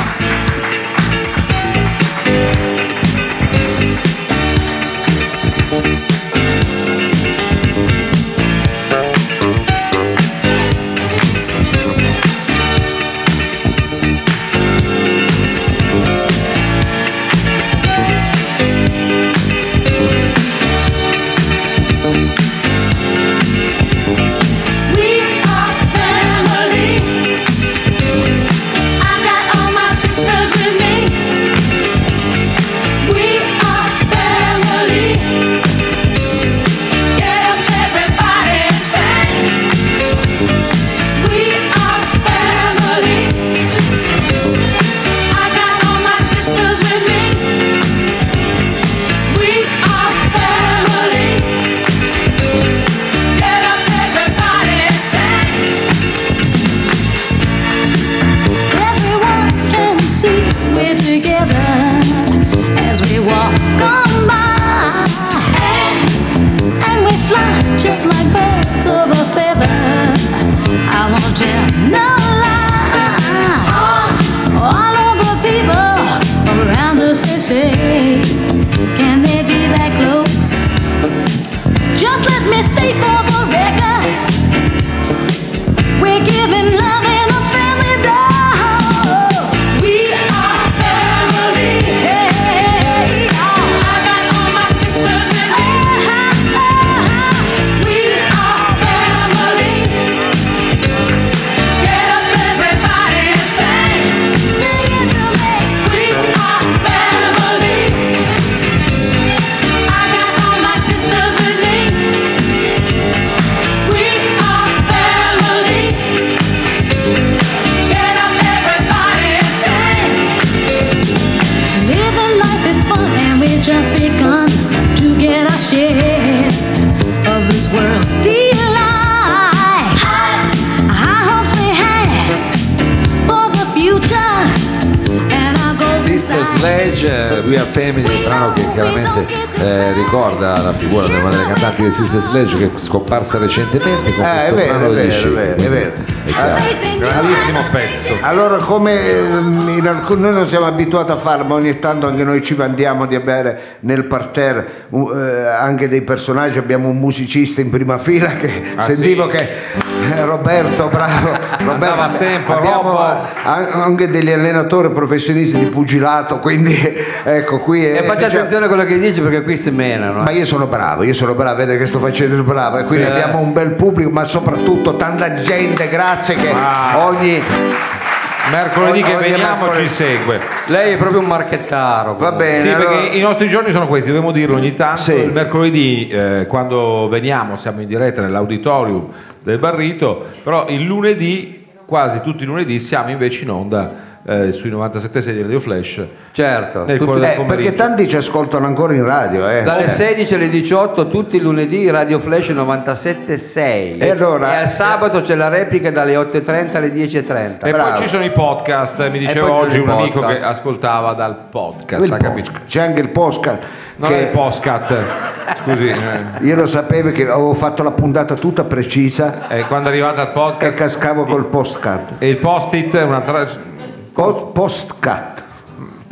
Speaker 7: We are family. I got all my sisters with me. We are family. Get up, everybody, and sing. We are family. I got all my sisters with me. We are family. Get up, everybody, and sing. Everyone can see we're together as we walk on by, and, and we fly just like birds of a feather. I won't tell no lie. All, all of the people around us they say, can they be that close? Just let me state for the record We're giving love in a family dose We are family hey. I got all my sisters with me Uh-huh, We are family Get up everybody and sing Sing it to me We are family I got all my sisters with me.
Speaker 2: Sledge, eh, We Are Family, il brano che chiaramente eh, ricorda la figura di una delle cantanti di Sister Sledge che è scomparsa recentemente con
Speaker 1: Eh, è
Speaker 2: questo
Speaker 1: vero,
Speaker 2: brano
Speaker 1: è
Speaker 2: degli
Speaker 1: vero, è
Speaker 2: Scimmie,
Speaker 1: vero, è
Speaker 2: quindi
Speaker 1: vero.
Speaker 2: è chiaro.
Speaker 3: Grandissimo pezzo.
Speaker 1: Allora, come ehm, in alcun- noi non siamo abituati a farlo, ma ogni tanto anche noi ci vandiamo di avere nel parterre uh, eh, anche dei personaggi. Abbiamo un musicista in prima fila che
Speaker 3: Ah,
Speaker 1: sentivo
Speaker 3: sì?
Speaker 1: che eh, Roberto, bravo, Roberto,
Speaker 3: a tempo,
Speaker 1: abbiamo
Speaker 3: Robbo.
Speaker 1: an- anche degli allenatori professionisti di pugilato, quindi ecco qui è,
Speaker 4: E faccia
Speaker 1: cioè,
Speaker 4: attenzione a quello che dici perché qui si menano.
Speaker 1: ma
Speaker 4: eh.
Speaker 1: io sono bravo, io sono bravo, vedete che sto facendo il bravo e quindi
Speaker 4: Sì, eh.
Speaker 1: abbiamo un bel pubblico, ma soprattutto tanta gente, grazie che
Speaker 3: Ah.
Speaker 1: ogni
Speaker 3: Mercoledì che
Speaker 1: Ogni
Speaker 3: veniamo
Speaker 1: mercoledì.
Speaker 3: ci segue.
Speaker 4: Lei è proprio un marchettaro.
Speaker 1: Va bene,
Speaker 3: Sì,
Speaker 1: allora-
Speaker 3: perché i nostri giorni sono questi, dobbiamo dirlo ogni tanto.
Speaker 1: Sì.
Speaker 3: Il mercoledì, eh, quando veniamo, siamo in diretta nell'auditorium del Barrito, però il lunedì, quasi tutti i lunedì, siamo invece in onda eh, sui 97 di Radio Flash.
Speaker 4: Certo.
Speaker 3: Nel
Speaker 4: tutti-
Speaker 3: cuore-
Speaker 1: Eh,
Speaker 3: pomeriggio.
Speaker 1: perché tanti ci ascoltano ancora in radio, eh.
Speaker 4: dalle
Speaker 1: Eh.
Speaker 4: 16 alle 18 tutti i lunedì Radio Flash 97.6
Speaker 1: E allora-
Speaker 4: al sabato c'è la replica dalle 8.30 alle 10.30.
Speaker 3: E
Speaker 1: Bravo.
Speaker 3: poi ci sono i podcast, eh, mi diceva
Speaker 4: poi ci
Speaker 3: oggi un
Speaker 4: sono i
Speaker 3: amico
Speaker 4: podcast.
Speaker 3: che ascoltava dal podcast,
Speaker 1: Il
Speaker 3: ha
Speaker 1: po-
Speaker 3: capito?
Speaker 1: C'è anche il postcard.
Speaker 3: Non è il
Speaker 1: Che
Speaker 3: postcat, scusi. eh.
Speaker 1: io lo sapevo che avevo fatto la puntata tutta precisa
Speaker 3: Eh, quando è arrivata al
Speaker 1: e
Speaker 3: podcast
Speaker 1: cascavo col postcard.
Speaker 3: e il post-it è un'altra
Speaker 1: Po- postcard,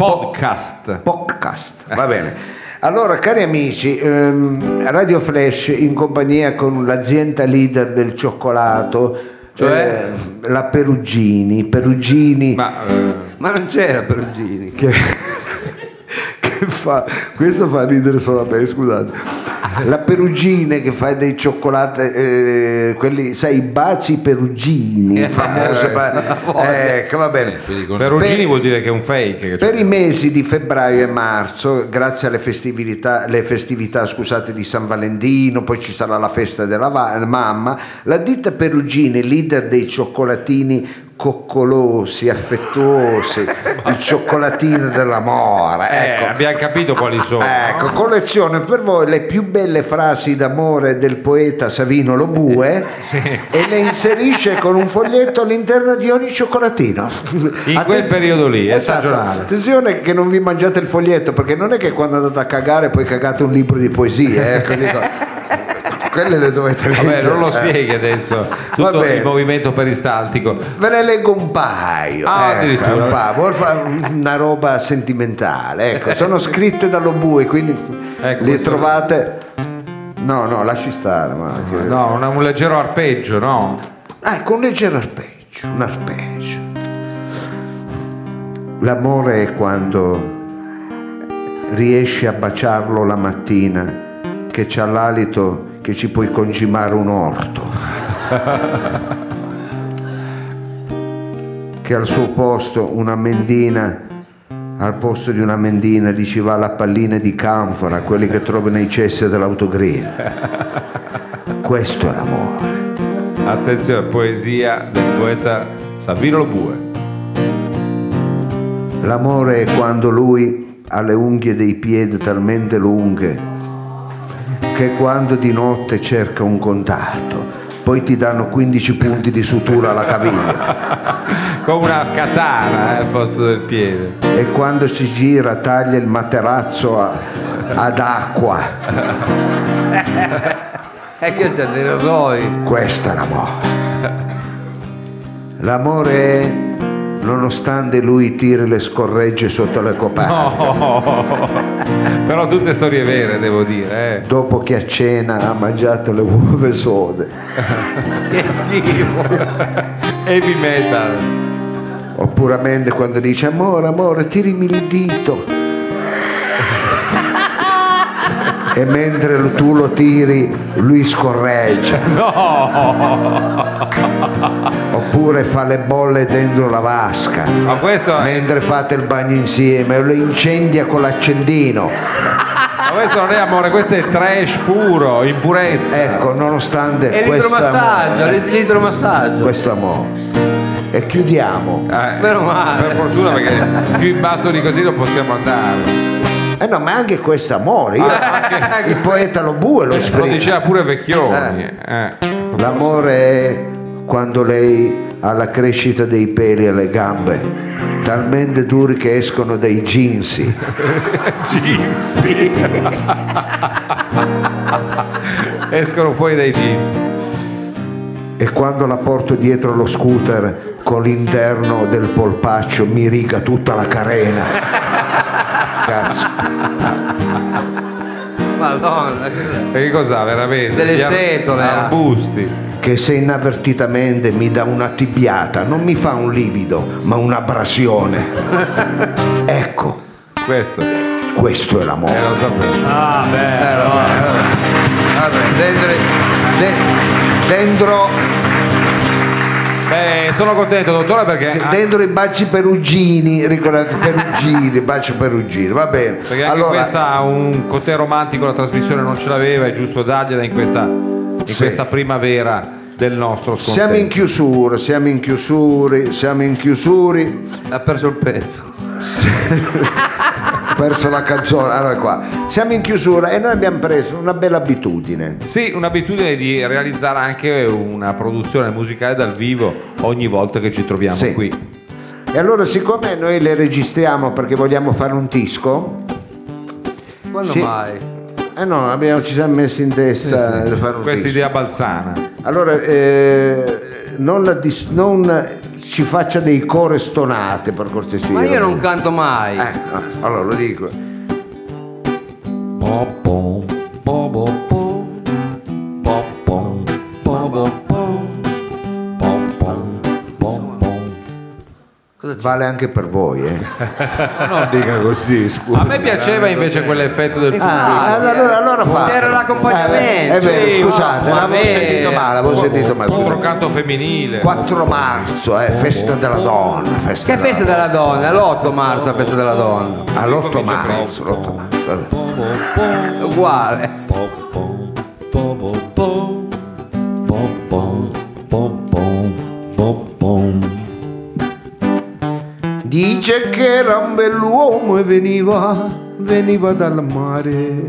Speaker 3: podcast.
Speaker 1: podcast, va bene. Allora, cari amici, ehm, Radio Flash in compagnia con l'azienda leader del cioccolato,
Speaker 4: Cioè?
Speaker 1: eh, la Perugini, Perugini
Speaker 3: Ma eh,
Speaker 4: Ma non c'era Perugini.
Speaker 1: che, che fa questo fa ridere solo a me scusate la perugine che fa dei cioccolati eh, quelli sai i baci perugini famose ba- ecco, va bene
Speaker 3: Perugini
Speaker 1: Per-
Speaker 3: vuol dire che è un fake. che
Speaker 1: per i mesi di febbraio e marzo, grazie alle festività, le festività scusate, di San Valentino, poi ci sarà la festa della va- mamma, la ditta Perugini, leader dei cioccolatini coccolosi, affettuosi, il cioccolatino dell'amore,
Speaker 3: Eh,
Speaker 1: ecco.
Speaker 3: abbiamo capito quali sono.
Speaker 4: Eh,
Speaker 1: Ecco, collezione per voi le più belle frasi d'amore del poeta Savino
Speaker 3: Eh,
Speaker 1: Lobue e le inserisce con un foglietto all'interno di ogni cioccolatino.
Speaker 3: quel
Speaker 1: Attenzione-
Speaker 3: periodo lì, è
Speaker 1: Esatto.
Speaker 3: stagionale.
Speaker 1: Attenzione che non vi mangiate il foglietto perché non è che quando andate a cagare poi cagate un libro di poesie. eh, ecco, dico, quelle le dovete leggere.
Speaker 3: Vabbè, non lo
Speaker 1: eh.
Speaker 3: spieghi adesso
Speaker 1: Va
Speaker 3: tutto
Speaker 1: bene.
Speaker 3: il movimento peristaltico.
Speaker 1: Ve ne leggo un paio.
Speaker 3: Ah,
Speaker 1: ecco,
Speaker 3: addirittura.
Speaker 1: un paio. Vuol fare una roba sentimentale. Ecco, sono scritte dallo bue, quindi
Speaker 3: Eh. Ecco,
Speaker 1: le
Speaker 3: questo-
Speaker 1: trovate. No, no, lasci stare. Ma...
Speaker 3: No, un, un leggero arpeggio, no?
Speaker 1: Ah, ecco, un leggero arpeggio, un arpeggio. L'amore è quando riesci a baciarlo la mattina, che c'ha l'alito che ci puoi concimare un orto. che al suo posto una mendina, al posto di una mendina gli ci va la pallina di canfora, quelli che trovi nei cessi dell'autogrill. Questo è l'amore.
Speaker 3: Attenzione, poesia del poeta Savino Lobue.
Speaker 1: L'amore è quando lui ha le unghie dei piedi talmente lunghe che quando di notte cerca un contatto, poi ti danno 15 punti di sutura alla caviglia
Speaker 3: Come una katana eh, al posto del piede.
Speaker 1: e quando si gira taglia il materazzo a- ad acqua.
Speaker 4: È Eh, che c'è dei rasoi.
Speaker 1: Questo è l'amore. L'amore è nonostante lui tiri le scorregge sotto le coperte.
Speaker 3: Però tutte storie vere, devo dire. eh.
Speaker 1: Dopo che a cena ha mangiato le uova sode.
Speaker 4: Che schifo.
Speaker 3: eh. Heavy metal.
Speaker 1: Oppure Amende quando dice amore, amore, tirimi il dito. e mentre lo- tu lo tiri, lui scorreggia. Oppure fa le bolle dentro la vasca.
Speaker 3: Ma questo, ma
Speaker 1: Mentre fate il bagno insieme, o lo incendia con l'accendino.
Speaker 3: questo non è amore, questo è trash puro, impurezza.
Speaker 1: Ecco, nonostante
Speaker 4: E
Speaker 1: questo
Speaker 4: l'idromassaggio,
Speaker 1: amore,
Speaker 4: l'id- l'idromassaggio.
Speaker 1: questo amore. E chiudiamo.
Speaker 3: Eh,
Speaker 4: Meno male.
Speaker 3: Per fortuna perché più in basso di così non possiamo andare.
Speaker 1: Eh no, ma anche questo amore. Io,
Speaker 4: Ah,
Speaker 1: il poeta lo bue lo
Speaker 3: Lo
Speaker 1: esprime.
Speaker 3: diceva pure Vecchioni. eh.
Speaker 1: L'amore è quando lei ha la crescita dei peli alle gambe, talmente duri che escono dai jeans.
Speaker 3: Escono fuori dai jeans.
Speaker 1: E quando la porto dietro lo scooter con l'interno del polpaccio mi riga tutta la carena. Cazzo.
Speaker 4: Madonna. cosa-
Speaker 3: E che cos'ha veramente?
Speaker 4: Delle
Speaker 3: Gli ar-
Speaker 4: setole, ah.
Speaker 3: Arbusti.
Speaker 1: che se inavvertitamente mi dà una tibiata non mi fa un livido, ma un'abrasione. ecco,
Speaker 3: Questo. Eh,
Speaker 1: questo è l'amore.
Speaker 3: lo sapevo.
Speaker 5: Ah, beh,
Speaker 1: Vabbè, dentro, de- dentro,
Speaker 3: Beh, Eh, sono contento, dottore, perché...
Speaker 1: sì,
Speaker 3: ah,
Speaker 1: dentro Cioè, i baci perugini, ricordate perugini, bacio perugini, va bene.
Speaker 3: Perché anche questa ha un cotè romantico, la trasmissione non ce l'aveva, è giusto dargliela in questa, in
Speaker 1: Sì.
Speaker 3: questa primavera del nostro scontento.
Speaker 1: siamo in chiusura, siamo in chiusura, siamo in chiusura.
Speaker 4: Ha perso il pezzo.
Speaker 1: Ho perso la canzone, allora qua. Siamo in chiusura e noi abbiamo preso una bella abitudine.
Speaker 3: Sì, un'abitudine di realizzare anche una produzione musicale dal vivo ogni volta che ci troviamo
Speaker 1: Sì.
Speaker 3: qui.
Speaker 1: E allora, siccome noi le registriamo perché vogliamo fare un disco,
Speaker 4: Quando
Speaker 1: Sì.
Speaker 4: mai?
Speaker 1: eh no, abbiamo- ci siamo messi in testa di fare un
Speaker 3: Questa
Speaker 1: disco.
Speaker 3: idea balzana.
Speaker 1: Allora, eh, non, la dis- non ci faccia dei core stonate per cortesia.
Speaker 4: Ma io non canto mai.
Speaker 1: Eh, no, allora lo dico.
Speaker 2: Po, po, po, po, po. Po, po, po, po, po. Po, po, po, po.
Speaker 1: Vale anche per voi, eh.
Speaker 2: Ma non dica così, scusa.
Speaker 3: A me piaceva invece quell'effetto del
Speaker 1: Ah, allora, allora, allora fa.
Speaker 4: eh. C'era l'accompagnamento.
Speaker 1: Eh, è vero,
Speaker 3: Sì,
Speaker 1: scusate,
Speaker 4: ma
Speaker 1: l'avevo
Speaker 4: vero.
Speaker 1: sentito male, l'avevo sentito male.
Speaker 3: pubblico,
Speaker 1: scusate.
Speaker 3: canto femminile.
Speaker 1: 4 marzo, eh, festa della donna. Festa
Speaker 4: Che festa della donna? L'8 marzo la festa della donna.
Speaker 1: donna? All'8 marzo, l'8 marzo. vabbè.
Speaker 4: È uguale.
Speaker 1: Dice che era un bell'uomo e veniva, veniva dal mare.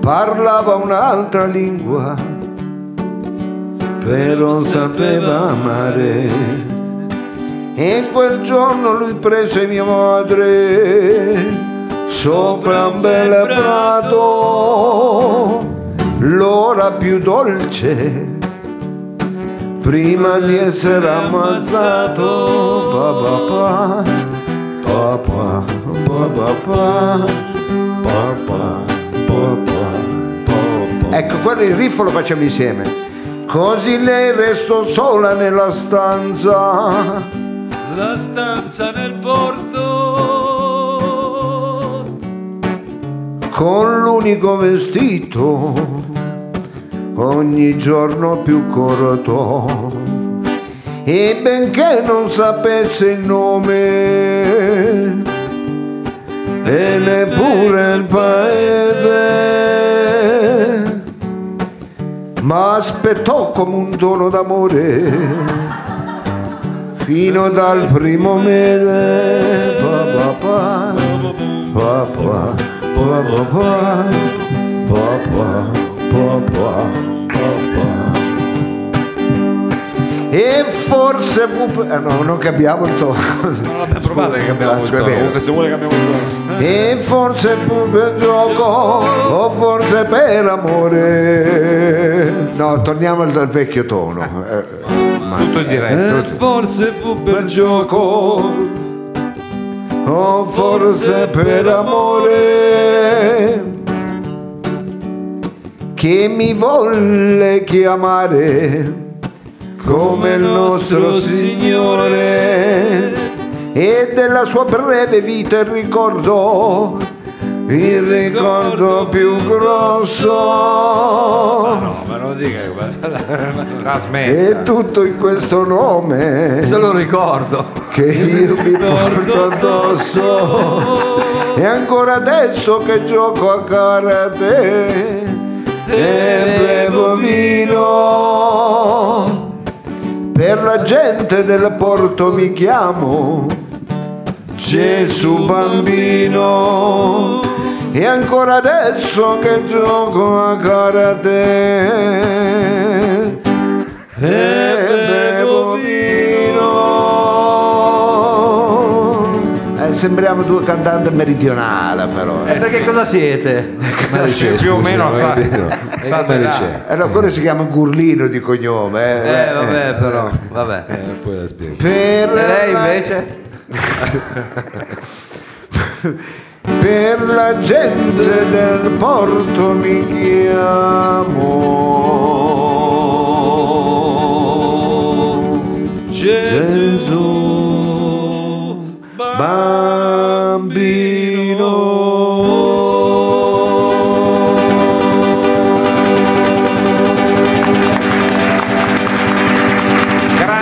Speaker 1: Parlava un'altra lingua, però sapeva amare. E quel giorno lui prese mia madre sopra un bel prato, l'ora più dolce prima di essere ammazzato papà papà papà papà papà ecco quello il riff lo facciamo insieme così lei restò sola nella stanza
Speaker 5: La stanza nel porto
Speaker 1: con l'unico vestito ogni giorno più corto e benché non sapesse il nome e neppure il paese ma aspettò come un dono d'amore fino dal primo mese Pa, pa, pa, pa, pa, pa, pa, pa, pa, pa, pa, pa, pa. e forse pu- eh, no, non cambiamo il tono
Speaker 2: Non l'abbiamo provato che cambiamo il
Speaker 1: Scusa, è
Speaker 2: tono.
Speaker 1: vero.
Speaker 2: Comunque se vuole cambiamo il tono.
Speaker 1: E forse pur per gioco, o forse per amore. No, torniamo al, al vecchio tono. Eh,
Speaker 3: Tutto in
Speaker 2: Eh,
Speaker 3: diretta.
Speaker 2: forse fu per
Speaker 1: gioco, o forse per amore. Che mi volle chiamare come il nostro Signore e della sua breve vita il ricordo, il ricordo più grosso.
Speaker 2: No, ma non dica che...
Speaker 1: E
Speaker 3: Trasmetta.
Speaker 1: tutto in questo nome
Speaker 4: Eh? Se lo ricordo.
Speaker 1: che io mi porto addosso. E ancora adesso che gioco a karate e bevo vino. Per la gente del porto mi chiamo Gesù bambino e ancora adesso che gioco a karate e Eh, sembriamo due cantanti meridionali però.
Speaker 4: Eh,
Speaker 1: eh.
Speaker 4: perché cosa siete?
Speaker 2: Alice,
Speaker 3: più o meno
Speaker 2: scusa,
Speaker 3: sta-
Speaker 2: voglio dire. E
Speaker 3: sta
Speaker 2: come
Speaker 3: là.
Speaker 2: Alice?
Speaker 1: Allora, Eh, quello si chiama Gurlino di cognome. eh.
Speaker 4: Eh,
Speaker 1: Eh,
Speaker 4: vabbè, però, vabbè.
Speaker 2: Eh, poi la spiego.
Speaker 1: Per
Speaker 4: E lei
Speaker 1: la-
Speaker 4: invece?
Speaker 1: Per la gente del porto mi chiamo Gesù bambino. Mao,
Speaker 3: Grandissima.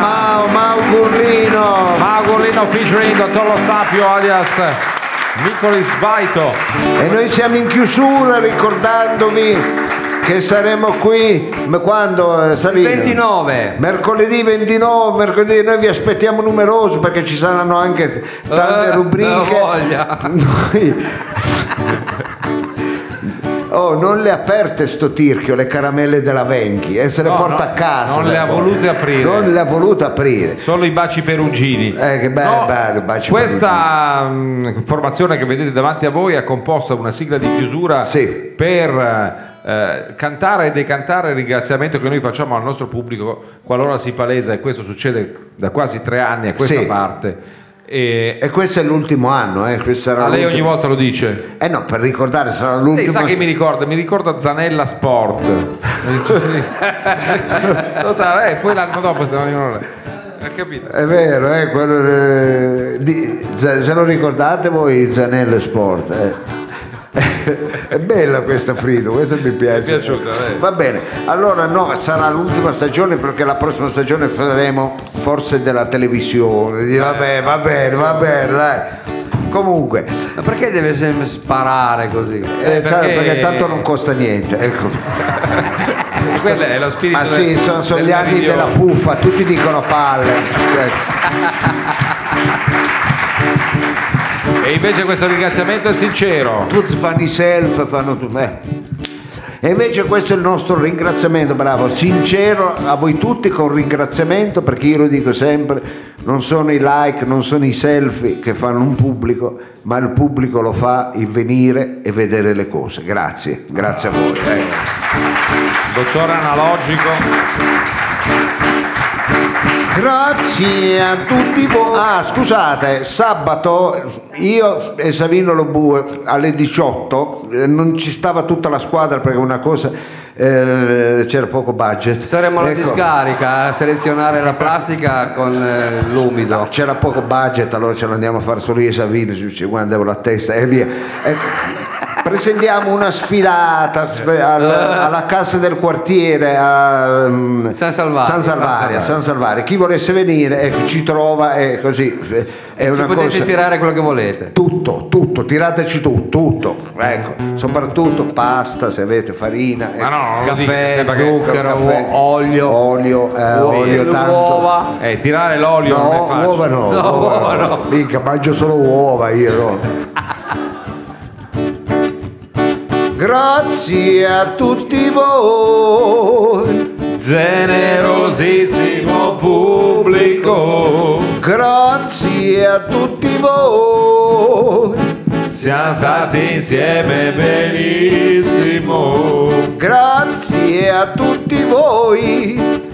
Speaker 1: Mao, Mao Gurrino.
Speaker 3: Magolino featuring Dottor Lo Sapio alias Nicolis Baito.
Speaker 4: Eh,
Speaker 1: E noi siamo in chiusura ricordandovi che saremo qui ma quando eh, Savino?
Speaker 4: 29.
Speaker 1: Mercoledì 29, mercoledì noi vi aspettiamo numerosi perché ci saranno anche tante
Speaker 4: Eh,
Speaker 1: rubriche.
Speaker 4: la voglia.
Speaker 1: Noi- Oh, non le ha aperte sto tirchio, le caramelle della Venchi, e se le
Speaker 3: No,
Speaker 1: porta
Speaker 3: no,
Speaker 1: a casa.
Speaker 3: non le ha volute aprire.
Speaker 1: Non le ha volute aprire.
Speaker 3: Solo i baci perugini.
Speaker 1: Eh, che bello, bello, baci
Speaker 3: questa mh, formazione che vedete davanti a voi ha composto una sigla di chiusura
Speaker 1: Sì.
Speaker 3: per eh, cantare e decantare il ringraziamento che noi facciamo al nostro pubblico qualora si palesa, e questo succede da quasi tre anni a questa
Speaker 1: Sì.
Speaker 3: parte. E,
Speaker 1: E questo è l'ultimo anno, eh, questo sarà
Speaker 3: a lei ogni
Speaker 1: l'ultimo-
Speaker 3: volta lo dice.
Speaker 1: Eh no, per ricordare sarà
Speaker 3: Lei
Speaker 1: l'ultimo
Speaker 3: sa che mi ricorda? Mi ricorda Zanella Sport. Totale, eh, poi l'anno dopo se non Hai capito?
Speaker 1: È vero, eh, quello, eh, di- Z- se lo ricordate voi Zanello Sport. eh. è bella questa Frido, questa mi piace.
Speaker 3: Mi è piaciuta, eh.
Speaker 1: Va bene, allora no, sarà l'ultima stagione perché la prossima stagione faremo forse della televisione. Di- Va bene, va bene, va bene, dai. Comunque,
Speaker 4: Ma perché deve sempre sparare così?
Speaker 1: eh, ta-
Speaker 3: Eh, perché-
Speaker 1: perché... tanto non costa niente. Ecco.
Speaker 3: Quello è lo spirito
Speaker 1: Ma
Speaker 3: del-
Speaker 1: sì, sono, sono
Speaker 3: del
Speaker 1: gli anni
Speaker 3: meridione.
Speaker 1: della fuffa, tutti dicono palle. Cioè,
Speaker 3: E invece questo ringraziamento è sincero.
Speaker 1: tutti fanno i self, fanno tutto. eh. E invece questo è il nostro ringraziamento, bravo, sincero a voi tutti con ringraziamento perché io lo dico sempre, non sono i like, non sono i selfie che fanno un pubblico, ma il pubblico lo fa il venire e vedere le cose. Grazie, grazie a voi. ecco.
Speaker 3: Dottore analogico.
Speaker 1: Grazie a tutti voi. Ah, scusate, sabato io e Savino Lobue alle 18 eh, non ci stava tutta la squadra perché una cosa eh, c'era poco budget.
Speaker 4: Saremmo alla
Speaker 1: Ecco,
Speaker 4: discarica a selezionare la plastica con eh, l'umido.
Speaker 1: C'era poco budget, allora ce l'andiamo a fare solo io e Savino, ci ci guardiamo la testa e via. Ecco, presentiamo una sfilata sve- al-
Speaker 4: Eh.
Speaker 1: alla Cassa del Quartiere a mm,
Speaker 4: San Salvario.
Speaker 1: San Salvario, San Salvario. Chi volesse venire ecco, ci trova e così eh, è
Speaker 4: Ci
Speaker 1: una
Speaker 4: potete
Speaker 1: cosa.
Speaker 4: tirare quello che volete.
Speaker 1: tutto, tutto, tirateci tutto, tutto, ecco, soprattutto pasta se avete farina, ecco,
Speaker 3: Ma no, non lo dico,
Speaker 4: Caffè,
Speaker 3: sembra che-
Speaker 4: zucchero,
Speaker 1: caffè.
Speaker 4: uo- olio,
Speaker 1: olio, eh, olio tanto.
Speaker 4: uova.
Speaker 3: Eh, tirare l'olio
Speaker 1: No,
Speaker 3: non è facile.
Speaker 1: uova no,
Speaker 4: No, uova no.
Speaker 1: Mica, mangio solo uova io. no. Grazie a tutti voi,
Speaker 3: Generosissimo pubblico,
Speaker 1: grazie a tutti voi,
Speaker 3: siamo stati insieme benissimo.
Speaker 1: grazie a tutti voi.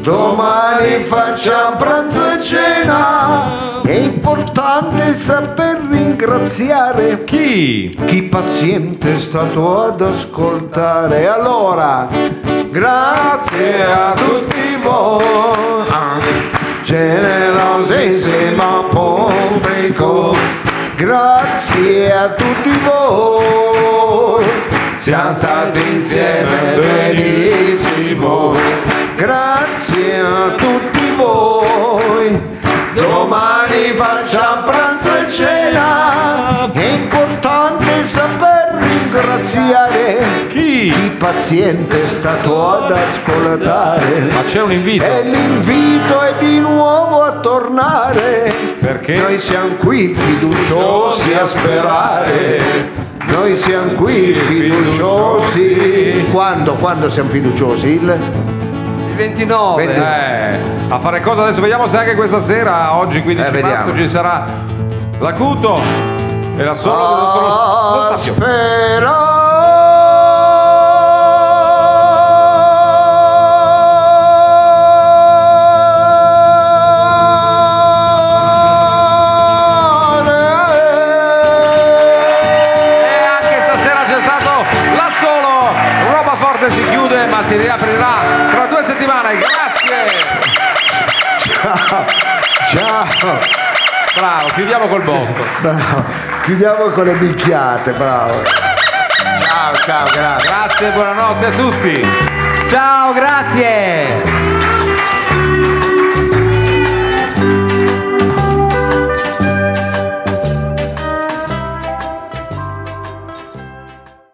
Speaker 1: Domani facciamo pranzo e cena. È importante saper ringraziare
Speaker 3: Chi?
Speaker 1: chi paziente è stato ad ascoltare. Allora, grazie a tutti voi, generosissimo pubblico. Grazie a tutti voi, siamo stati insieme benissimo. Grazie a tutti voi. Domani facciamo pranzo e cena, è importante saper ringraziare
Speaker 3: Chi?
Speaker 1: chi paziente è stato ad ascoltare.
Speaker 3: Ma c'è un
Speaker 1: E
Speaker 3: invito.
Speaker 1: l'invito è di nuovo a tornare.
Speaker 3: Perché?
Speaker 1: Noi siamo qui fiduciosi a sperare. Noi siamo qui fiduciosi. Quando? Quando siamo fiduciosi? Il...
Speaker 4: Il 29.
Speaker 1: Venti-
Speaker 3: Eh, a fare cosa adesso? Vediamo se anche questa sera, oggi 15
Speaker 1: Eh, vediamo.
Speaker 3: marzo, ci sarà l'acuto era solo
Speaker 1: Ah,
Speaker 3: venuto lo, lo sappio. E anche stasera c'è stato la solo. Roba forte si chiude, ma si riaprirà tra due settimane. Grazie.
Speaker 1: Ciao.
Speaker 3: Bravo, chiudiamo col botto.
Speaker 1: Bravo. Chiudiamo con le bicchiate, bravo. Ciao, ciao, grazie.
Speaker 3: Grazie, buonanotte a tutti.
Speaker 4: Ciao, grazie!